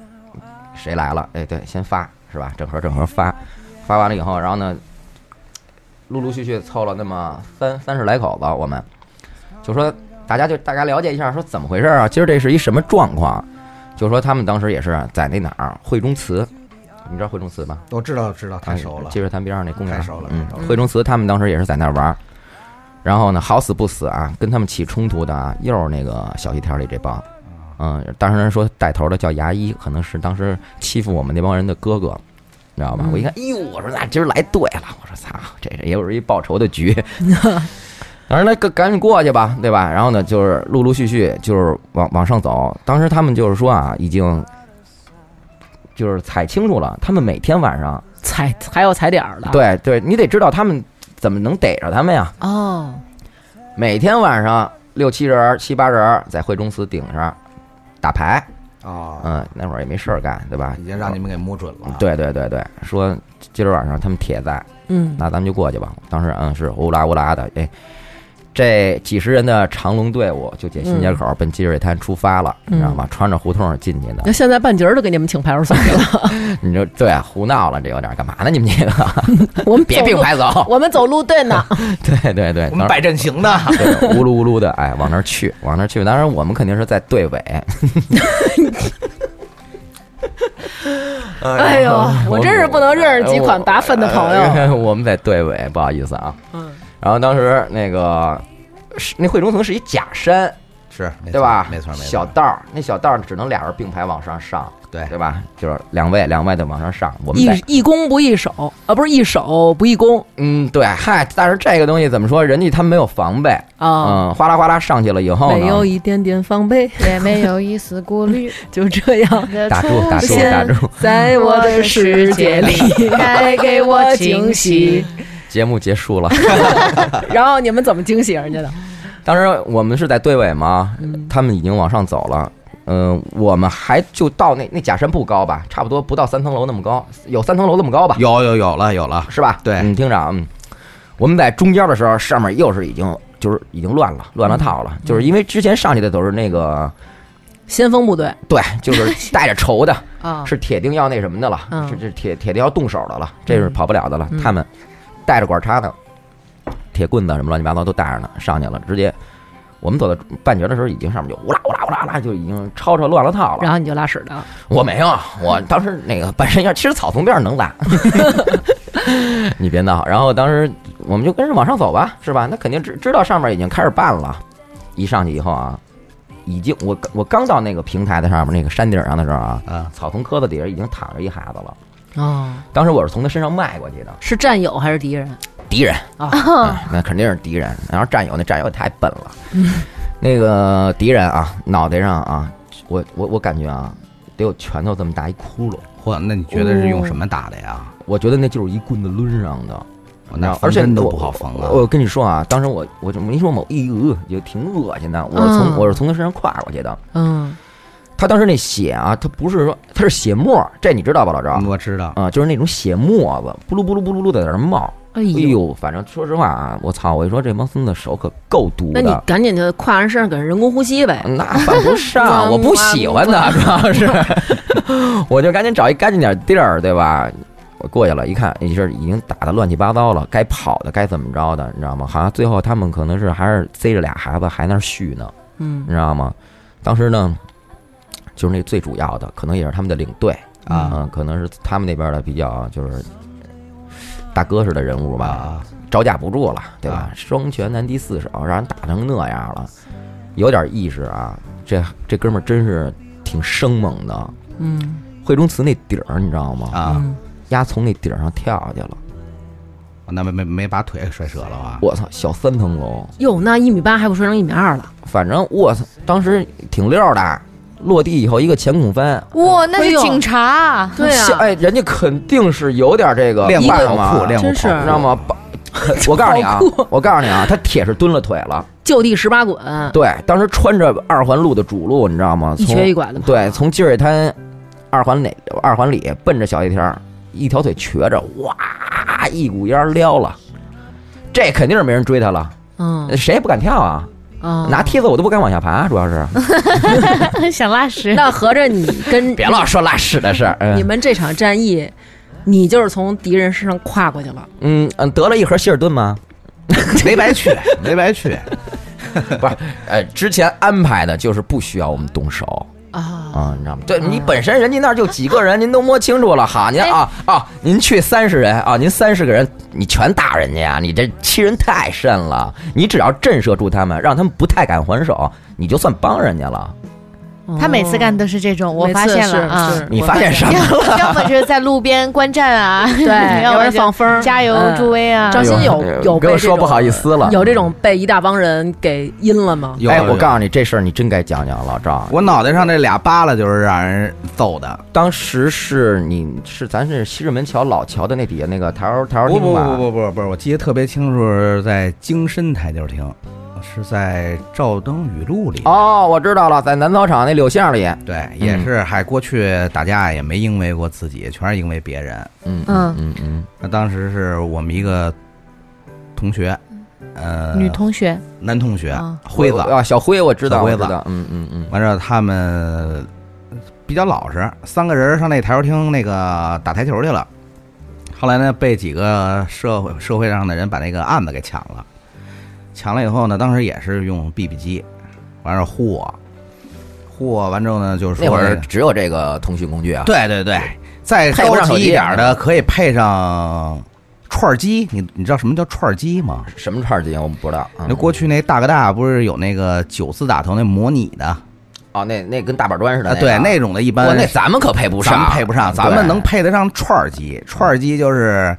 Speaker 6: 谁来了？哎，对，先发是吧？整盒整盒发，发完了以后，然后呢，陆陆续续凑了那么三三十来口子，我们就说大家就大家了解一下，说怎么回事啊？今儿这是一什么状况？就说他们当时也是在那哪儿惠中祠，你知道惠中祠吧？
Speaker 7: 我知道知道，太熟了
Speaker 6: 啊。就是咱边上那公园，
Speaker 7: 太熟了
Speaker 6: 嗯
Speaker 7: 太熟了，
Speaker 6: 惠中祠他们当时也是在那儿玩儿，然后呢，好死不死啊，跟他们起冲突的啊，又是那个小西条里这
Speaker 7: 啊
Speaker 6: 帮，嗯，当时人说带头的叫牙医，可能是当时欺负我们那帮人的哥哥。你知道吧？
Speaker 7: 嗯
Speaker 6: 我一看，哎呦，我说那今儿来对了，我说操，这是也是一报仇的局。当时那赶赶紧过去吧，对吧？然后呢，就是陆陆续续就是往往上走。当时他们就是说啊，已经就是踩清楚了，他们每天晚上
Speaker 2: 踩还有踩点儿的，
Speaker 6: 对对，你得知道他们怎么能逮着他们呀？
Speaker 2: 哦，
Speaker 6: 每天晚上六七人儿、七八人儿在惠中祠顶上打牌，
Speaker 7: 啊，
Speaker 6: 嗯，那会儿也没事儿干，对吧？嗯
Speaker 7: 已经让你们给摸准了。，
Speaker 6: 对对对对，说今儿晚上他们铁在，
Speaker 2: 嗯，
Speaker 6: 那咱们就过去吧。当时嗯是乌拉乌拉的，哎，这几十人的长龙队伍就解新街口奔积水滩出发了，你知道吗？穿着胡同进去
Speaker 2: *laughs*
Speaker 6: 的
Speaker 2: 那，现在半截儿都给你们请派出所去
Speaker 6: *laughs*
Speaker 2: 了，
Speaker 6: 你就对啊胡闹了，这有点干嘛呢？你们这个
Speaker 2: 我们
Speaker 6: 别
Speaker 2: 走
Speaker 6: 并
Speaker 2: 路
Speaker 6: 排
Speaker 2: *laughs*
Speaker 6: 走，
Speaker 2: 我们走路队呢，
Speaker 6: *laughs* 对对对，当
Speaker 7: 我
Speaker 6: 时
Speaker 7: 们摆阵型
Speaker 6: *laughs*
Speaker 7: 的。
Speaker 6: 对，呜噜呜噜的，哎，往那儿去，往那儿去。当然，我们肯定是在队尾。
Speaker 2: *laughs* 哎呦，
Speaker 6: *laughs*
Speaker 2: 我真是不能认识几款拔粪的朋友。
Speaker 6: 友。哎我们在队尾，不好意思啊。嗯。然后当时那个是那惠中层是一假山，
Speaker 7: 是，没
Speaker 6: 对
Speaker 7: 错
Speaker 6: 吧？
Speaker 7: 没错，没错。哎
Speaker 6: 小道儿，那小道儿只能俩人并排往上上，
Speaker 7: 对
Speaker 6: 对吧？就是两位两位的往上上，我们
Speaker 2: 一
Speaker 6: 在
Speaker 2: 一攻不一守啊，不是一守不一攻
Speaker 6: 嗯对，嗨，但是这个东西怎么说？人家他们没有防备，
Speaker 2: 啊，
Speaker 6: 嗯，哗啦哗啦上去了以后
Speaker 2: 没有
Speaker 6: 呢，
Speaker 2: 一点点防备，
Speaker 5: *laughs*
Speaker 2: *laughs*
Speaker 5: 也没有一丝顾虑
Speaker 2: 就这样
Speaker 5: 的
Speaker 6: 打
Speaker 5: 出
Speaker 6: 住打住
Speaker 5: 现，
Speaker 6: 打住，
Speaker 2: *laughs* 在我的世界
Speaker 6: *laughs*
Speaker 5: *laughs*
Speaker 2: 里带给我惊喜。
Speaker 6: 节目
Speaker 2: *laughs*
Speaker 6: 结束了。
Speaker 2: *laughs* 然后你们怎么惊喜人家的？
Speaker 6: 当时我们是在队尾嘛，他们已经往上走了。嗯、我们还就到那那假山不高吧，差不多不到三层楼那么高，有三层楼那么高吧，
Speaker 7: 有有有了有了，
Speaker 6: 是吧？
Speaker 7: 对
Speaker 6: 嗯，厅长，嗯，我们在中间的时候，上面又是已经就是已经乱了，乱了套了，就是因为之前上去的都是那个，
Speaker 2: 先锋部队
Speaker 6: 对，就是带着仇的，
Speaker 5: 哦
Speaker 2: 啊，
Speaker 6: 是铁定要那什么的了，
Speaker 2: 嗯
Speaker 6: 是这铁铁定要动手的了，这是跑不了的了。
Speaker 2: 嗯
Speaker 6: 他们带着管叉的、铁棍子什么乱七八糟都带着呢，上去了，直接我们走到半截的时候，已经上面就呜啦呜啦呜啦啦，就已经吵吵乱了套
Speaker 2: 然
Speaker 6: 了。
Speaker 2: 后你就拉屎了，
Speaker 6: 我没有，我当时那个半身样，其实草丛边上能 *laughs* 拉。你别闹，然后当时我们就跟着往上走吧，是吧？那肯定知知道上面已经开始办了，一上去以后啊，已经我我刚到那个平台的上面那个山顶上的时候啊，
Speaker 7: 啊，
Speaker 6: 草丛磕子底下已经躺着一孩子了。
Speaker 2: 哦，
Speaker 6: 当时我是从他身上迈过去的，
Speaker 2: 是战友还是敌人？
Speaker 6: 敌人
Speaker 2: 啊
Speaker 6: 啊，那肯定是敌人。然后战友那战友也太笨了，
Speaker 2: 嗯
Speaker 6: 那个敌人啊，脑袋上啊，我我我感觉啊，得有拳头这么大一窟窿，
Speaker 7: 嚯，那你觉得是用什么打的呀？
Speaker 6: 我觉得那就是一棍子抡上的。
Speaker 7: 我那
Speaker 6: 然后
Speaker 7: 防
Speaker 6: 嗯而且
Speaker 7: 身都
Speaker 6: 我
Speaker 7: 不好防啊
Speaker 6: 我我跟你说啊，当时我我这么一说嘛，哎呦，就挺恶心的。我是从、
Speaker 2: 嗯
Speaker 6: 我是从他身上跨过去的，
Speaker 2: 嗯，
Speaker 6: 他当时那血啊，他不是说他是血沫，这你知道吧，老赵？
Speaker 7: 嗯
Speaker 2: 嗯
Speaker 7: 我知道，
Speaker 6: 啊，就是那种血沫子，咕噜咕噜咕噜噜地在那儿冒。
Speaker 2: 哎
Speaker 6: 哎，呦，反正说实话啊，我操！我一说这帮孙子手可够毒
Speaker 2: 那
Speaker 6: 的，
Speaker 2: 你赶紧就跨上身给人人工呼吸呗。
Speaker 6: *laughs* 那啊犯不上，我不喜欢他，主要是， *laughs* 我就赶紧找一干净点地儿，对吧？我过去了，一看，也是已经打的乱七八糟了，该跑的，该怎么着的，你知道吗？好像最后他们可能是还是塞着俩孩子还那儿续呢，
Speaker 2: 嗯
Speaker 6: 你，知道吗？当时呢，就是那最主要的，可能也是他们的领队
Speaker 7: 啊
Speaker 6: 嗯可能是他们那边的比较就是大哥式的人物吧，
Speaker 7: 啊
Speaker 6: 招架不住了，对吧
Speaker 7: 啊？
Speaker 6: 双拳难敌四手，让人打成那样了，有点意识啊！这这哥们儿真是挺生猛的。
Speaker 2: 嗯
Speaker 6: 惠中祠那顶儿你知道吗？
Speaker 7: 啊，
Speaker 2: 嗯
Speaker 6: 丫从那顶儿上跳下去了，
Speaker 7: 那没没没把腿摔折了啊吧？
Speaker 6: 我操，小三层楼！
Speaker 2: 哟，那一米八还不摔成一米二了？
Speaker 6: 反正我操，当时挺溜的，落地以后一个前空翻。
Speaker 5: 哇，那
Speaker 2: 哎
Speaker 5: 是
Speaker 2: 呦
Speaker 5: 警察，
Speaker 2: 对
Speaker 6: 小
Speaker 2: 啊，
Speaker 6: 哎，人家肯定是有点这个
Speaker 7: 练过
Speaker 6: 腕
Speaker 7: 跑
Speaker 6: 嘛
Speaker 7: 酷，练过
Speaker 2: 真是
Speaker 7: 跑
Speaker 6: 你
Speaker 7: 酷，
Speaker 6: 知道吗？把 *laughs* 我告诉你
Speaker 2: 跑
Speaker 6: 啊
Speaker 2: 酷，
Speaker 6: 我告诉你啊，他铁是蹲了腿了。
Speaker 2: 就地十八滚，
Speaker 6: 对，当时穿着二环路的主路，你知道吗？
Speaker 2: 一
Speaker 6: 从
Speaker 2: 瘸一拐的。
Speaker 6: 对，，从积水滩二环里二环里奔着小一田儿，一条腿瘸着，哇，一股烟儿撩了。这肯定是没人追他了，
Speaker 2: 嗯
Speaker 6: 谁也不敢跳啊！
Speaker 2: 啊，
Speaker 6: 拿梯子我都不敢往下爬，主要是
Speaker 2: 嗯
Speaker 5: *laughs* 想拉屎。
Speaker 2: *laughs* 那合着你跟
Speaker 6: 别老说拉屎的事儿。
Speaker 2: 你
Speaker 6: 嗯
Speaker 2: 们这场战役，你就是从敌人身上跨过去了。
Speaker 6: 嗯嗯，得了一盒希尔顿吗？ *laughs*
Speaker 7: 没白
Speaker 2: *laughs*
Speaker 7: 去，没白去，
Speaker 6: 哎不是，呃，之前安排的就是不需要我们动手
Speaker 2: 啊，
Speaker 6: 啊，你知道吗？对你本身人家那儿就几个人，您都摸清楚了，好，您啊啊，您去三十人啊，您三十个人，你全打人家呀，你这欺人太甚了。你只要震慑住他们，让他们不太敢还手，你就算帮人家了。
Speaker 5: 他每次干的都是这种，
Speaker 2: 哦
Speaker 5: 我
Speaker 2: 每次
Speaker 5: 发现
Speaker 2: 是
Speaker 5: 了啊
Speaker 2: 是。
Speaker 6: 你
Speaker 2: 我
Speaker 6: 发现什么？
Speaker 5: 要 *laughs* 要么就是在路边观战啊， *laughs*
Speaker 2: 对， *laughs* 要
Speaker 5: 要
Speaker 2: 不
Speaker 5: 么
Speaker 2: 然
Speaker 5: 就
Speaker 2: 放风儿。
Speaker 5: 加油
Speaker 2: 嗯
Speaker 5: 助威啊。
Speaker 6: 哎
Speaker 2: 张欣有有
Speaker 6: 给
Speaker 2: 被这
Speaker 6: 我说
Speaker 2: 种
Speaker 6: 不好意思了。
Speaker 2: 有这种被一大帮人给阴了吗？
Speaker 7: 有
Speaker 6: 哎，
Speaker 7: 有
Speaker 6: 我
Speaker 7: 有
Speaker 6: 告诉你，这事儿你真该讲讲老赵。
Speaker 7: 我脑袋上这俩疤了就是让人揍的，
Speaker 6: 当时是你是咱是西直门桥老桥的那底下那个台儿台儿
Speaker 7: 不
Speaker 6: 厅
Speaker 7: 不
Speaker 6: 吧？
Speaker 7: 不不不不，我记得特别清楚，是在京深台球厅，是在《照灯语录》里。
Speaker 6: 哦，我知道了，在南操场那柳巷里。
Speaker 7: 对，也
Speaker 6: 嗯
Speaker 7: 是，还过去打架也没因为过自己，全是因为别人。
Speaker 6: 嗯
Speaker 5: 嗯
Speaker 6: 嗯嗯，
Speaker 7: 那当时是我们一个同学，呃，
Speaker 5: 女同学，
Speaker 7: 男同学
Speaker 5: 啊
Speaker 7: 辉子，
Speaker 6: 啊，小辉我知道，
Speaker 7: 小辉
Speaker 6: 我知
Speaker 7: 子
Speaker 6: 道，嗯嗯嗯，
Speaker 7: 完了他们比较老实，三个人上那台球厅那个打台球去了。后来呢，被几个社会社会上的人把那个案子给抢了，抢了以后呢，当时也是用 BB 机，完了呼我，呼我完之后呢，就是说
Speaker 6: 那会儿
Speaker 7: 这个
Speaker 6: 只有这个通讯工具啊，
Speaker 7: 对对对，再
Speaker 6: 配不
Speaker 7: 高
Speaker 6: 上手
Speaker 7: 级
Speaker 6: 机啊
Speaker 7: 一点的可以配上串儿机，你你知道什么叫串儿机吗？
Speaker 6: 什么串儿机我们不知道。嗯
Speaker 7: 那过去那大哥大不是有那个九次打头那模拟的啊？
Speaker 6: 哦，那那跟大板砖似的，
Speaker 7: 对，
Speaker 6: 那
Speaker 7: 那种的一
Speaker 6: 个啊
Speaker 7: 般
Speaker 6: 哇那咱们可配不上，
Speaker 7: 咱们配不上，
Speaker 6: 对
Speaker 7: 咱们能配得上串儿机。串儿机就是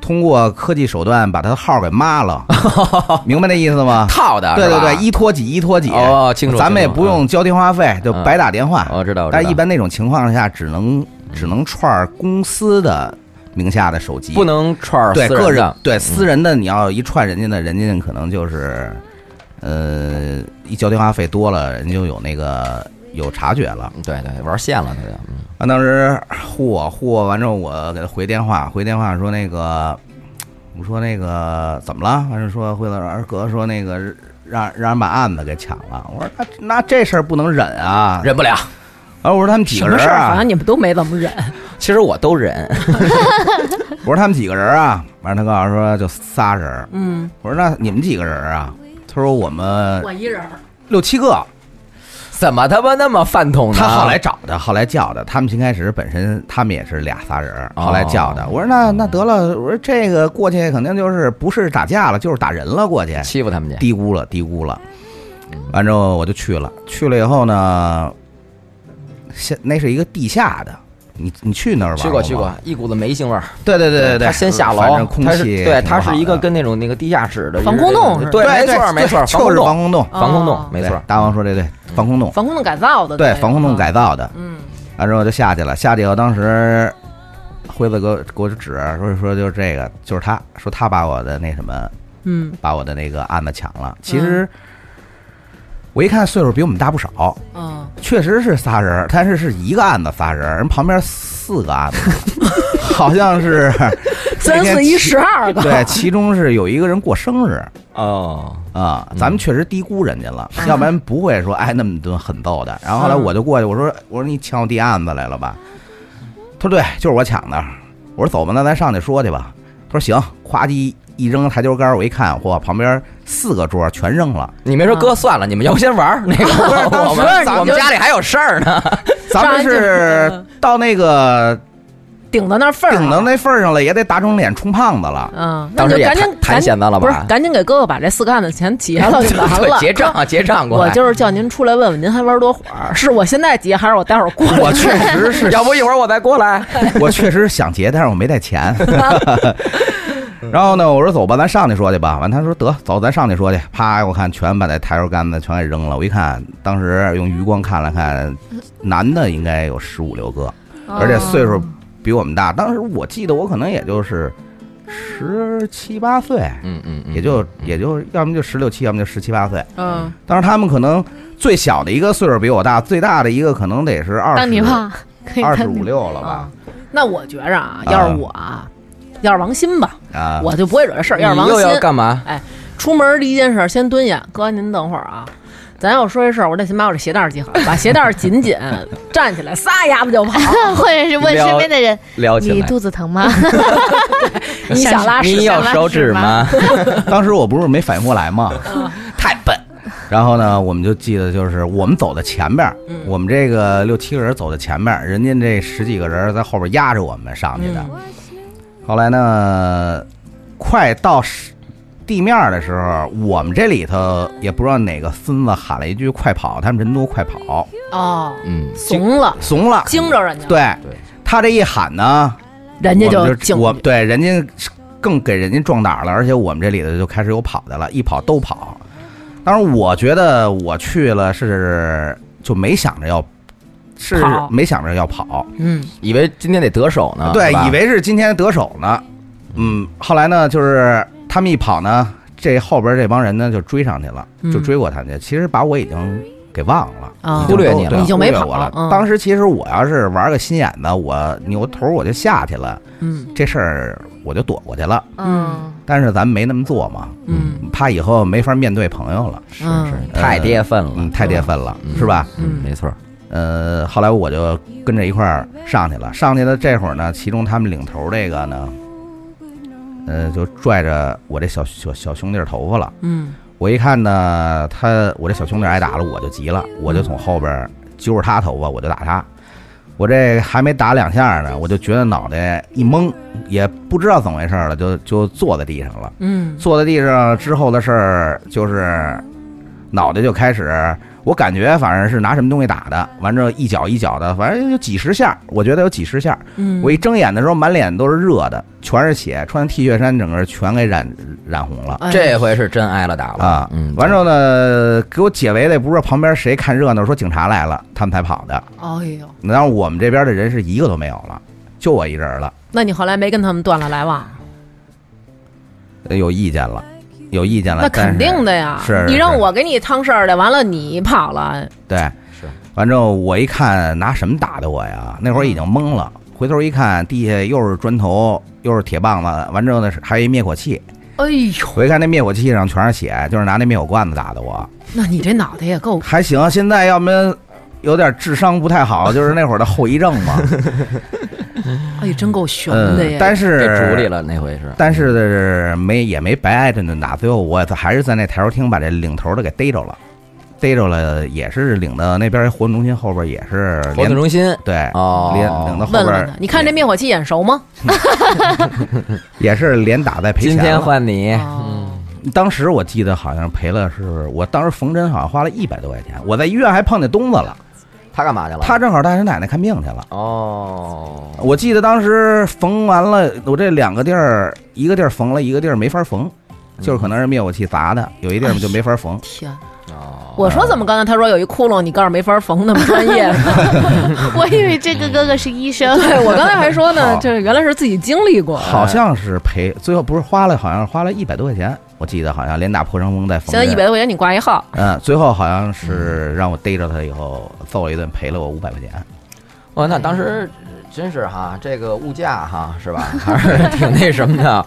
Speaker 7: 通过科技手段把他的号给
Speaker 6: *laughs*
Speaker 7: 抹了，明白那意思吗？
Speaker 6: 套的，
Speaker 7: 对
Speaker 6: 是
Speaker 7: 对
Speaker 6: 吧
Speaker 7: 对，一拖几一拖几。
Speaker 6: 哦，清楚，
Speaker 7: 咱们也不用交电话费，就
Speaker 6: 嗯
Speaker 7: 白打电话。
Speaker 6: 我知道，我知道嗯
Speaker 7: 但是一般那种情况下，只能只能串儿公司的名下的手机，
Speaker 6: 不能串儿
Speaker 7: 对
Speaker 6: 私
Speaker 7: 个
Speaker 6: 人
Speaker 7: 人
Speaker 6: 的，嗯
Speaker 7: 对私人的，你要一串人家的，人家可能就是，呃，一交电话费多了，人家就有那个有察觉了。
Speaker 6: 嗯对对，玩线了，他就嗯
Speaker 7: 啊，当时呼我呼我完之后，我给他回电话，回电话说那个，嗯我说那个怎么了？完事说回头二哥说那个让让人把案子给抢了。我说那那这事儿不能忍啊！
Speaker 6: 忍不
Speaker 7: *laughs*
Speaker 6: 了。
Speaker 7: 啊，我说他们几
Speaker 2: 什
Speaker 7: 个
Speaker 2: 么
Speaker 7: 人
Speaker 2: 事儿？好
Speaker 7: 啊
Speaker 2: 像？你们都没怎么忍。 *laughs*
Speaker 6: 其实我都忍，
Speaker 7: 我说他们几个人啊？完了他告诉我说就仨人儿。
Speaker 2: 嗯，
Speaker 7: 我说那你们几个人啊？他说我们
Speaker 2: 我一人儿。
Speaker 7: 六七个。
Speaker 6: *laughs* 怎么他妈那么饭桶呢？
Speaker 7: 他后来找的，后来叫的。他们先开始本身他们也是俩仨人儿，
Speaker 6: 哦
Speaker 7: 后来叫的。我说那那得了，我说这个过去肯定就是不是打架了，就是打人了，过去
Speaker 6: 欺负他们去，
Speaker 7: 低估了，低估了。
Speaker 6: 嗯
Speaker 7: 完之后我就去了，去了以后呢，下那是一个地下的，你你去那儿玩
Speaker 6: 去
Speaker 7: 过
Speaker 6: 过去
Speaker 7: 吗
Speaker 6: 过，，一股子煤腥味儿。
Speaker 7: 对对对对对，
Speaker 6: 他先下
Speaker 7: 反
Speaker 6: 楼
Speaker 7: 正，空
Speaker 6: 他是
Speaker 7: 气
Speaker 6: 对，
Speaker 7: 挺
Speaker 6: 他是一
Speaker 7: 好
Speaker 6: 个
Speaker 7: 的
Speaker 6: 跟那种那个地下室的
Speaker 2: 防空洞似的
Speaker 6: 对，
Speaker 7: 对
Speaker 6: 没
Speaker 7: 对
Speaker 6: 错没
Speaker 7: 对
Speaker 6: 错，
Speaker 7: 就是
Speaker 6: 防
Speaker 7: 防空洞，
Speaker 6: 防空洞
Speaker 2: 哦，
Speaker 6: 没
Speaker 7: 对
Speaker 6: 错，
Speaker 7: 大王说这对防空洞，
Speaker 2: 防空洞改造的
Speaker 7: 对
Speaker 2: 那个
Speaker 7: 防空洞改造的，
Speaker 2: 嗯
Speaker 7: 完之后就下去了，下去以后当时辉子给我给我指说说就是这个就是他说他把我的那什么
Speaker 2: 嗯
Speaker 7: 把我的那个案子抢了，其实。我一看岁数比我们大不少，
Speaker 2: 嗯，
Speaker 7: 确实是仨人儿，但是是一个案子仨人儿，人旁边四个案子， *laughs* 好像是 *laughs*
Speaker 2: 三四一十二个，
Speaker 7: 对，其中是有一个人过生日
Speaker 3: 哦，
Speaker 7: 啊，咱们确实低估人家了，
Speaker 2: 嗯
Speaker 7: 要不然不会说哎那么顿狠揍的。然后后来我就过去，我说我说你抢我递案子来了吧？他说对，就是我抢的。我说走吧，那咱上去说去吧。他说行，夸叽一扔台球杆儿，我一看，嚯，旁边四个桌儿全扔了。
Speaker 6: 你没说哥算了，你们要不先玩
Speaker 7: 哦
Speaker 6: 儿
Speaker 7: *laughs*
Speaker 6: 那个，我
Speaker 2: 当时
Speaker 6: 们我
Speaker 2: 你就
Speaker 6: 们家里还有事儿呢。
Speaker 7: 咱们是到那个
Speaker 2: *laughs* 顶到那嗯份儿了
Speaker 7: 顶到那份儿上了，也得打肿脸充胖子了。
Speaker 2: 嗯，那
Speaker 6: 当
Speaker 2: 就
Speaker 6: 时也
Speaker 2: 赶紧
Speaker 6: 谈
Speaker 2: 赶
Speaker 6: 谈
Speaker 2: 紧
Speaker 6: 闲的了
Speaker 2: 不是
Speaker 6: 吧，？
Speaker 2: 赶紧给哥哥把这四个案子钱结
Speaker 6: *laughs*
Speaker 2: 了就哎完
Speaker 6: 对
Speaker 2: 了。
Speaker 6: 结账啊，结账过
Speaker 2: 我
Speaker 6: 来。
Speaker 2: 就是叫您出来问问，您还玩多会儿？是我现在结，还是我待会儿过
Speaker 6: *laughs*
Speaker 2: 来？
Speaker 7: 我确实是
Speaker 6: 要不一会儿我再过来。
Speaker 7: *laughs* 我确实想结，但是我没带钱。 *laughs* 然后呢，我说走吧，咱上去说去吧。完，他说得走，咱上去说去。啪，我看全把那台球杆子全给扔了。我一看，当时用余光看了看，男的应该有十五六个，
Speaker 5: 哦
Speaker 7: 而且岁数比我们大。当时我记得我可能也就是十七八岁，
Speaker 6: 嗯嗯，嗯
Speaker 7: 也就也就要么就十六七，要么就十七八岁。
Speaker 2: 嗯，
Speaker 7: 当时他们可能最小的一个岁数比我大，最大的一个可能得是二
Speaker 5: 当你
Speaker 7: 十
Speaker 5: 爸可以
Speaker 7: 二
Speaker 5: 当
Speaker 7: 十
Speaker 5: 你
Speaker 7: 五六了吧？
Speaker 2: 那我觉着啊，要是我啊，要是王鑫吧，
Speaker 7: 啊，
Speaker 2: 我就不会惹这事儿。要是
Speaker 6: 你
Speaker 2: 王
Speaker 6: 又要
Speaker 2: 鑫
Speaker 6: 干嘛？
Speaker 2: 出门第一件事儿先蹲下，哥您等会儿啊。咱要说这事儿，我得先把我这鞋带儿系好，把鞋带儿紧
Speaker 6: *laughs*
Speaker 2: 紧，站起来，撒丫子就跑。
Speaker 5: *laughs* 或者是问身边的人
Speaker 6: 撩：“
Speaker 5: 你肚子疼吗
Speaker 2: 你想拉屎
Speaker 6: 你有
Speaker 2: 想拉
Speaker 6: 手指吗？
Speaker 7: 当时我不是没反应过来吗？ *laughs* 太笨。然后呢，我们就记得就是我们走在前边儿，我们这个六七个人走在前边儿，人家这十几个人在后边压着我们上去的。后来呢，快到是地面儿的时候，我们这里头也不知道哪个孙子喊了一句“快跑”，他们人多，快跑，
Speaker 2: 哦，
Speaker 6: 嗯，
Speaker 2: 怂了，
Speaker 7: 怂了。
Speaker 2: 惊着人家，，
Speaker 7: 对
Speaker 6: 对
Speaker 7: 他这一喊呢，
Speaker 2: 人家
Speaker 7: 我们
Speaker 2: 敬
Speaker 7: 我
Speaker 2: 你
Speaker 7: 对人家更给人家壮胆了，而且我们这里头就开始有跑的了，一跑都跑。当然，我觉得我去了是就没想着要，是
Speaker 2: 跑
Speaker 7: 没想着要跑，
Speaker 2: 嗯，
Speaker 6: 以为今天得得手呢，
Speaker 7: 对
Speaker 6: 啊是，吧
Speaker 7: 以为是今天得手呢。嗯，后来呢，就是他们一跑呢，这后边这帮人呢就追上去了，就
Speaker 2: 嗯
Speaker 7: 追过他去。其实把我已经给忘了。
Speaker 2: 啊
Speaker 7: 已经
Speaker 6: 忽略
Speaker 7: 都
Speaker 6: 你了
Speaker 7: 对
Speaker 2: 你就没
Speaker 7: 忽略
Speaker 2: 跑
Speaker 7: 我了。
Speaker 2: 嗯
Speaker 7: 当时其实我要是玩个心眼子，我扭头我就下去了，
Speaker 2: 嗯
Speaker 7: 这事儿我就躲过去了。？”
Speaker 5: 嗯，
Speaker 7: 但是咱们没那么做嘛，
Speaker 2: 嗯
Speaker 7: 怕以后没法面对朋友了，
Speaker 6: 是
Speaker 2: 嗯
Speaker 6: 是太跌份了，
Speaker 7: 嗯，太跌份了，
Speaker 6: 嗯
Speaker 7: 是吧？
Speaker 6: 嗯，没错，
Speaker 7: 呃，后来我就跟着一块儿上去了，上去的这会儿呢，其中他们领头这个呢，呃，就拽着我这小小小兄弟儿头发了。
Speaker 2: 嗯
Speaker 7: 我一看呢，他我这小兄弟挨打了，我就急了，我就从后边儿揪着他头发，我就打他。我这还没打两下呢，我就觉得脑袋一懵，也不知道怎么回事儿了，就就坐在地上了。
Speaker 2: 嗯
Speaker 7: 坐在地上之后的事儿，就是脑袋就开始，我感觉反正是拿什么东西打的，完之后一脚一脚的，反正有几十下，我觉得有几十下。
Speaker 2: 嗯，
Speaker 7: 我一睁眼的时候，满脸都是热的，全是血，穿 T 恤衫整个全给染染红了。
Speaker 2: 哎
Speaker 6: 这回是真挨了打了
Speaker 7: 啊，
Speaker 6: 嗯，
Speaker 7: 完之后呢，给我解围的也不知道旁边谁看热闹说警察来了，他们才跑的。
Speaker 6: 嗯
Speaker 2: 哎呦，
Speaker 7: 然后我们这边的人是一个都没有了，就我一人了，
Speaker 2: 那你后来没跟他们断了来往？
Speaker 7: 啊呃有意见了，有意见了。
Speaker 2: 那
Speaker 7: 但
Speaker 2: 肯
Speaker 7: 是
Speaker 2: 定的呀，
Speaker 7: 是是
Speaker 2: 你让
Speaker 7: 是
Speaker 2: 我给你趟事儿的，完了你跑了，
Speaker 7: 对，
Speaker 6: 是。
Speaker 7: 完之后我一看，拿什么打的我呀？那会儿已经懵了，
Speaker 6: 嗯
Speaker 7: 回头一看，地下又是砖头，又是铁棒子，完之后呢是还有一灭火器。
Speaker 2: 哎呦，
Speaker 7: 我一看那灭火器上全是血，就是拿那灭火罐子打的我。
Speaker 2: 那你这脑袋也够，
Speaker 7: 还行，现在要么有点智商不太
Speaker 6: *laughs*
Speaker 7: 好，就是那会儿的后遗症嘛。
Speaker 2: 哎，真够熊的
Speaker 7: 嗯
Speaker 2: 呀，，
Speaker 7: 但
Speaker 6: 被
Speaker 7: 是
Speaker 6: 主里了那回是，
Speaker 7: 但是没也没白挨这顿打，最后我还是在那台球厅把这领头的给逮着了，逮着了也是领到那边活动中心后边也是
Speaker 6: 活
Speaker 7: 连
Speaker 6: 动中心
Speaker 7: 对
Speaker 6: 哦
Speaker 7: 连领到后
Speaker 2: 问
Speaker 7: 边
Speaker 2: 问他，你看这灭火器眼熟吗？
Speaker 7: 也是连打带赔钱
Speaker 6: 今
Speaker 7: 了。
Speaker 6: 天换你，
Speaker 7: 嗯
Speaker 2: 哦，
Speaker 7: 当时我记得好像赔了是，我当时缝针好像花了一百多块钱，我在医院还碰见东子了，
Speaker 6: 他干嘛去了？
Speaker 7: 他正好带他奶奶看病去了。
Speaker 6: 哦，
Speaker 7: 我记得当时缝完了，我这两个地儿，一个地儿缝了，一个地儿没法缝，
Speaker 6: 嗯
Speaker 7: 就是可能是灭火器砸的，有一地儿就没法缝。
Speaker 6: 哎
Speaker 2: 天，
Speaker 6: 哦
Speaker 2: 我说怎么刚才他说有一窟窿，你告诉没法缝，那么专
Speaker 7: *laughs*
Speaker 2: 业是吧？
Speaker 5: 我以为这个哥哥是医生，
Speaker 2: 对我刚才还说呢，
Speaker 7: 好
Speaker 2: 这原来是自己经历过，
Speaker 7: 好像是赔，最后不是花了，好像花了一百多块钱，我记得好像连打破伤风带缝
Speaker 2: 现在一
Speaker 7: 针。
Speaker 2: 百多块钱你挂一号，
Speaker 7: 嗯，最后好像是让我逮着他以后揍了一顿，赔了我五百块钱。
Speaker 6: 哇，哦那当时真是哈，这个物价哈是吧，还是挺那什么的。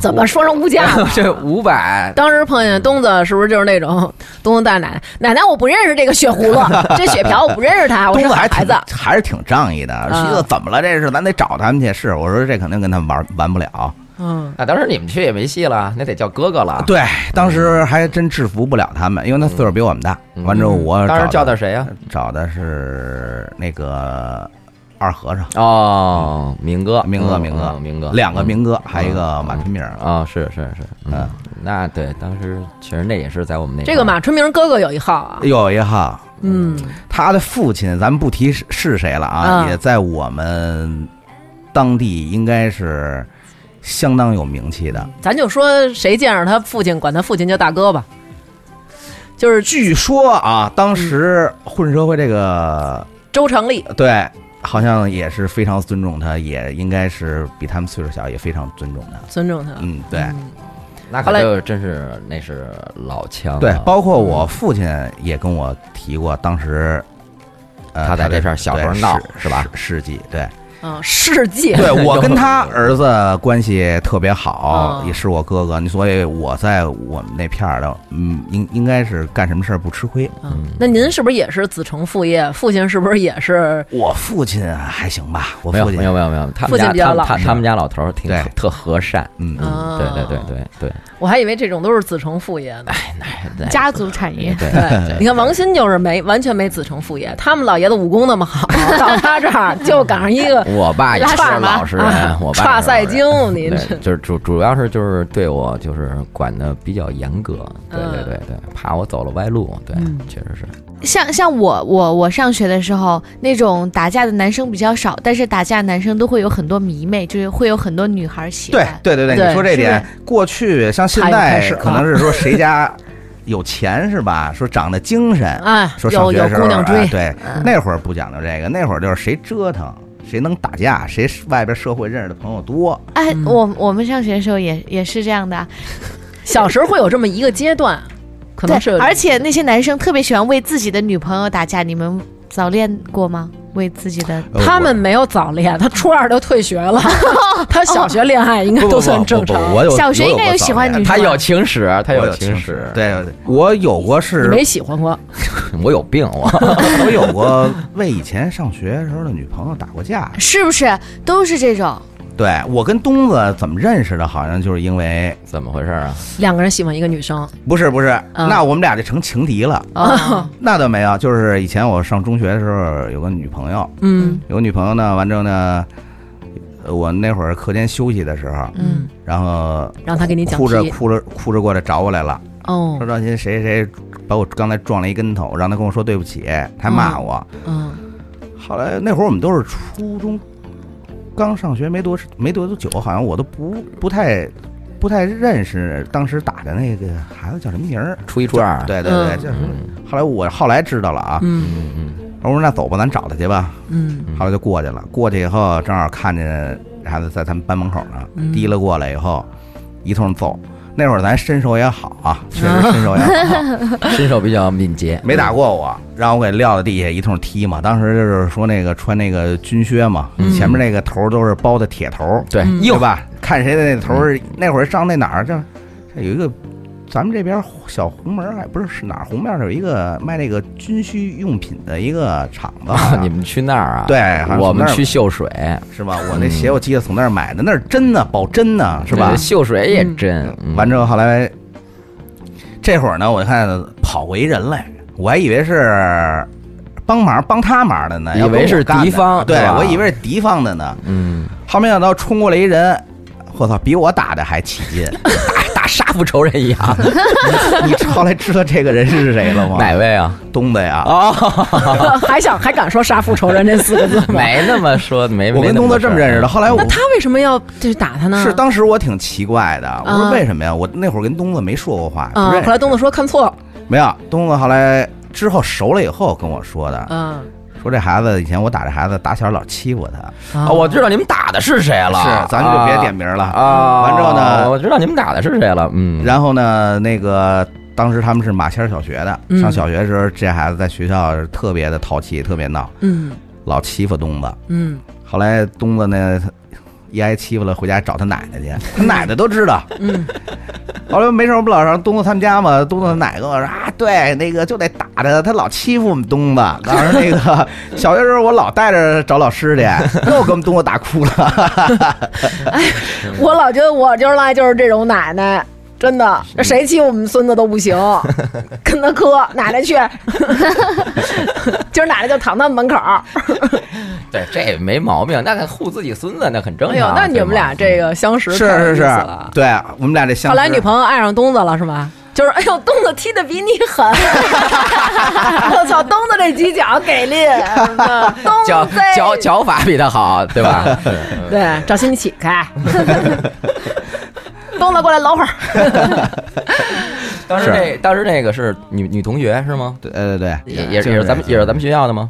Speaker 2: 怎么说上物
Speaker 7: *laughs*
Speaker 2: 价了？
Speaker 6: *laughs* 这五百，
Speaker 2: 当时碰见东子，是不是就是那种东子大奶奶？奶奶，我不认识这个雪葫
Speaker 7: *laughs*
Speaker 2: 芦，这雪瓢我不认识它，啊我
Speaker 7: 东
Speaker 2: 是
Speaker 7: 子
Speaker 2: 个
Speaker 7: 还
Speaker 2: 孩
Speaker 7: 挺
Speaker 2: 子。
Speaker 7: 还是挺仗义的，
Speaker 2: 嗯
Speaker 7: 西子怎么了？这是咱得找他们去。是，我说这肯定跟他们玩玩不了。
Speaker 2: 嗯，
Speaker 6: 那当时你们去也没戏了，那得叫哥哥了。，
Speaker 7: 啊对，当时还真制服不了他们，因为他岁数比我们大。
Speaker 6: 嗯
Speaker 7: 完之后我
Speaker 6: 当时叫
Speaker 7: 啊找
Speaker 6: 的
Speaker 7: 的
Speaker 6: 谁啊呀？
Speaker 7: 找的是那个二和尚，
Speaker 6: 哦，明哥，
Speaker 7: 嗯明哥，
Speaker 6: 嗯
Speaker 7: 明哥
Speaker 6: 嗯，明哥，
Speaker 7: 两个
Speaker 6: 嗯
Speaker 7: 明哥，还有一个马春明。
Speaker 6: 啊，是是是，嗯
Speaker 7: 嗯，
Speaker 6: 那对，当时确实那也是在我们那
Speaker 2: 这个马春明哥哥有一号啊，
Speaker 7: 有一号，
Speaker 2: 嗯，
Speaker 7: 他的父亲，咱们不提是是谁了啊，
Speaker 2: 嗯
Speaker 7: 也在我们当地应该是相当有名气的。
Speaker 2: 咱就说谁见着他父亲，管他父亲叫大哥吧，就是
Speaker 7: 据说啊，当时
Speaker 2: 嗯
Speaker 7: 混社会这个
Speaker 2: 周成立。
Speaker 7: 对，好像也是非常尊重他，也应该是比他们岁数小，也非常尊重他。
Speaker 2: 尊重他，
Speaker 7: 嗯，对
Speaker 6: 那
Speaker 2: 后
Speaker 6: 可
Speaker 2: 来
Speaker 6: 就真是那是老枪了，
Speaker 7: 对，包括我父亲也跟我提过，当时。呃、
Speaker 6: 他在
Speaker 7: 的
Speaker 6: 这事儿小时候
Speaker 7: 对
Speaker 6: 闹
Speaker 7: 事
Speaker 6: 是吧
Speaker 7: 事事迹
Speaker 6: *laughs*
Speaker 7: 对，
Speaker 2: 嗯，事迹，
Speaker 7: 对我跟他
Speaker 6: 嗯
Speaker 7: 儿子关系特别好，
Speaker 2: 嗯
Speaker 7: 也是我哥哥，所以我在我们那片儿的，嗯，应应该是干什么事儿不吃亏。
Speaker 2: 嗯，那您是不是也是子承父业？父亲是不是也是？
Speaker 7: 我父亲还行吧，我
Speaker 6: 没有
Speaker 7: 父亲
Speaker 6: 没有没有没有，他
Speaker 2: 父
Speaker 6: 们
Speaker 2: 亲
Speaker 6: 家
Speaker 2: 比较
Speaker 6: 他们
Speaker 2: 老
Speaker 6: 他
Speaker 7: 实
Speaker 6: 他们家老头儿挺
Speaker 7: 对
Speaker 6: 特和善，
Speaker 7: 嗯
Speaker 6: 嗯，
Speaker 2: 啊
Speaker 6: 对对对对对
Speaker 2: 我还以为这种都是子承父业呢。
Speaker 7: 哎
Speaker 6: 对，
Speaker 5: 家族
Speaker 2: 嗯
Speaker 5: 产业
Speaker 6: 对。对
Speaker 2: 对，你看王鑫就是没完全没子承父业，他们老爷子武功那么好， *laughs* 到他这儿就赶上一
Speaker 7: *laughs*
Speaker 2: 个
Speaker 6: *laughs* 我爸也
Speaker 2: 拉
Speaker 6: 是
Speaker 2: 屎吗啊
Speaker 6: 老实人，我爸
Speaker 2: 差
Speaker 6: 也是老
Speaker 2: 赛
Speaker 6: 实人
Speaker 2: 经，您
Speaker 6: 对，
Speaker 2: 这
Speaker 6: 就是主主要是就是对我就是管的比较严格，对
Speaker 2: 嗯
Speaker 6: 对对对，怕我走了歪路，对，确实是。
Speaker 5: 像像我我我上学的时候，那种打架的男生比较少，但是打架男生都会有很多迷妹，就是会有很多女孩喜
Speaker 7: 对
Speaker 5: 欢。
Speaker 7: 对对对，
Speaker 2: 对
Speaker 7: 你说这点，过去像现
Speaker 2: 他又开
Speaker 7: 在
Speaker 2: 始了
Speaker 7: 可能是说
Speaker 2: *laughs*
Speaker 7: 谁家有钱是吧？说长得精神，
Speaker 2: 哎
Speaker 7: 说，上
Speaker 2: 有
Speaker 7: 学
Speaker 2: 有
Speaker 7: 的时
Speaker 2: 姑
Speaker 7: 候
Speaker 2: 娘追嗯
Speaker 7: 哎，对，那会儿不讲究这个，那会儿就是谁折腾谁能打架，谁外边社会认识的朋友多。
Speaker 5: 哎，我我们上学的时候也也是这样的，啊
Speaker 2: 小时候会有这么一个阶段，可能
Speaker 5: 对
Speaker 2: 是，
Speaker 5: 而且那些男生特别喜欢为自己的女朋友打架，你们早恋过吗？为自己的
Speaker 7: 呃
Speaker 2: 他
Speaker 7: 我
Speaker 2: 们没有早恋，他初二就退学了，他小学恋爱应该
Speaker 7: 呃不
Speaker 2: 都算正常。
Speaker 7: 不不不我有
Speaker 5: 小学
Speaker 7: 我
Speaker 5: 应该
Speaker 7: 过
Speaker 5: 有
Speaker 7: 早
Speaker 5: 喜欢
Speaker 7: 恋
Speaker 5: 女
Speaker 6: 他有情史，他
Speaker 7: 我
Speaker 6: 有
Speaker 7: 有
Speaker 6: 情
Speaker 7: 史
Speaker 6: 史，，
Speaker 7: 对，我有过是
Speaker 2: 你没喜欢过，
Speaker 6: 我有病，我
Speaker 7: *laughs* 我有
Speaker 2: *laughs*
Speaker 7: 过为以前上学时候的女朋友打过架。
Speaker 5: 是不是都是这种？
Speaker 7: 对我跟东子怎么认识的？好像就是因为
Speaker 6: 怎么回事啊？
Speaker 2: 两个人喜欢一个女生，
Speaker 7: 不是不是，
Speaker 2: 嗯
Speaker 7: 那我们俩就成情敌了。
Speaker 5: 哦，
Speaker 7: 那倒没有，就是以前我上中学的时候有个女朋友，
Speaker 2: 嗯
Speaker 7: 有个女朋友呢，完之后呢，呃我那会儿课间休息的时候，
Speaker 2: 嗯，
Speaker 7: 然后
Speaker 2: 让他给你讲
Speaker 7: 哭着
Speaker 2: 题
Speaker 7: 哭着哭着过来找我来了，
Speaker 2: 哦
Speaker 7: 说，赵鑫谁谁把我刚才撞了一跟头，让他跟我说对不起，他骂我。
Speaker 2: 嗯
Speaker 7: 后来那会儿我们都是初中，刚上学没多没多久，好像我都不不太不太认识当时打的那个孩子叫什么名儿。
Speaker 6: 初一初二，
Speaker 7: 对对对，
Speaker 2: 嗯
Speaker 7: 叫什么？
Speaker 6: 嗯
Speaker 7: 后来我后来知道了啊，
Speaker 2: 嗯
Speaker 6: 嗯嗯
Speaker 7: 我说那走吧，咱找他去吧。
Speaker 2: 嗯
Speaker 7: 后来就过去了，过去以后正好看见孩子在咱们班门口呢，提了过来以后一通揍。那会儿咱身手也好啊，确实身手也好。
Speaker 6: 嗯，身手比较敏捷，嗯
Speaker 7: 没打过我，让我给撂在地下一通踢嘛。当时就是说那个穿那个军靴嘛，前面那个头都是包的铁头，
Speaker 6: 对
Speaker 2: 嗯
Speaker 7: 硬吧？看谁的那头是、那会儿上那哪儿这这有一个。咱们这边小红门儿哎，不是是哪儿红面儿有一个卖那个军需用品的一个厂子，好
Speaker 6: 啊 *laughs*
Speaker 7: 像
Speaker 6: 你们去那儿啊？
Speaker 7: 对哎好像
Speaker 6: 我
Speaker 7: 从
Speaker 6: 们
Speaker 7: 那儿
Speaker 6: 去秀水，
Speaker 7: 是吧？我那鞋我记得从那儿买的，那是真的保真呢，是吧
Speaker 6: 对？秀水也真，嗯
Speaker 7: 完之后后来，这会儿呢，我就看跑过一人来，我还以为是帮忙帮他忙的呢，
Speaker 6: 以
Speaker 7: 要跟
Speaker 6: 为
Speaker 7: 我
Speaker 6: 是
Speaker 7: 干
Speaker 6: 敌
Speaker 7: 的
Speaker 6: 方
Speaker 7: 对
Speaker 6: 是吧
Speaker 7: 我以为是敌方的呢，
Speaker 6: 嗯，
Speaker 7: 后没想到冲过来一人，我操，比我打的还起
Speaker 6: *laughs*
Speaker 7: 劲。
Speaker 6: 打打杀父仇人
Speaker 7: *laughs*
Speaker 6: 一样，
Speaker 7: 你后来知道这个人是
Speaker 6: *laughs*
Speaker 7: 谁了吗？
Speaker 6: 哪位
Speaker 7: *laughs*
Speaker 6: 啊？
Speaker 7: 东子呀？
Speaker 2: 还想还敢说杀父仇人这四个字吗？
Speaker 6: 没那么说，没
Speaker 7: 我
Speaker 6: 没
Speaker 7: 跟
Speaker 6: 那
Speaker 7: 东
Speaker 6: 么
Speaker 7: 子这么
Speaker 6: 事儿嗯
Speaker 7: 认识的，后来我
Speaker 2: 那他为什么要就是打他呢？
Speaker 7: 是当时我挺奇怪的，我说
Speaker 2: 啊
Speaker 7: 为什么呀？我那会儿跟东子没说过话，不
Speaker 2: 啊，
Speaker 7: 认识
Speaker 2: 后来东子说看错了，
Speaker 7: 没有，东子后来之后熟了以后跟我说的，
Speaker 2: 嗯，
Speaker 7: 说这孩子以前我打这孩子，打小老欺负他，啊
Speaker 2: 啊
Speaker 6: 啊，我知道你们打的是谁了，
Speaker 7: 是咱就别点名了
Speaker 6: 啊。
Speaker 7: 完之后呢
Speaker 6: 我知道你们打的是谁了，嗯，
Speaker 7: 然后呢，那个当时他们是马仙儿小学的，
Speaker 2: 嗯
Speaker 7: 上小学的时候，这孩子在学校是特别的淘气，特别闹，
Speaker 2: 嗯
Speaker 7: 老欺负东子。
Speaker 2: 嗯
Speaker 7: 后来东子呢，他一挨欺负了，回家找他奶奶去，他奶奶都知道。
Speaker 2: 嗯
Speaker 7: 后来没事，我不老上东子他们家嘛，东子他奶奶跟我说啊，对，那个就得打他，他老欺负我们东子。当时那个小学时候，我老带着找老师去，又给我们东子打哭了。
Speaker 8: 我老觉得我就是赖就是这种奶奶。真的，谁欺负我们孙子都不
Speaker 7: *laughs*
Speaker 8: 行，跟他磕，奶奶去。今儿奶奶就躺他们门口儿。
Speaker 6: 对，这没毛病，那护自己孙子那很正
Speaker 2: 哎呦
Speaker 6: 常。，
Speaker 2: 那你们俩这个相识
Speaker 7: 是
Speaker 2: 太有
Speaker 7: 是
Speaker 2: 意思
Speaker 7: 是
Speaker 2: 了，
Speaker 7: 对我们俩这相
Speaker 2: 后来
Speaker 7: 识
Speaker 2: 女朋友爱上东子了是吧？
Speaker 8: 就是，哎呦，东子踢的比你
Speaker 7: *laughs*
Speaker 8: 狠！我操，东子这几脚给力！东
Speaker 6: 嗯脚
Speaker 8: 子
Speaker 6: 脚脚法比他好，对
Speaker 7: *laughs*
Speaker 6: 吧？
Speaker 8: 对，赵鑫你起开！东子过来搂会儿。
Speaker 6: 当时那当时那个是女女同学是吗？
Speaker 7: 对对对对，
Speaker 6: 也也也
Speaker 7: 就是
Speaker 6: 咱们也是咱们学校的吗？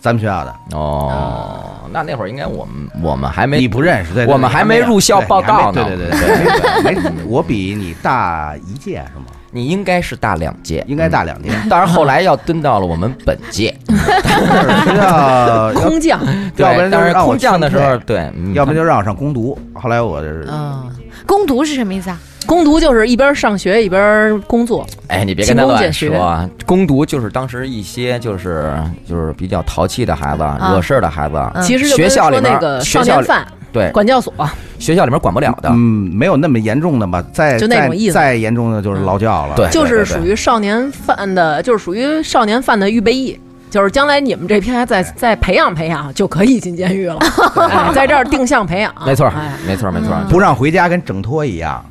Speaker 7: 咱们学校的，
Speaker 6: 哦，那那会儿应该我们我们还没
Speaker 7: 啊你不认识，对，对
Speaker 6: 我们还没入校报告呢
Speaker 7: 对对对对对对，没，我比你大一届是吗？
Speaker 6: 你应该是大两届，
Speaker 7: 应该大两届。
Speaker 6: 嗯。当然后来要蹲到了我们本届，
Speaker 7: 就是学校，
Speaker 2: 空降，
Speaker 6: *laughs* 对
Speaker 7: *laughs* 要不然就
Speaker 6: 当
Speaker 7: 是
Speaker 6: 然
Speaker 7: 让我
Speaker 6: 空降的时候，
Speaker 7: 劝
Speaker 6: 对，嗯
Speaker 7: 要不就让我上攻读，后来我就是
Speaker 2: 嗯，
Speaker 5: 攻读是什么意思啊？
Speaker 2: 攻读就是一边上学一边工作，
Speaker 6: 哎，你别跟他
Speaker 2: 勤工俭
Speaker 6: 乱
Speaker 2: 学
Speaker 6: 说啊！攻读就是当时一些就是就是比较淘气的孩子、惹事儿的孩子，
Speaker 5: 嗯
Speaker 2: 啊其实就
Speaker 6: 学
Speaker 2: 跟
Speaker 6: 校
Speaker 2: 说
Speaker 6: 里面
Speaker 2: 那个
Speaker 6: 学
Speaker 2: 少
Speaker 6: 校
Speaker 2: 年
Speaker 6: 里
Speaker 2: 犯
Speaker 6: 对
Speaker 2: 管教所，
Speaker 6: 学校里面管不了的，
Speaker 7: 嗯，没有那么严重的吧？再
Speaker 2: 就那种
Speaker 7: 再
Speaker 2: 意思
Speaker 7: 再严重的就是劳教了。
Speaker 6: 对
Speaker 2: 就是
Speaker 6: 对对
Speaker 2: 属于少年犯的，就是属于少年犯的预备役。就是将来你们这片再再培养培养，就可以进监
Speaker 6: *laughs*
Speaker 2: 狱了。哎，在这儿定向培养，
Speaker 6: 没错儿
Speaker 2: *laughs* 哎，
Speaker 6: 没错儿，没错儿。
Speaker 7: 不让回家跟整托一样，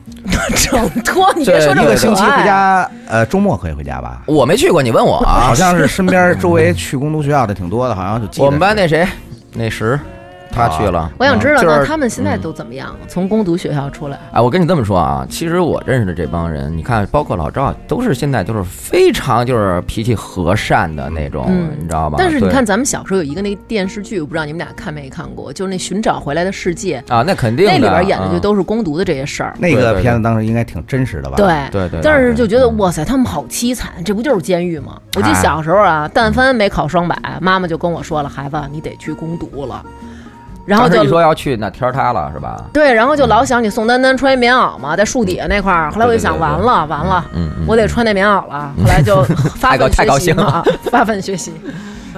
Speaker 2: 整托，你别说
Speaker 7: 一
Speaker 2: 这么
Speaker 7: 个星期
Speaker 2: 可爱
Speaker 7: 回
Speaker 6: 嗯
Speaker 7: 家，呃，周末可以回家吧？
Speaker 6: 我没去过，你问我啊？
Speaker 2: 嗯
Speaker 7: 好像是身边周围去攻读学校的挺多的，好像就记得
Speaker 6: 我们班
Speaker 7: 是
Speaker 6: 那谁，那石，他去了。
Speaker 2: 我想知道，
Speaker 6: 嗯就是嗯
Speaker 2: 那他们现在都怎么样？从攻读学校出来，
Speaker 6: 哎，我跟你这么说啊，其实我认识的这帮人，你看，包括老赵，都是现在都是非常就是脾气和善的那种，
Speaker 2: 嗯
Speaker 6: 你知道吧？
Speaker 2: 但是你
Speaker 6: 对
Speaker 2: 看咱们小时候有一个那个电视剧，我不知道你们俩看没看过，就是那《寻找回来的世界》，
Speaker 6: 啊，那肯定的
Speaker 2: 那里边演的就
Speaker 6: 嗯
Speaker 2: 都是攻读的这些事儿。
Speaker 7: 那
Speaker 6: 对对
Speaker 7: 个
Speaker 6: 对
Speaker 7: 片子当时应该挺真实的吧？
Speaker 2: 对，
Speaker 6: 对对，
Speaker 2: 但是
Speaker 6: 对
Speaker 2: 就觉得
Speaker 6: 嗯
Speaker 2: 哇塞，他们好凄惨，这不就是监狱吗？我记得
Speaker 6: 哎
Speaker 2: 小时候啊，但凡没考双百，妈妈就跟我说了，孩子你得去攻读了，然后
Speaker 6: 当时
Speaker 2: 就
Speaker 6: 一说要去，那天儿塌了是吧？
Speaker 2: 对，然后就老想你宋丹丹穿一棉袄嘛，在树底下那块儿，后来我就想
Speaker 6: 对对对
Speaker 2: 完
Speaker 6: 对
Speaker 2: 了完了，
Speaker 6: 嗯，嗯
Speaker 2: 我得穿那棉袄了，后来就发
Speaker 6: 太高
Speaker 2: 奋
Speaker 6: 太
Speaker 2: 学
Speaker 6: 高
Speaker 2: 习
Speaker 6: 兴了
Speaker 2: 嘛，发奋学习。
Speaker 6: *laughs*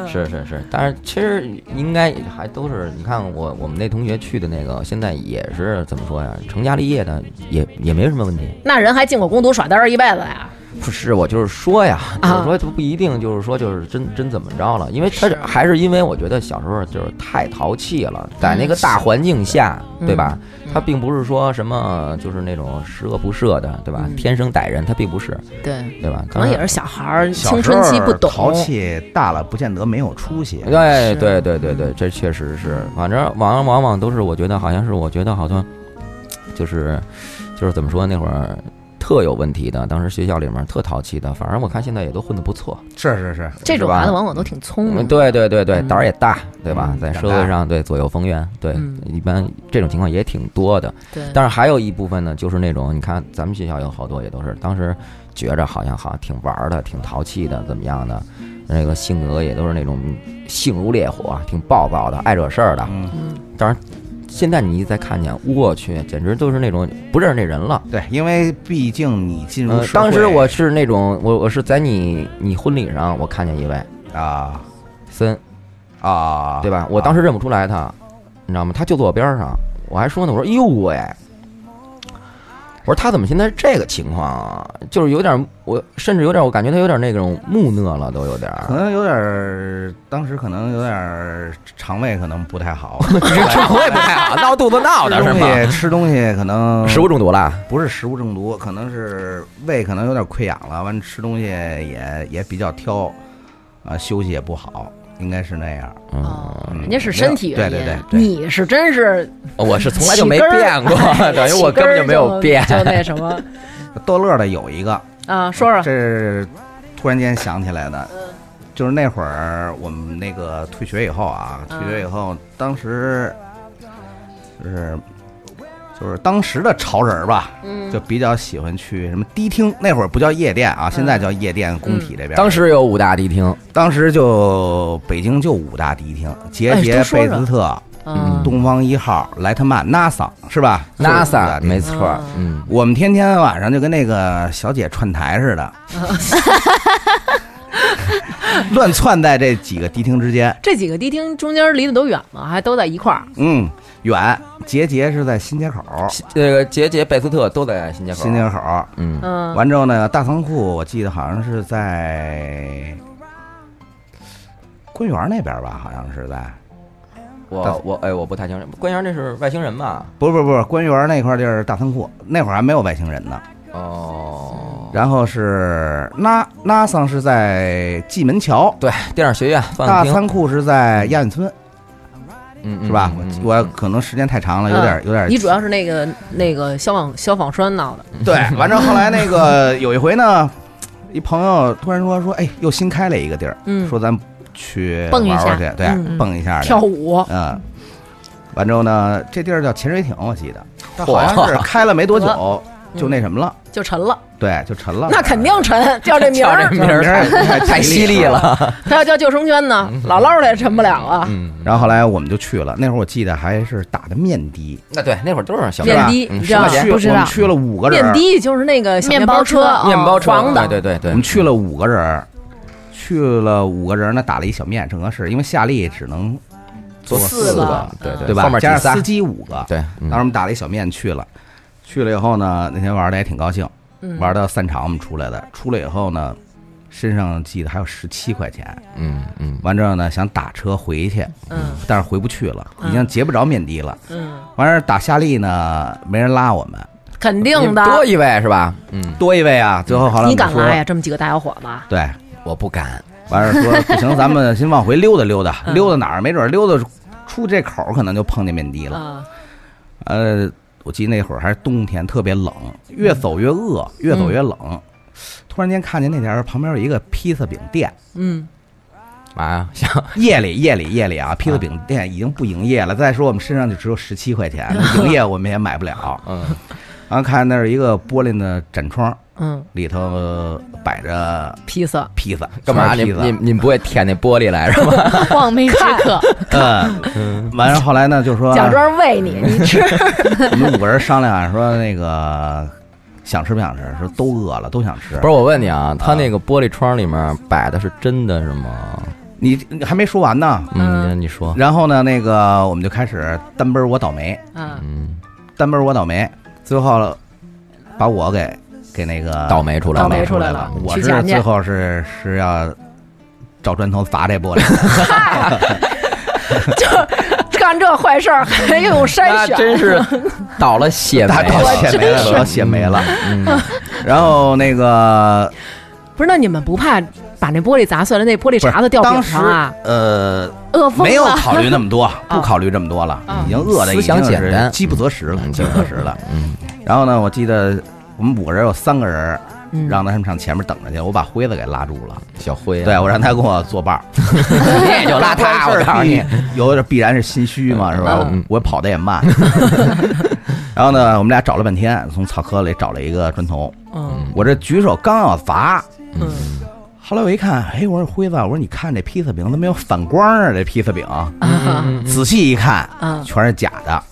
Speaker 6: 是是是，但是其实应该还都是，你看我我们那同学去的那个，现在也是怎么说呀？成家立业的，也也没什么问题。
Speaker 2: 那人还进过攻读耍单儿一辈子呀？
Speaker 6: 不是，我就是说呀，
Speaker 2: 啊
Speaker 6: *laughs* 我说都不一定，就是说就是真真怎么着了，因为他还是因为我觉得小时候就是太淘气了，在那个大环境下，
Speaker 2: 嗯
Speaker 6: 对吧？他并不是说什么就是那种十恶不赦的，对吧？
Speaker 2: 嗯
Speaker 6: 天生歹人，他并不是，
Speaker 2: 对，
Speaker 6: 对吧？
Speaker 2: 可能也是
Speaker 6: 是。
Speaker 2: 小孩儿
Speaker 7: 小
Speaker 2: 青
Speaker 7: 时候
Speaker 2: 春期不懂，
Speaker 7: 淘气大了不见得没有出息。
Speaker 6: 对
Speaker 2: 是
Speaker 6: 对对对对，这确实是，反正往往往都是我觉得好像是我觉得好像就是就是怎么说那会儿特有问题的，当时学校里面特淘气的，反正我看现在也都混得不错，
Speaker 7: 是是是，
Speaker 2: 这种
Speaker 6: 是吧
Speaker 2: 孩子往往都挺聪明
Speaker 6: 嗯，
Speaker 2: 的。
Speaker 6: 对对对对，
Speaker 2: 嗯
Speaker 6: 胆儿也大，对吧
Speaker 7: 嗯？
Speaker 6: 在
Speaker 7: 长
Speaker 6: 社
Speaker 7: 大
Speaker 6: 会上对左右逢源，对
Speaker 2: 嗯，
Speaker 6: 一般这种情况也挺多的。
Speaker 2: 对
Speaker 6: 但是还有一部分呢，就是那种你看咱们学校有好多也都是当时觉着好像好像挺玩儿的，挺淘气的，怎么样的，那个性格也都是那种性如烈火，挺暴躁的，爱惹事儿的。
Speaker 7: 嗯，
Speaker 6: 现在你一再看见，我去，简直都是那种不认识那人了。
Speaker 7: 对，因为毕竟你进入
Speaker 6: 呃
Speaker 7: 社会，
Speaker 6: 当时我是那种，我我是在你你婚礼上，我看见一位
Speaker 7: 啊
Speaker 6: 森，
Speaker 7: 啊，
Speaker 6: 对吧？我当时认不出来他，你知道吗？他就坐我边儿上，我还说呢，我说哟喂，我说他怎么现在这个情况啊？就是有点儿，我甚至有点儿，我感觉他有点儿那种木讷了，都有点儿。 *laughs*
Speaker 7: 可能有点儿，当时可能有点儿肠胃可能不太好，
Speaker 6: 肠胃不太 *laughs* 好，闹肚子闹
Speaker 7: 吃
Speaker 6: 的是
Speaker 7: 东
Speaker 6: 吗？
Speaker 7: 西吃东西可能
Speaker 6: 食物中毒了，
Speaker 7: 不是食物中毒，可能是胃可能有点溃疡了，完吃东西也也比较挑，啊，休息也不好，应该是那样。
Speaker 2: 哦，
Speaker 7: 嗯
Speaker 2: 人家是身体原因，
Speaker 7: 对对对对
Speaker 2: 你是真是
Speaker 6: 哦我是从来就没变过，等于我根本就没有变 *laughs*
Speaker 2: 起。根儿就就那什么
Speaker 7: 逗乐的有一个，
Speaker 2: 啊，说说
Speaker 7: 这是突然间想起来的，就是那会儿我们那个退学以后啊，退学以后，当时就是就是当时的潮人儿吧，就比较喜欢去什么迪厅，那会儿不叫夜店啊，现在叫夜店，工体这边。
Speaker 6: 嗯当时有五大迪厅，
Speaker 7: 当时就北京就五大迪厅，杰
Speaker 2: 哎
Speaker 7: 杰
Speaker 2: 都、说
Speaker 7: 贝
Speaker 2: 了
Speaker 7: 斯特、
Speaker 2: 嗯，
Speaker 7: 东方一号、莱特曼、NASA 是吧
Speaker 6: NASA 没
Speaker 7: 错。
Speaker 6: 错，嗯，
Speaker 7: 我们天天晚上就跟那个小姐串台似的， *laughs* 乱窜在这几个迪厅之间。
Speaker 2: 这几个迪厅中间离得都远吗？还都在一块儿？
Speaker 7: 嗯，远，杰杰是在新街口，
Speaker 6: 这个杰杰贝斯特都在新街口，
Speaker 7: 新街口。
Speaker 6: 嗯，
Speaker 2: 嗯，
Speaker 7: 完之后呢，大仓库我记得好像是在公园那边吧，好像是在。
Speaker 6: 我我哎，我不太清楚，官员那是外星人吧？
Speaker 7: 不是不是不是，官园那块地儿是大仓库，那会儿还没有外星人呢。
Speaker 6: 哦，
Speaker 7: 然后是那那桑是在蓟门桥，
Speaker 6: 对，电影学院放
Speaker 7: 大
Speaker 6: 映厅
Speaker 7: 仓库是在亚运村，
Speaker 6: 嗯嗯
Speaker 7: 是吧？
Speaker 6: 嗯嗯
Speaker 7: 我我可能时间太长了，有点有点
Speaker 2: 你主要是那个那个消防消防栓闹的，
Speaker 7: 对，完之后后来那个有一回呢，一朋友突然说说，哎，又新开了一个地儿，
Speaker 2: 嗯
Speaker 7: 说咱去
Speaker 5: 蹦一
Speaker 7: 玩玩去，
Speaker 2: 嗯
Speaker 7: 对，蹦一下去
Speaker 2: 跳，舞，
Speaker 7: 嗯。完之后呢，这地儿叫潜水艇，我记得，但
Speaker 6: 嚯
Speaker 7: 好像是 *laughs* 开了没多
Speaker 2: 怎
Speaker 7: 久 *laughs* 就那什么了，
Speaker 2: 嗯就沉了。
Speaker 7: 对，就沉了。
Speaker 8: 那肯定
Speaker 7: *laughs*
Speaker 8: 沉，叫这名
Speaker 6: 叫
Speaker 8: 儿
Speaker 6: 这，名儿
Speaker 7: 名儿
Speaker 6: 太
Speaker 7: 太
Speaker 6: 太犀利了，
Speaker 2: 他要叫救生圈呢，
Speaker 8: 姥姥的也沉不了啊。
Speaker 6: 嗯，
Speaker 7: 然后后来我们就去了，那会儿我记得还是打的面的，
Speaker 6: 那对，那会儿都是小
Speaker 7: 是
Speaker 2: 面
Speaker 7: 吧
Speaker 6: 面
Speaker 2: 的，
Speaker 6: 嗯
Speaker 2: 你知
Speaker 7: 我
Speaker 2: 道
Speaker 7: 们
Speaker 2: 吗？
Speaker 7: 去
Speaker 5: 不知
Speaker 7: 我们
Speaker 5: 道
Speaker 7: 去了五个人，
Speaker 2: 面的就是那个小包
Speaker 5: 面包车啊
Speaker 6: 面包车，
Speaker 2: 黄的，
Speaker 6: 对对对
Speaker 7: 我
Speaker 6: 对
Speaker 7: 们，去了五个人儿，去了五个人儿呢，打了一小面，正合适，因为夏利只能坐
Speaker 2: 四个
Speaker 7: 个，啊
Speaker 6: 对
Speaker 7: 对吧
Speaker 6: 后？面
Speaker 7: 加
Speaker 6: 几
Speaker 7: 上
Speaker 6: 仨
Speaker 7: 司，机五个，
Speaker 6: 对，嗯
Speaker 7: 当时我们打了一小面去了，去了以后呢，那天玩的也挺高兴，
Speaker 2: 嗯
Speaker 7: 玩到散场我们出来的，出来以后呢，身上记得还有十七块钱，
Speaker 6: 嗯嗯，
Speaker 7: 完之后呢想打车回去，
Speaker 2: 嗯
Speaker 7: 但是回不去了，
Speaker 2: 嗯
Speaker 7: 已经结不着面的了，
Speaker 2: 嗯，
Speaker 7: 完事儿打夏利呢没人拉我们，
Speaker 2: 肯定的。
Speaker 6: 多一位是吧？嗯，
Speaker 7: 多一位啊，最后好像
Speaker 2: 你敢
Speaker 7: 说
Speaker 2: 拉呀？？这么几个大小伙子，
Speaker 7: 对，
Speaker 6: 我不敢，
Speaker 7: 完事儿说不行，咱们先往回溜达溜达，
Speaker 2: 嗯
Speaker 7: 溜达哪儿？没准儿溜达出这口儿可能就碰见面的了。
Speaker 2: 啊，
Speaker 8: 嗯
Speaker 7: 呃，我记得那会儿还是冬天，特别冷，越走越饿，越
Speaker 8: 嗯
Speaker 7: 走越冷。突然间看见那点儿旁边有一个披萨饼店，
Speaker 2: 嗯，
Speaker 6: 嘛 *laughs* 呀？想。
Speaker 7: 夜里夜里夜里啊，披萨饼店已经不营业了。再说我们身上就只有十七块钱，那营业我们也买不了
Speaker 6: 嗯
Speaker 7: 然后看那儿一个玻璃的展窗，
Speaker 2: 嗯，
Speaker 7: 里头摆着
Speaker 2: 披萨，
Speaker 7: 披萨，
Speaker 6: 干嘛？你
Speaker 7: 全是披萨
Speaker 6: 你你不会舔那玻璃来是 *laughs* 吧？
Speaker 5: 望梅止渴。
Speaker 6: *laughs*
Speaker 7: 嗯，完了后来呢，就说
Speaker 8: 假
Speaker 5: *laughs*
Speaker 8: 装喂你，你吃。
Speaker 7: *laughs* 我们五个人商量说那个想吃不想吃，说都饿了，都想吃。
Speaker 6: 不是，我问你啊，他那个玻璃窗里面摆的是真的是吗？
Speaker 7: 你你还没说完呢。
Speaker 6: 嗯，你说，
Speaker 7: 然后呢，那个我们就开始单杯儿我倒霉，
Speaker 2: 啊，
Speaker 7: *laughs*
Speaker 6: 嗯，
Speaker 7: 单杯儿我倒霉，最后把我给给那个
Speaker 6: 倒霉出来
Speaker 2: 倒
Speaker 6: 了，
Speaker 2: 霉出来
Speaker 7: 来
Speaker 2: 了
Speaker 7: 我
Speaker 2: 去
Speaker 7: 是
Speaker 2: 捡去
Speaker 7: 最后是是要找砖头砸这玻璃，
Speaker 8: 干这坏事儿还要用筛
Speaker 6: 那
Speaker 2: 啊
Speaker 8: 选，
Speaker 6: 真是倒了血霉嗯
Speaker 7: 打倒
Speaker 6: 了，
Speaker 7: 血霉了，倒血霉了。然后那个
Speaker 2: 不是，那你们不怕把那玻璃砸碎了，那玻璃
Speaker 7: 不是
Speaker 2: 碴子掉
Speaker 7: 当
Speaker 2: 饼
Speaker 7: 时
Speaker 2: 上啊？
Speaker 7: 呃
Speaker 2: 饿疯了，啊
Speaker 7: 没有考虑那
Speaker 2: *laughs*
Speaker 7: 么多，啊不考虑这么多了，已经饿的已
Speaker 6: 思想
Speaker 7: 经
Speaker 6: 简
Speaker 7: 是
Speaker 6: 单
Speaker 7: 饥不择食了，
Speaker 6: 嗯
Speaker 7: 饥不择食了。
Speaker 6: 嗯，
Speaker 7: *laughs* 然后呢，我记得我们五个人有三个人
Speaker 2: 嗯
Speaker 7: 让他们上前面等着去，我把辉子给拉住了，
Speaker 6: 小灰，
Speaker 7: 对 *laughs* 我让他跟我
Speaker 6: *laughs*
Speaker 7: 作伴儿，
Speaker 6: 那就邋遢，我告诉你，，
Speaker 7: 有点必然是心虚嘛，是吧
Speaker 6: 嗯？
Speaker 7: 我跑得也慢。 *laughs* 然后呢，我们俩找了半天，从草窠里找了一个砖头，
Speaker 2: 嗯
Speaker 7: 我这举手刚要砸，
Speaker 2: 嗯，
Speaker 7: 后来我一看，哎，我说辉子，我说你看这披萨饼怎么有反光啊？这披萨饼，
Speaker 2: 啊
Speaker 7: 仔细一看，
Speaker 2: 啊，
Speaker 7: 全是假的。
Speaker 6: 哦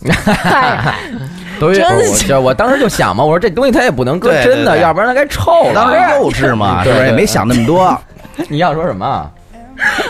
Speaker 6: 都是
Speaker 2: 真
Speaker 6: 我就我当时就想嘛，我说这东西它也不能搁
Speaker 7: 对对
Speaker 6: 真的，
Speaker 7: 对
Speaker 6: 要不然它该臭了。
Speaker 7: 当时幼稚嘛，
Speaker 6: 嗯
Speaker 7: 是不是
Speaker 6: 对
Speaker 7: 也
Speaker 6: 对
Speaker 7: 没想那么多？
Speaker 6: *laughs* 你要说什么啊？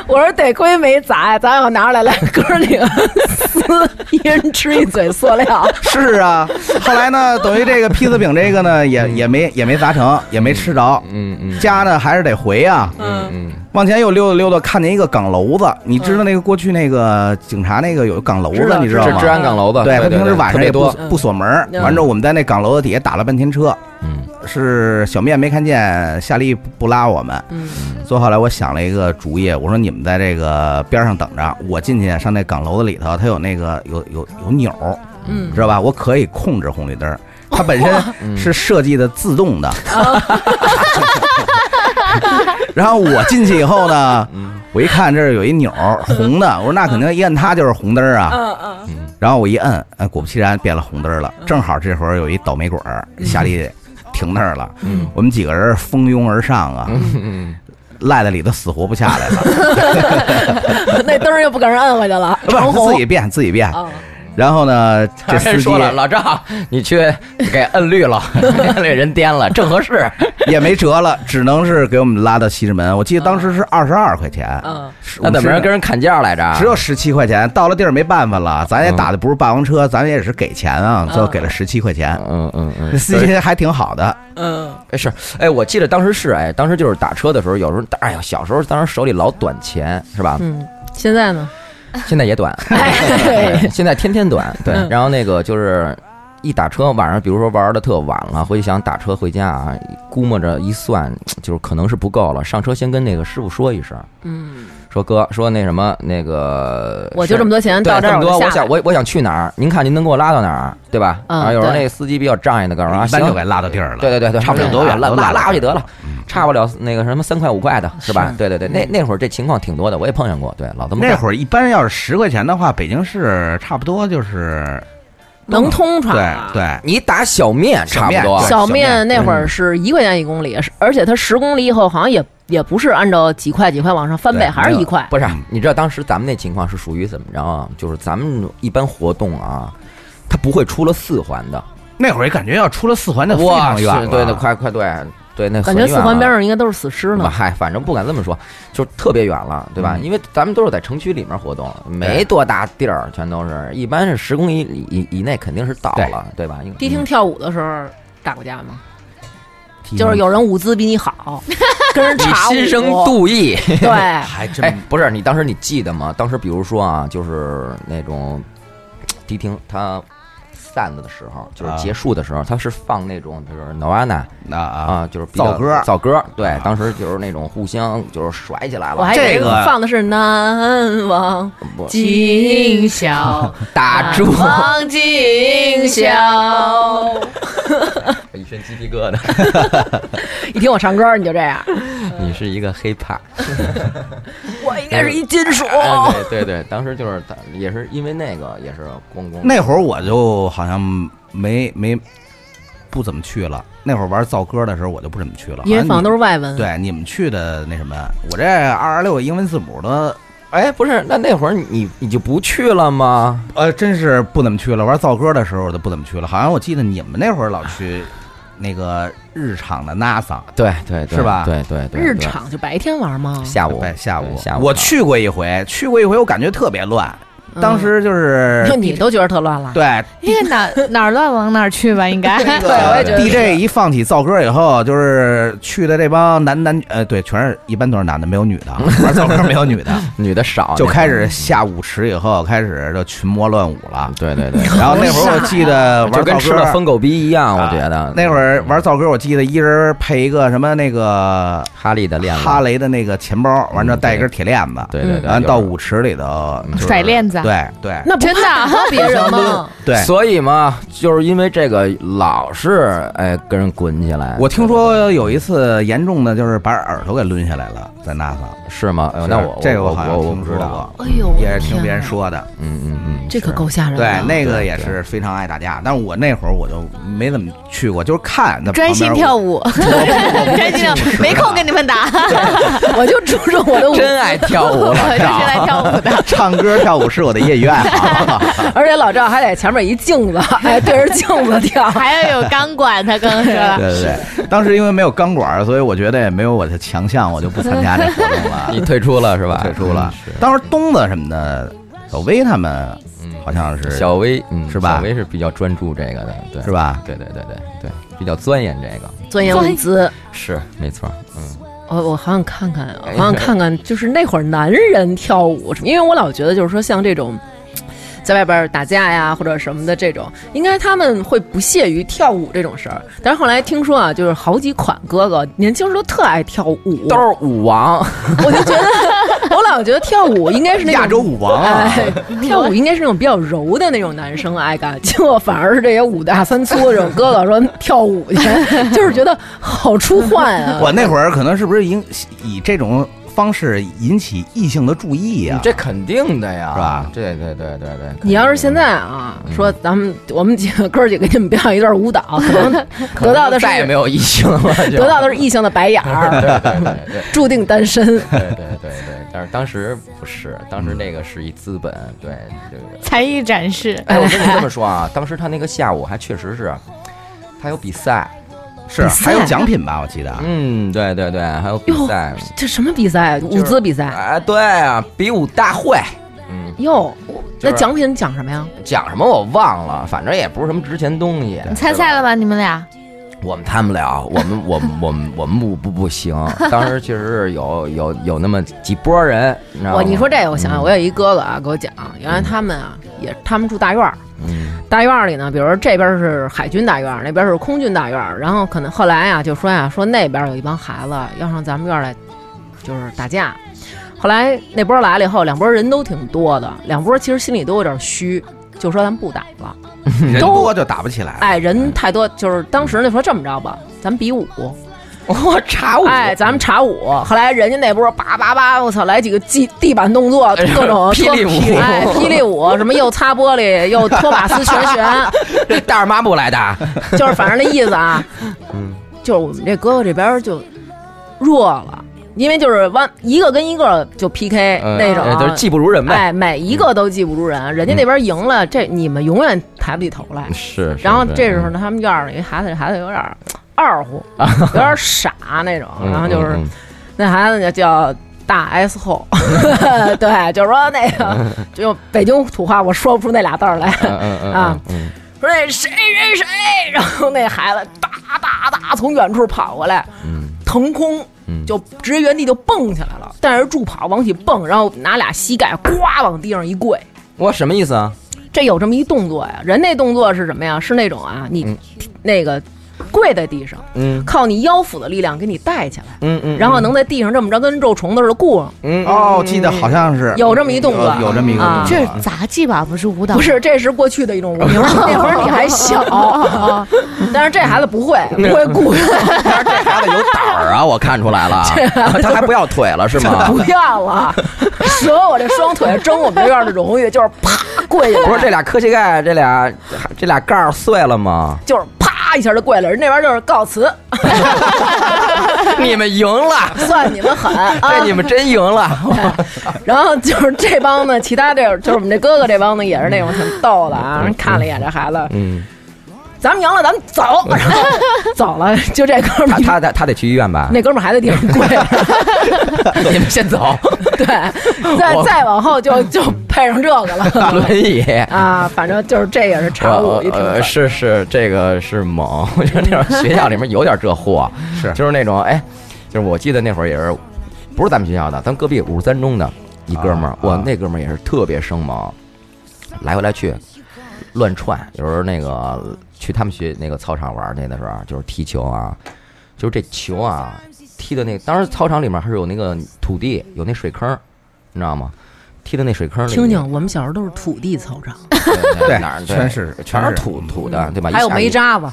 Speaker 8: 我说得亏没砸呀，咱要拿出来来哥儿几个撕，一人吃一嘴塑
Speaker 2: *laughs*
Speaker 8: 料。
Speaker 7: 是啊，后来呢，等于这个披萨饼这个呢，也也没也没砸成，也没吃着。
Speaker 6: 嗯嗯
Speaker 7: 家呢还是得回啊，
Speaker 6: 嗯
Speaker 7: 往前又溜达溜达，看见一个岗楼子，你知道那个过去那个警察那个有岗楼
Speaker 2: 知
Speaker 7: 子
Speaker 2: 道，
Speaker 7: 你知
Speaker 6: 嗯，
Speaker 7: 道
Speaker 6: 是
Speaker 7: 吗
Speaker 6: 治？安岗楼子，
Speaker 7: 对他
Speaker 6: 对
Speaker 7: 平时晚
Speaker 6: 特
Speaker 7: 上
Speaker 6: 别
Speaker 7: 也不
Speaker 6: 多，
Speaker 7: 不锁门儿，
Speaker 2: 嗯
Speaker 7: 完之后我们在那岗楼子底下打了半天车，
Speaker 6: 嗯，
Speaker 7: 是小面没看见，夏利不不拉我们，
Speaker 2: 嗯，
Speaker 7: 所以后来我想了一个主意，我说你们在这个边上等着，我进去上那岗楼子里头，它有那个有有有钮儿，
Speaker 2: 嗯
Speaker 7: 知道吧？我可以控制红绿灯儿，
Speaker 6: 嗯哦
Speaker 7: 它本身是设计的自动的。 *laughs* 然后我进去以后呢，
Speaker 6: 嗯
Speaker 7: 我一看这儿有一钮
Speaker 6: *laughs*
Speaker 7: 儿红的，我说那肯定一摁它就是红灯儿啊。
Speaker 8: 嗯嗯，
Speaker 7: 然后我一摁，哎，果不其然变了红灯儿
Speaker 6: 嗯
Speaker 7: 了。正好这会儿有一倒霉鬼儿下地停那儿了，
Speaker 6: 嗯
Speaker 7: 我们几个人蜂拥而上啊，赖在里头死活不下
Speaker 6: *laughs*
Speaker 7: 来了，
Speaker 8: 那灯儿又不给人摁回去
Speaker 2: *laughs*
Speaker 8: 了，长
Speaker 6: 哦
Speaker 7: 不是自
Speaker 8: 红
Speaker 7: 己变自己变。
Speaker 8: 啊，
Speaker 2: 嗯
Speaker 7: 然后呢， *laughs* 这司
Speaker 6: 人 *laughs*
Speaker 7: 机
Speaker 6: 说了，老赵，你去给摁绿了， *laughs* 给人颠了，正合
Speaker 7: *laughs*
Speaker 6: 适。
Speaker 7: 也没辙了，只能是给我们拉到西直门。我记得当时是二十二块钱，
Speaker 2: 嗯
Speaker 7: 是
Speaker 6: 那怎么着跟
Speaker 7: 是啊
Speaker 6: 人砍价来着？
Speaker 7: 只有十七块钱，到了地儿没办法了，咱也
Speaker 6: 嗯
Speaker 7: 打的不是霸王车，咱也是给钱啊，最后给了十七块钱。
Speaker 6: 嗯嗯嗯，
Speaker 7: 那司机还挺好的，
Speaker 2: 嗯，
Speaker 6: 是哎，我记得当时是哎，当时就是打车的时候，有时候哎呀，小时候当时手里老短钱是吧？
Speaker 2: 嗯，现在 *laughs* 呢？
Speaker 6: 现在也短，
Speaker 2: 哎
Speaker 6: 现在天天短。对
Speaker 2: 嗯，
Speaker 6: 然后那个就是一打车，晚上比如说玩的特晚了，回去想打车回家啊，估摸着一算，就是可能是不够了，上车先跟那个师傅说一声，
Speaker 2: *laughs* 嗯，
Speaker 6: 说哥，说那什么那个，
Speaker 2: 我就这么多钱，
Speaker 6: 对
Speaker 2: 到这
Speaker 6: 这
Speaker 2: 儿
Speaker 6: 么多，
Speaker 2: 就
Speaker 6: 我
Speaker 2: 下
Speaker 6: 想
Speaker 2: 来。
Speaker 6: 我我想去哪儿？您看您能给我拉到哪儿，对吧？
Speaker 2: 嗯
Speaker 6: 啊，有时候
Speaker 2: 对
Speaker 6: 那司机比较仗义的，告诉我啊，
Speaker 7: 一般就
Speaker 6: 行
Speaker 7: 给，拉到地儿了。
Speaker 6: 对对对对，
Speaker 7: 差不了多远
Speaker 6: 拉
Speaker 7: 都
Speaker 6: 拉
Speaker 7: 拉
Speaker 6: 拉回去
Speaker 7: 到
Speaker 6: 得了，差不了那个什么三块五块的是吧
Speaker 2: 是？
Speaker 6: 对对对，那那会儿这情况挺多的，我也碰见过，对，老这么
Speaker 7: 那
Speaker 6: 干
Speaker 7: 会儿一般要是十块钱的话，北京市差不多就是
Speaker 2: 能通畅
Speaker 7: 对
Speaker 2: 啊。
Speaker 7: 对，
Speaker 6: 你打小面
Speaker 7: 小
Speaker 6: 差不
Speaker 7: 面
Speaker 6: 多
Speaker 7: 对，
Speaker 2: 小
Speaker 7: 小面
Speaker 2: 面嗯那会儿是一块钱一公里，是而且它十公里以后好像也也不是按照几块几块往上翻倍，
Speaker 7: 对
Speaker 2: 还是一块。
Speaker 6: 不是，你知道当时咱们那情况是属于怎么着啊？就是咱们一般活动啊，它不会出了四环的，
Speaker 7: 那会儿感觉要出了四环就非
Speaker 6: 哇，
Speaker 7: 常
Speaker 6: 是
Speaker 7: 远了。
Speaker 6: 对对，快快对对，那
Speaker 2: 啊感
Speaker 6: 很
Speaker 2: 觉四
Speaker 6: 远
Speaker 2: 环
Speaker 6: 了
Speaker 2: 边上应该都是死尸呢。
Speaker 6: 嗨，反正不敢这么说，就是特别远了，对吧？
Speaker 7: 嗯
Speaker 6: 因为咱们都是在城区里面活动，没多大地儿，全都是一般是十公里以以以内肯定是到了，对吧？
Speaker 2: 迪厅
Speaker 6: 嗯
Speaker 2: 跳舞的时候打过架吗？
Speaker 7: 提
Speaker 2: 就是
Speaker 7: 醒
Speaker 2: 有人舞姿比你好，跟人
Speaker 6: 你
Speaker 2: 查舞。
Speaker 6: 心生妒意，
Speaker 7: 嗯 *laughs*
Speaker 2: 对，
Speaker 7: 还真
Speaker 6: 哎，不是你当时你记得吗？当时比如说啊，就是那种迪厅它散了的时候，就是
Speaker 7: 啊
Speaker 6: 结束的时候，它是放那种就是 Nirvana
Speaker 7: 啊啊，
Speaker 6: 啊，就是比较
Speaker 7: 造歌
Speaker 6: 造歌，对
Speaker 7: 啊，
Speaker 6: 当时就是那种互相就是甩起来
Speaker 2: 我
Speaker 6: 了，
Speaker 2: 还以为
Speaker 7: 这个
Speaker 2: 放的是难忘
Speaker 6: 不
Speaker 2: 今宵，
Speaker 7: *laughs*
Speaker 6: 打住，
Speaker 2: 难忘今宵。
Speaker 6: 一身鸡皮疙瘩。
Speaker 8: 一听我唱歌你就这 *laughs* 样，
Speaker 6: *laughs* 你是一个黑怕，
Speaker 8: 我应该是一金属。
Speaker 2: *laughs* 哦
Speaker 6: 哎对对对，当时就是打也是因为那个也是咣咣，
Speaker 7: 那会儿我就好像没没不怎么去了。那会儿玩造歌的时候，我就不怎么去了，
Speaker 2: 因为
Speaker 7: 好像
Speaker 2: 放
Speaker 7: 你
Speaker 2: 的都是外文。
Speaker 7: 对你们去的那什么，我这二十六英文字母的，
Speaker 6: 哎不是那那会儿你你就不去了吗？
Speaker 7: 呃，真是不怎么去了。玩造歌的时候我就不怎么去了，好像我记得你们那会儿老去那个日场的 NASA，
Speaker 6: 对对对
Speaker 7: 是吧
Speaker 6: 对对对，
Speaker 2: 日
Speaker 6: 对
Speaker 2: 常就白天玩吗？
Speaker 6: 下午
Speaker 7: 对，下
Speaker 6: 对
Speaker 7: 午
Speaker 6: 下午啊
Speaker 7: 我去过一回，去过一回，我感觉特别乱，
Speaker 2: 嗯
Speaker 7: 当时
Speaker 5: *laughs*
Speaker 7: 就是
Speaker 2: 就你都觉得特乱了。
Speaker 7: 对
Speaker 5: 应该哪哪儿乱往哪儿去吧，应该。
Speaker 7: 对
Speaker 2: 我也觉得是
Speaker 7: DJ 一放起造歌以后，就是去的这帮男男呃，对，全是一般都是男的，没有
Speaker 6: *laughs*
Speaker 7: 女的，玩造歌没有女的，
Speaker 6: 女的少，
Speaker 7: 就
Speaker 6: 那
Speaker 7: 开
Speaker 6: 会
Speaker 7: 始
Speaker 6: 儿
Speaker 7: 下舞池以后开始就群魔乱舞了
Speaker 6: 嗯。对对
Speaker 7: *laughs*
Speaker 6: 对，
Speaker 7: 然后那会儿我记得
Speaker 6: 就
Speaker 7: 玩
Speaker 6: 跟
Speaker 7: 造
Speaker 6: 吃了
Speaker 7: 歌，
Speaker 6: 疯狗逼一样，我
Speaker 7: 啊
Speaker 6: 觉得
Speaker 7: 那会儿玩造歌，我记得一人配一个什么那个
Speaker 6: 哈利的链子，
Speaker 7: 哈雷的那个钱包，完之后
Speaker 6: 嗯
Speaker 7: 带一根铁链子，
Speaker 6: 对对对，
Speaker 7: 完
Speaker 6: 有
Speaker 7: 到
Speaker 6: 时候
Speaker 7: 舞池里头就是
Speaker 5: 甩链子啊
Speaker 7: 对对
Speaker 8: 那不
Speaker 5: 真的啊
Speaker 8: 怕别人吗？
Speaker 7: 对。
Speaker 6: 所以嘛，就是因为这个老是哎跟人滚起来，
Speaker 7: 我听说有一次严重的就是把耳朵给抡下来了，在 NASA。
Speaker 6: 是吗？哎呦
Speaker 7: 是
Speaker 6: 那我
Speaker 7: 这个
Speaker 6: 我
Speaker 7: 我好像
Speaker 6: 我我
Speaker 7: 听
Speaker 6: 不
Speaker 7: 说过，
Speaker 2: 哎呦，
Speaker 7: 也
Speaker 2: 我的
Speaker 7: 是听别
Speaker 2: 天
Speaker 7: 人说的。
Speaker 6: 嗯嗯
Speaker 2: *laughs*
Speaker 6: 嗯，
Speaker 2: 这可
Speaker 6: 是
Speaker 2: 够吓人的。
Speaker 7: 对，那个
Speaker 6: 对
Speaker 7: 也
Speaker 6: 对
Speaker 7: 是非常爱打架，但是我那会儿我就没怎么去过，就是看在
Speaker 5: 专心跳
Speaker 7: 舞。
Speaker 5: 舞， *laughs*
Speaker 7: 我
Speaker 5: 专心跳，舞，没空跟你们打，
Speaker 8: 我就注重我的舞，
Speaker 6: 真爱跳舞
Speaker 5: 我
Speaker 6: 了，
Speaker 5: *laughs* 就是来跳舞
Speaker 7: *laughs*
Speaker 5: 的。
Speaker 7: 唱歌跳舞是我的业余爱好。
Speaker 8: 而且老赵还得前面一镜
Speaker 7: *laughs*
Speaker 8: 子，哎，对着镜子跳。
Speaker 5: 还要有钢管，他更
Speaker 7: *laughs*
Speaker 5: 是
Speaker 7: 对对对，当时因为没有钢管儿，所以我觉得也没有我的强项，我就不参加这活动了
Speaker 6: *laughs* *laughs* 你，退出了是吧？
Speaker 7: 退出了
Speaker 6: 嗯。
Speaker 7: 当时东子什么的，小薇他们好像
Speaker 6: 是
Speaker 7: 是
Speaker 6: 小薇，嗯，
Speaker 7: 是吧
Speaker 6: 小薇是比较专注这个的，对，
Speaker 7: 是？吧？
Speaker 6: 对对对对对，比较钻研这个，
Speaker 2: 钻研舞姿，
Speaker 6: 是没错，嗯，
Speaker 2: 我我好想看看，
Speaker 7: 哎
Speaker 2: 我好想看看，就是那会儿男人跳舞什么，因为我老觉得就是说像这种。在外边打架呀，或者什么的这种，应该他们会不屑于跳舞这种事儿。但是后来听说啊，就是好几款哥哥年轻时候特爱跳舞，
Speaker 6: 都是舞王，
Speaker 2: 我就觉得我老觉得跳舞应该是那种
Speaker 7: 亚洲舞
Speaker 2: *laughs*
Speaker 7: 王啊，
Speaker 2: 哎，跳舞应该是那种比较柔的那种男生爱干，结果反而是这些五大三粗的这种哥哥说跳舞去， *laughs* 就是觉得好出
Speaker 7: *laughs*
Speaker 2: 幻啊。
Speaker 7: 我那会儿可能是不是引以这种方式引起异性的注意呀、
Speaker 6: 这肯定的呀，
Speaker 7: 是吧
Speaker 6: 对对对对对。
Speaker 2: 你要是现在啊，说咱们我们几个哥儿几个给你们表演一段舞蹈，可能
Speaker 6: 可
Speaker 2: 得
Speaker 6: 能
Speaker 2: 到的
Speaker 6: 就是再也没有异性了，就
Speaker 2: 得到的是异性的白眼
Speaker 6: *laughs* 对
Speaker 2: 儿，
Speaker 6: 对对对对。
Speaker 2: 注定单身。
Speaker 6: 对对对对，但是当时不是，当时那个是一资本，对对对。
Speaker 5: 才艺展示，
Speaker 6: 哎，我跟你这么说啊，当时他那个下午还确实是，他有比赛，
Speaker 7: 是还有奖品吧？我记得，
Speaker 6: 嗯，对对对，还有比
Speaker 2: 哟
Speaker 6: 赛，，
Speaker 2: 这什么比赛？舞姿比赛？
Speaker 6: 哎，对啊，比武大会，嗯，
Speaker 2: 哟，那
Speaker 6: 就是
Speaker 2: 奖品讲什么呀？
Speaker 6: 讲什么我忘了，反正也不是什么值钱东西。
Speaker 5: 你参赛了吗？你们俩？
Speaker 6: 我们谈不了，我们 *laughs* 我们我们我们不不不行。当时确实是有有有那么几波人，你知道吗？
Speaker 2: 我你说这个，我想想，
Speaker 6: 嗯
Speaker 2: 我有一哥哥啊，给我讲，原来他们啊也他们住大院儿，
Speaker 6: 嗯
Speaker 2: 大院儿里呢，比如说这边是海军大院儿，那边是空军大院儿，然后可能后来啊就说呀、说那边有一帮孩子要上咱们院儿来，就是打架。后来那波来了以后，两波人都挺多的，两波其实心里都有点虚，就说咱们不打了。
Speaker 6: 哦嗯
Speaker 7: 人多就打不起来了。
Speaker 2: 哎，人太多，就是当时那说这么着吧，咱们比武。
Speaker 6: *laughs* 我查我
Speaker 2: 哎，咱们查武。后来人家那波叭叭叭，我操，来几个地地板动作，
Speaker 6: 哎呀
Speaker 2: 各种
Speaker 6: 霹雳舞
Speaker 2: 哎，霹雳舞，什么又擦玻璃，又托马斯旋
Speaker 6: *laughs*
Speaker 2: 旋，
Speaker 6: 这 *laughs* 大二妈不来的
Speaker 2: 哎
Speaker 6: 啊，
Speaker 2: *laughs* 就是反正那意思啊，
Speaker 6: 嗯，
Speaker 2: 就是我们这哥哥这边就弱了，因为就是完一个跟一个就 PK
Speaker 6: 呃
Speaker 2: 那种啊，
Speaker 6: 就是嗯技不如人呗。
Speaker 2: 哎，每一个都技不如人，人家那边赢了，这你们永远抬不起头来。
Speaker 6: 是，是
Speaker 2: 然后
Speaker 6: 是
Speaker 2: 这时候
Speaker 6: 嗯
Speaker 2: 呢，他们院儿里孩子孩子有点儿二
Speaker 6: *laughs*
Speaker 2: 乎，有点儿傻那种，
Speaker 6: 嗯
Speaker 2: 然后就是
Speaker 6: 嗯嗯
Speaker 2: 那孩子就叫大 S 后， *laughs* 对，就是说那
Speaker 6: *laughs*
Speaker 2: 个就用北京土话我说不出那俩字儿来，
Speaker 6: 嗯嗯嗯
Speaker 2: 啊
Speaker 6: 嗯嗯
Speaker 2: 说那谁谁 *laughs* 谁，然后那孩子哒哒哒从远处跑过来，
Speaker 6: 嗯
Speaker 2: 腾空
Speaker 6: 嗯
Speaker 2: 就直接原地就蹦起来了，带着助跑往起蹦，然后拿俩膝盖呱往地上一跪。
Speaker 6: 我什么意思啊？
Speaker 2: 这有这么一动作呀，人那动作是什么呀？是那种啊，你、
Speaker 6: 嗯
Speaker 2: 那个跪在地上，
Speaker 6: 嗯
Speaker 2: 靠你腰腹的力量给你带起来，
Speaker 6: 嗯嗯，
Speaker 2: 然后能在地上这么着跟肉虫子似的固上。
Speaker 6: 嗯
Speaker 7: 哦，
Speaker 6: *laughs*
Speaker 7: 记得好像是
Speaker 2: 有这么一动作
Speaker 7: 有有这么一个
Speaker 2: 啊
Speaker 7: 动
Speaker 5: 这
Speaker 7: 作
Speaker 5: 是杂技吧？不是舞蹈？
Speaker 2: 不是，这是过去的一种舞，
Speaker 6: *laughs*
Speaker 2: 你说那会儿你还小，但是这孩子不会，不
Speaker 6: *laughs*
Speaker 2: 会固，
Speaker 6: 但是这孩子有胆儿啊，我看出来了，啊 *laughs* 他还不要腿了是
Speaker 2: *laughs*
Speaker 6: 吗？
Speaker 2: 不要啊了，折我这双腿争我们院儿的荣誉，就是
Speaker 6: *laughs*
Speaker 2: 啪跪下来，
Speaker 6: 不是这俩磕膝盖，这俩这俩盖儿碎
Speaker 2: *laughs*
Speaker 6: 了吗？
Speaker 2: 就是啪一下就跪了，人那边就是告辞，
Speaker 6: 你们赢了，
Speaker 2: 算你们
Speaker 6: *laughs*
Speaker 2: 狠啊
Speaker 6: 哎这！你们真赢了。
Speaker 2: *laughs* 然后就是这帮呢，其他这就是我们这哥哥这帮呢，也是那种挺逗的啊，人看了一眼这孩子，
Speaker 6: *laughs* 嗯，
Speaker 2: 咱们赢了，咱们走， *laughs* 然后走了，就这哥们
Speaker 6: 他
Speaker 2: 儿。
Speaker 6: 他他他得去医院吧？
Speaker 2: *laughs* 那哥们儿还在地上跪，
Speaker 6: *laughs* 你们先走，
Speaker 2: *laughs* 对，再
Speaker 6: 我
Speaker 2: 再往后就就配上这个
Speaker 6: *laughs*
Speaker 2: 了，
Speaker 6: 轮椅。
Speaker 2: 啊，反正就是这也是查
Speaker 6: 我
Speaker 2: 武一挺狠
Speaker 6: 呃是是，这个是猛。 *laughs* 我觉得那种学校里面有点这货，
Speaker 7: 是
Speaker 6: 就是那种哎，就是我记得那会儿也是，不是咱们学校的，咱隔壁五十三中的一哥们儿
Speaker 7: 啊，
Speaker 6: 我
Speaker 7: 啊
Speaker 6: 那哥们儿也是特别生猛，来回来去乱窜。有时候那个去他们学那个操场玩儿去的时候，就是踢球啊，就是这球啊踢的那，当时操场里面还是有那个土地，有那水坑儿，你知道吗？踢的那水坑里，
Speaker 2: 听听，我们小时候都是土地操场，
Speaker 6: 对
Speaker 7: *laughs* 对
Speaker 6: 哪儿
Speaker 7: 全是
Speaker 6: 全
Speaker 7: 全
Speaker 6: 是
Speaker 7: 是嗯
Speaker 6: 土土的，对吧？
Speaker 2: 还有
Speaker 6: 一下雨
Speaker 2: 煤渣子，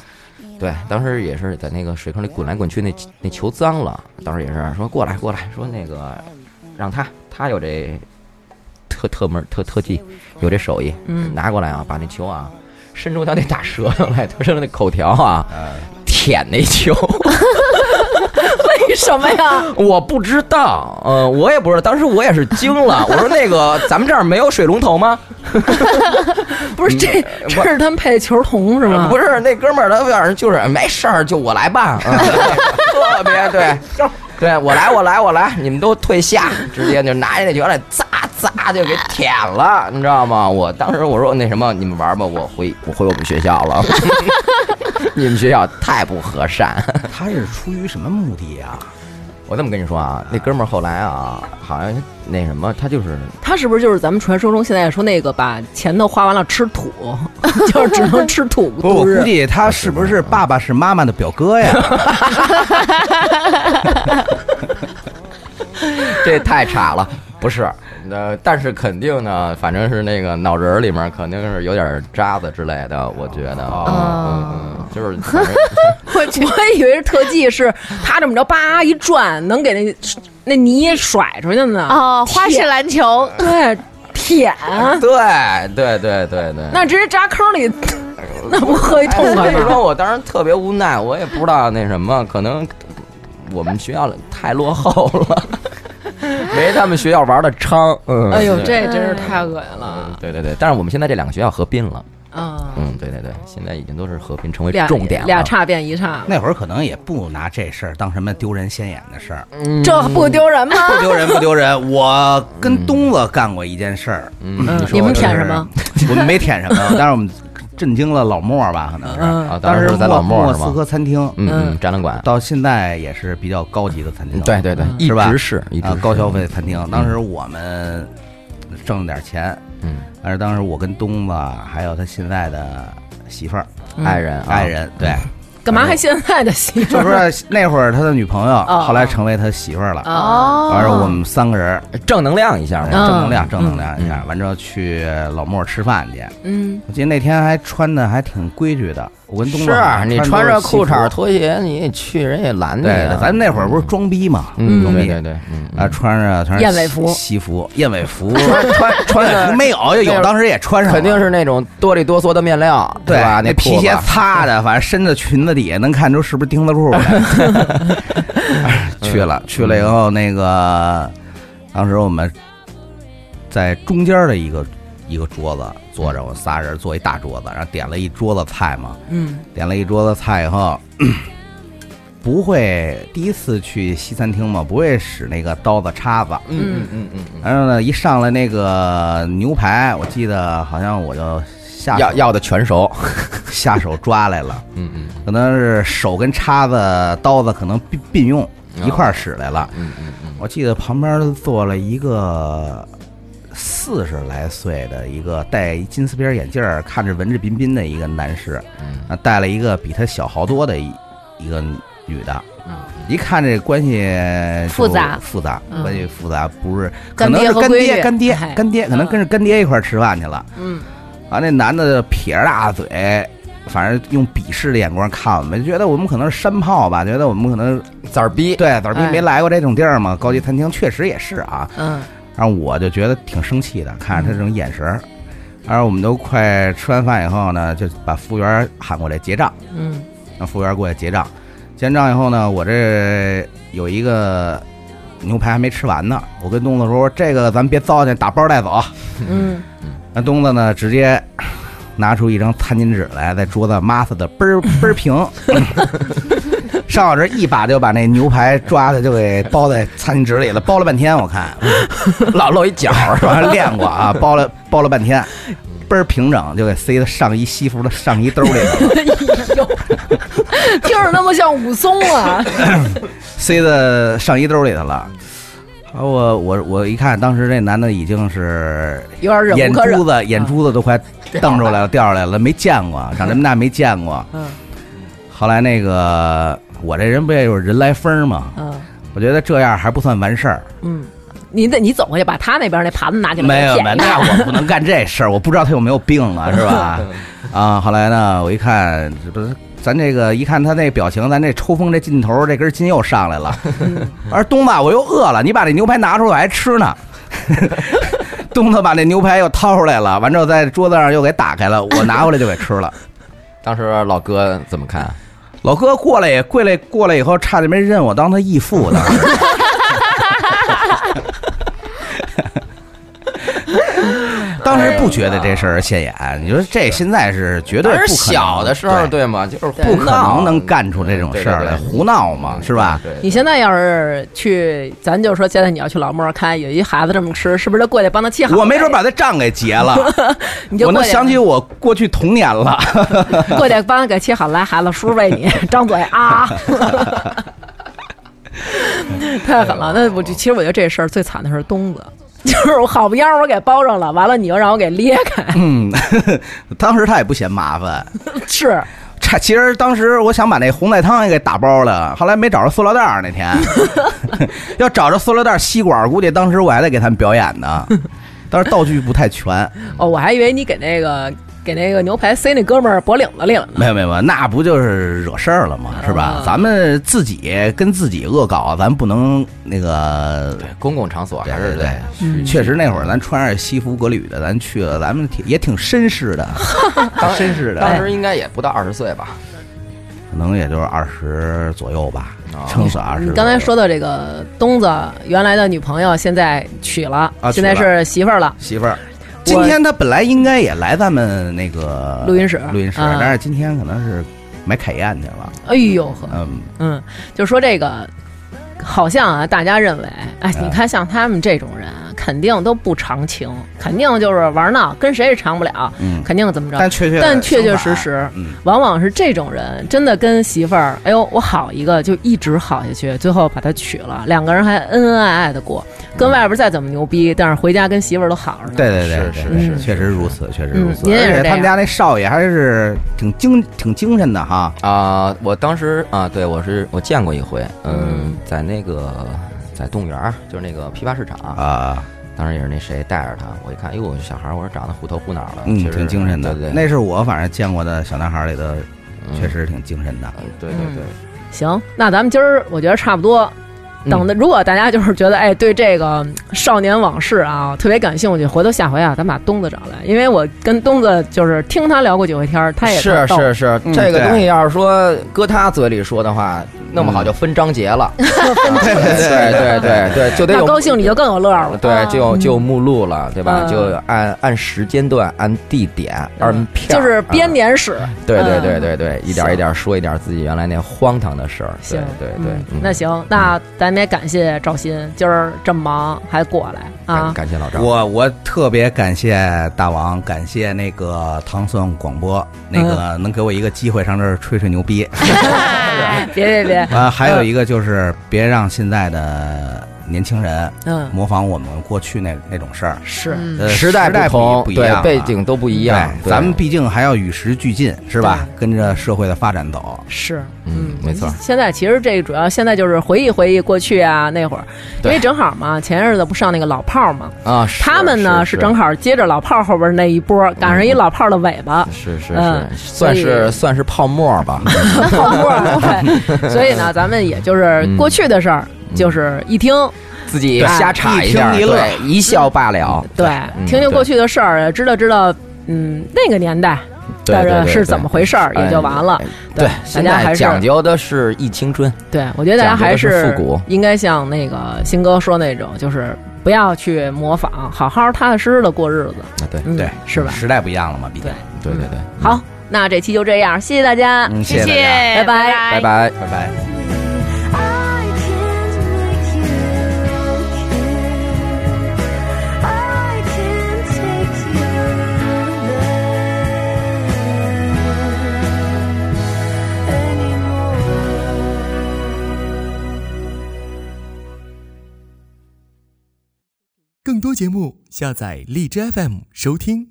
Speaker 6: 对，当时也是在那个水坑里滚来滚去，那那球脏了，当时也是说过来过来，说那个让他他有这特特门特特技，有这手艺，
Speaker 2: 嗯
Speaker 6: 拿过来啊，把那球啊伸出他那大舌头来，他伸出那口条啊，
Speaker 7: 嗯
Speaker 6: 舔那球，
Speaker 2: 为什么呀？
Speaker 6: 我不知道，呃，我也不知道，当时我也是惊了，我说那个咱们这儿没有水龙头吗？
Speaker 2: *laughs* 不是这这是他们配球童是吗？
Speaker 6: 呃 *laughs* 不是那哥们儿，他反正就是没事儿，就我来吧，嗯 *laughs* 特别对， *laughs* 对我来我来我来，你们都退下，直接就拿着那球来砸砸就给舔了，你知道吗？我当时我说那什么，你们玩吧，我回我回我们学校了， *laughs* 你们学校太不和善。 *laughs*
Speaker 7: 他是出于什么目的啊？
Speaker 6: 我这么跟你说啊，那哥们儿后来啊，好像那什么，他就是
Speaker 2: 他是不是就是咱们传说中现在说那个把钱都花完了吃土， *laughs* 就是只能吃土
Speaker 7: 不是，我
Speaker 2: 度日
Speaker 7: 估计他是不是爸爸是妈妈的表哥呀？ *laughs*
Speaker 6: *laughs* 这太差了。不是，呃，但是肯定呢，反正是那个脑仁儿里面肯定是有点渣子之类的，我觉得，
Speaker 5: 哦
Speaker 6: 嗯嗯，就是反正
Speaker 8: 我
Speaker 2: *laughs* 我以为是特技，是他这么着叭一转，能给那那泥甩出去呢。
Speaker 5: 哦，花式篮球，
Speaker 2: *laughs* 对，舔， *laughs*
Speaker 6: 对对对对对，
Speaker 2: 那直接扎坑里， *laughs* 那不喝一痛
Speaker 6: 哎所
Speaker 2: 快
Speaker 6: 以
Speaker 2: 吗？
Speaker 6: *laughs* 说我当时特别无奈，我也不知道那什么，可能我们学校太落后了， *laughs* 没他们学校玩的猖。嗯，
Speaker 2: 哎呦，
Speaker 6: 对
Speaker 2: 这真是太恶心
Speaker 6: 嗯
Speaker 2: 了。
Speaker 6: 对对对，但是我们现在这两个学校合并了，
Speaker 2: 嗯，
Speaker 6: 嗯，对对对，现在已经都是合并成为
Speaker 2: 俩
Speaker 6: 重点了，
Speaker 2: 俩差变一差，
Speaker 7: 那会儿可能也不拿这事儿当什么丢人现眼的事儿，
Speaker 2: 嗯
Speaker 8: 这不丢人吗？
Speaker 7: 不丢人不
Speaker 2: *laughs*
Speaker 7: 丢人。我跟东子干过一件事儿，
Speaker 6: 嗯，
Speaker 2: 嗯
Speaker 6: 你说
Speaker 2: 你们
Speaker 6: 这
Speaker 2: 舔什么？
Speaker 7: *laughs* 我们没舔什么，但是我们震惊了老莫吧，可能是。
Speaker 2: 嗯
Speaker 6: 啊，当时
Speaker 7: 时
Speaker 6: 是在老莫
Speaker 7: 莫
Speaker 6: 是
Speaker 7: 斯
Speaker 6: 吗？
Speaker 7: 科餐厅，
Speaker 6: 嗯嗯，展览馆，
Speaker 7: 到现在也是比较高级的餐厅，
Speaker 6: 对对对，一
Speaker 7: 是吧
Speaker 6: 直是一直
Speaker 7: 啊
Speaker 6: 是，
Speaker 7: 高消费餐厅。当时我们挣了点钱，
Speaker 6: 嗯，
Speaker 7: 但是当时我跟东子还有他现在的媳妇儿、
Speaker 6: 爱人啊
Speaker 7: 嗯爱，人，对，
Speaker 2: 干嘛还现在的媳妇
Speaker 7: 就
Speaker 2: 儿？
Speaker 6: *laughs*
Speaker 7: 是那会儿他的女朋友，
Speaker 2: 哦
Speaker 7: 后来成为他媳妇儿了。
Speaker 2: 哦，
Speaker 7: 完了，我们三个人
Speaker 6: 正能量一下嘛，
Speaker 7: 正能量，正能量
Speaker 6: 嗯
Speaker 7: 一下。完之后去老莫吃饭去，
Speaker 2: 嗯，
Speaker 7: 我记得那天还穿的还挺规矩的。我跟东子好
Speaker 6: 是啊
Speaker 7: 像
Speaker 6: 你
Speaker 7: 穿
Speaker 6: 穿着
Speaker 7: 着
Speaker 6: 裤衩
Speaker 7: 儿，
Speaker 6: 拖鞋，你去人也拦你
Speaker 7: 对
Speaker 6: 啊。，
Speaker 7: 咱们那会儿不是装逼嘛，
Speaker 6: 嗯，
Speaker 7: 装
Speaker 6: 对
Speaker 7: 逼
Speaker 6: 对对，嗯
Speaker 7: 啊，穿着穿着
Speaker 2: 燕尾服
Speaker 7: 西西服、燕
Speaker 6: *laughs*
Speaker 7: 尾服，
Speaker 6: 嗯
Speaker 7: 穿穿服没有
Speaker 6: 那
Speaker 7: 就有，
Speaker 6: 个
Speaker 7: 当时也穿上了，
Speaker 6: 肯定是那种哆里哆嗦的面料，
Speaker 7: 对
Speaker 6: 吧？那
Speaker 7: 皮鞋擦的，反正伸到裙子底下能看出是不是钉子裤来。 *laughs* 去了，去了以后，那个当时我们在中间的一个一个桌子坐着，我们仨人坐一大桌子，然后点了一桌子菜嘛，
Speaker 2: 嗯，
Speaker 7: 点了一桌子菜以后。 *coughs* 不会第一次去西餐厅嘛，不会使那个刀子叉子，
Speaker 6: 嗯嗯嗯嗯
Speaker 7: 然后呢，一上来那个牛排，我记得好像我就下
Speaker 6: 嗯，
Speaker 7: 手
Speaker 6: 要要的全熟，
Speaker 7: *laughs* 下手抓来了，
Speaker 6: 嗯嗯
Speaker 7: 可能是手跟叉子、刀子可能并并用一块儿使来了。
Speaker 6: 嗯嗯嗯，
Speaker 7: 我记得旁边坐了一个四十来岁的一个戴金丝边眼镜儿、看着文质彬彬的一个男士，啊，带了一个比他小好多的一一个女的。一看这关系就
Speaker 5: 复杂
Speaker 7: 复杂
Speaker 2: 嗯
Speaker 7: 关系复杂，不是可
Speaker 5: 干
Speaker 7: 能
Speaker 5: 爹
Speaker 7: 是
Speaker 5: 和
Speaker 7: 干
Speaker 5: 闺
Speaker 7: 爹
Speaker 5: 女嗯
Speaker 7: 干爹
Speaker 2: 哎
Speaker 7: 干爹，可能跟着干爹一块儿吃饭去了。
Speaker 2: 嗯，
Speaker 7: 啊，那男的撇着大嘴，反正用鄙视的眼光看我们，觉得我们可能是山炮吧，觉得我们可能
Speaker 6: 崽儿逼，嗯
Speaker 7: 对，咋逼
Speaker 2: 哎
Speaker 7: 没来过这种地儿嘛，高级餐厅确实也是啊。
Speaker 2: 嗯，
Speaker 7: 然后我就觉得挺生气的，看着他这种眼神儿。然后我们都快吃完饭以后呢，就把服务员喊过来结账，
Speaker 2: 嗯，
Speaker 7: 让服务员过来结账。结完账以后呢，我这有一个牛排还没吃完呢，我跟东子说：“这个咱别糟践，打包带走。”
Speaker 2: 嗯， *laughs*
Speaker 7: 那东子呢，直接拿出一张餐巾纸来，在桌子抹擦的倍 *laughs* 儿倍儿平，上我这一把就把那牛排抓的就给包在餐巾纸里了，包了半天，我看
Speaker 6: 老露一角儿，
Speaker 7: 我练过啊，包了包了半天。倍儿平整，就给塞到上衣西服的上衣兜里了，
Speaker 8: 听着那么像武松啊！
Speaker 7: 塞到上衣兜里头了。啊，我我我一看，当时这男的已经是
Speaker 8: 有点忍
Speaker 7: *laughs* 眼
Speaker 8: 无可忍
Speaker 7: 珠。子眼珠子都快瞪出来了，啊掉下来了，没见过，长这么大没见过。
Speaker 2: 嗯，
Speaker 7: 后来那个我这人不也有人来疯吗？
Speaker 2: 嗯，
Speaker 7: 我觉得这样还不算完事儿，
Speaker 2: 嗯，你得你走过去把他那边那盘子拿起来，
Speaker 7: 没有
Speaker 2: 舔
Speaker 7: 没有，
Speaker 2: 一
Speaker 7: 那我不能干这事儿，我不知道他有没有病啊，是吧？啊，后来呢，我一看，这不是咱这个一看他那表情，咱这抽风这劲头，这根筋又上来了。我说东子，我又饿了，你把这牛排拿出来，我还吃呢。东子把那牛排又掏出来了，完之后在桌子上又给打开了，我拿回来就给吃了。
Speaker 6: 当时老哥怎么看？
Speaker 7: 老哥过来也过来过来以后，差点没认我当他义父呢。 *laughs* 当时不觉得这事儿现眼，你说这现在是绝对
Speaker 6: 当时
Speaker 7: 不可能
Speaker 6: 哎小的时候，
Speaker 7: 对
Speaker 6: 对吗？就是
Speaker 7: 不可能能
Speaker 6: 干
Speaker 7: 干出这种事儿来，胡闹嘛，是吧？
Speaker 6: 对，
Speaker 2: 你现在要是去，咱就说现在你要去老莫儿看有一孩子这么吃，是不是就过去帮他沏好？
Speaker 7: 我没准把他账给结
Speaker 6: *laughs*
Speaker 7: 了，
Speaker 2: 你就
Speaker 7: 我
Speaker 2: 过
Speaker 7: 能
Speaker 2: 去
Speaker 7: 想起我过去童年了。
Speaker 2: 过去帮他给沏好，来孩子，叔喂你，张嘴
Speaker 7: *laughs*
Speaker 2: 啊！太狠
Speaker 7: 哎
Speaker 2: 了，那我就其实我觉得这事儿最惨的是东子， *laughs* 就是我好不容易我给包上了，完了你又让我给裂开，
Speaker 7: 嗯，当时他也不嫌麻烦，
Speaker 2: 是
Speaker 7: 差，其实当时我想把那红菜汤也给打包了，后来没找着塑料袋儿
Speaker 2: *laughs*
Speaker 7: 那天，要找着塑料袋儿吸管儿，估计当时我还得给他们表演
Speaker 2: *laughs*
Speaker 7: 呢。但是道具不太全，
Speaker 2: 哦，我还以为你给那个给那个牛排塞那哥们儿脖领子里了呢。
Speaker 7: 没有没有，没有那不就是惹事儿了吗？是
Speaker 2: 啊
Speaker 7: 吧？咱们自己跟自己恶搞，啊咱不能那个
Speaker 6: 公共场所还是得
Speaker 7: 对对
Speaker 2: 嗯
Speaker 7: 确实那会儿咱穿着西服革履的，咱去了，咱们挺也挺绅
Speaker 2: *laughs*
Speaker 7: 士的，当绅士的，
Speaker 6: 当时应该也不到二十岁吧？
Speaker 7: 可能也就是二十左右吧，
Speaker 6: 啊
Speaker 7: 撑死二十。
Speaker 2: 哦你刚才说的这个东子原来的女朋友现在娶了，
Speaker 7: 啊
Speaker 2: 现在
Speaker 7: 娶了
Speaker 2: 是媳妇儿了。
Speaker 7: 媳妇儿，今天她本来应该也来咱们那个
Speaker 2: 录音室
Speaker 7: 录音室，
Speaker 2: 啊
Speaker 7: 但是今天可能是买凯宴去了，
Speaker 2: 哎呦呵，
Speaker 7: 嗯，
Speaker 2: 嗯，就说这个，好像啊，大家认为，哎，
Speaker 7: 嗯
Speaker 2: 你看像他们这种人啊，肯定都不长情，肯定就是玩闹，跟谁也长不了，
Speaker 7: 嗯
Speaker 2: 肯定怎么着。
Speaker 7: 但确确
Speaker 2: 但确确实，实，
Speaker 7: 嗯，
Speaker 2: 往往是这种人，真的跟媳妇儿，哎呦，我好一个，就一直好下去，最后把他娶了，两个人还恩恩爱爱的过，跟外边再怎么牛逼，但是回家跟媳妇儿都好着呢。
Speaker 7: 嗯对对对
Speaker 6: 是
Speaker 7: 对
Speaker 6: 是
Speaker 7: 对
Speaker 2: 是
Speaker 7: 确实如此，确实
Speaker 2: 嗯
Speaker 7: 如此。
Speaker 2: 您也是
Speaker 7: 而且
Speaker 2: 这
Speaker 7: 他
Speaker 2: 样
Speaker 7: 们家那少爷还是挺精挺精神的哈，
Speaker 6: 啊，我当时啊，对我是我见过一回，
Speaker 2: 嗯
Speaker 6: 嗯，在那个在动物园儿，就是那个批发市场
Speaker 2: 嗯
Speaker 6: 啊，
Speaker 7: 啊，
Speaker 6: 当时也是那谁带着他，我一看，哟，小孩儿，我说长得虎头虎脑的，
Speaker 7: 嗯，
Speaker 6: 其实
Speaker 7: 挺精神的，
Speaker 6: 对对，
Speaker 7: 那是我反正见过的小男孩里的，确实挺精神的。
Speaker 6: 嗯，对对对，
Speaker 2: 行，那咱们今儿我觉得差不多。
Speaker 6: 嗯
Speaker 2: 等的，如果大家就是觉得哎对这个嗯少年往事啊特别感兴趣，回头下回啊，咱把东子找来，因为我跟东子就是听他聊过几回天儿，他也特
Speaker 6: 是
Speaker 2: 逗
Speaker 6: 是是
Speaker 7: 嗯，
Speaker 6: 这个
Speaker 7: 对嗯
Speaker 6: 东西要是说搁他嘴里说的话，弄不好就分章节
Speaker 2: *laughs*
Speaker 6: 了，对对对对对，就得
Speaker 2: 那
Speaker 6: 有
Speaker 2: 高兴你就更有乐儿了。
Speaker 6: 对，就
Speaker 7: 嗯
Speaker 6: 有就有目录了，对吧？
Speaker 2: 嗯
Speaker 6: 就按按时间段、按地点、按片
Speaker 2: 就
Speaker 6: 儿，
Speaker 2: 是编
Speaker 6: 啊。
Speaker 2: 年史，
Speaker 6: 对对
Speaker 2: 嗯
Speaker 6: 对对对，一点一点说一点自己原来那荒唐的事儿。对
Speaker 2: 行，
Speaker 6: 对
Speaker 2: 嗯
Speaker 6: 对，嗯
Speaker 2: 那行，那咱们也感谢赵鑫，今儿这么忙还过来啊
Speaker 6: 感，感谢老张。
Speaker 7: 我我特别感谢大王，感谢那个糖蒜广播，那个
Speaker 2: 嗯
Speaker 7: 能给我一个机会上这儿吹吹牛逼。
Speaker 2: 别别别， *laughs*
Speaker 7: 啊，还有一个就是别让现在的年轻人
Speaker 2: 嗯，
Speaker 7: 模仿我们过去那那种事儿。
Speaker 2: 是，
Speaker 5: 嗯，
Speaker 7: 呃
Speaker 6: 时
Speaker 7: 代
Speaker 6: 代不同，
Speaker 7: 不一
Speaker 6: 对
Speaker 7: 样了，啊
Speaker 6: 背景都不一样。
Speaker 7: 对
Speaker 6: 对
Speaker 7: 咱们毕竟还要与时俱进，是吧？跟着社会的发展走。
Speaker 2: 是，
Speaker 6: 嗯没错
Speaker 2: 现在其实这个主要现在就是回忆回忆过去啊那会儿，因
Speaker 6: 对
Speaker 2: 为正好嘛，前日子不上那个老炮儿嘛，
Speaker 6: 啊，
Speaker 2: 他们呢
Speaker 6: 是嗯
Speaker 2: 正好接着老炮儿后边那一波，赶上一老炮儿的尾
Speaker 6: *laughs*
Speaker 2: 巴。 *laughs*
Speaker 6: 是是
Speaker 2: 嗯
Speaker 6: 是，算是算是泡沫
Speaker 2: *laughs*
Speaker 6: 吧。
Speaker 2: 泡沫儿，对，所以
Speaker 6: 嗯
Speaker 2: 呢，咱们也就是过去的事儿，就是一听，
Speaker 6: 自己瞎插一下，
Speaker 7: 一听一乐
Speaker 6: 对，一笑罢了。
Speaker 2: 对，
Speaker 6: 嗯
Speaker 2: 听听过去的事儿，知道知道，嗯，那个年代
Speaker 6: 对
Speaker 2: 但
Speaker 6: 对
Speaker 2: 是
Speaker 6: 对
Speaker 2: 是
Speaker 6: 对
Speaker 2: 怎么回事儿也就完了
Speaker 6: 哎。
Speaker 2: 对
Speaker 6: 对，
Speaker 2: 大
Speaker 6: 现
Speaker 2: 家还
Speaker 6: 在
Speaker 2: 是
Speaker 6: 讲究的是忆青春，
Speaker 2: 对，我觉得大家
Speaker 6: 讲究的
Speaker 2: 还
Speaker 6: 是复古
Speaker 2: 应该像那个新哥说那种，就是不要去模仿，好好踏踏实实的过日子。
Speaker 6: 啊对
Speaker 2: 嗯
Speaker 7: 对，
Speaker 2: 是吧？
Speaker 7: 时代不一样了嘛，毕竟
Speaker 2: 对。
Speaker 6: 对对对，
Speaker 2: 好，那这期就这样，谢谢大家。
Speaker 7: 嗯，
Speaker 5: 谢
Speaker 7: 谢大家，
Speaker 2: 拜
Speaker 6: 拜
Speaker 5: 拜
Speaker 6: 拜。
Speaker 7: 拜拜。
Speaker 4: I can't make you care. I can't take you there anymore. ，
Speaker 9: 更多节目下载荔枝 FM 收听。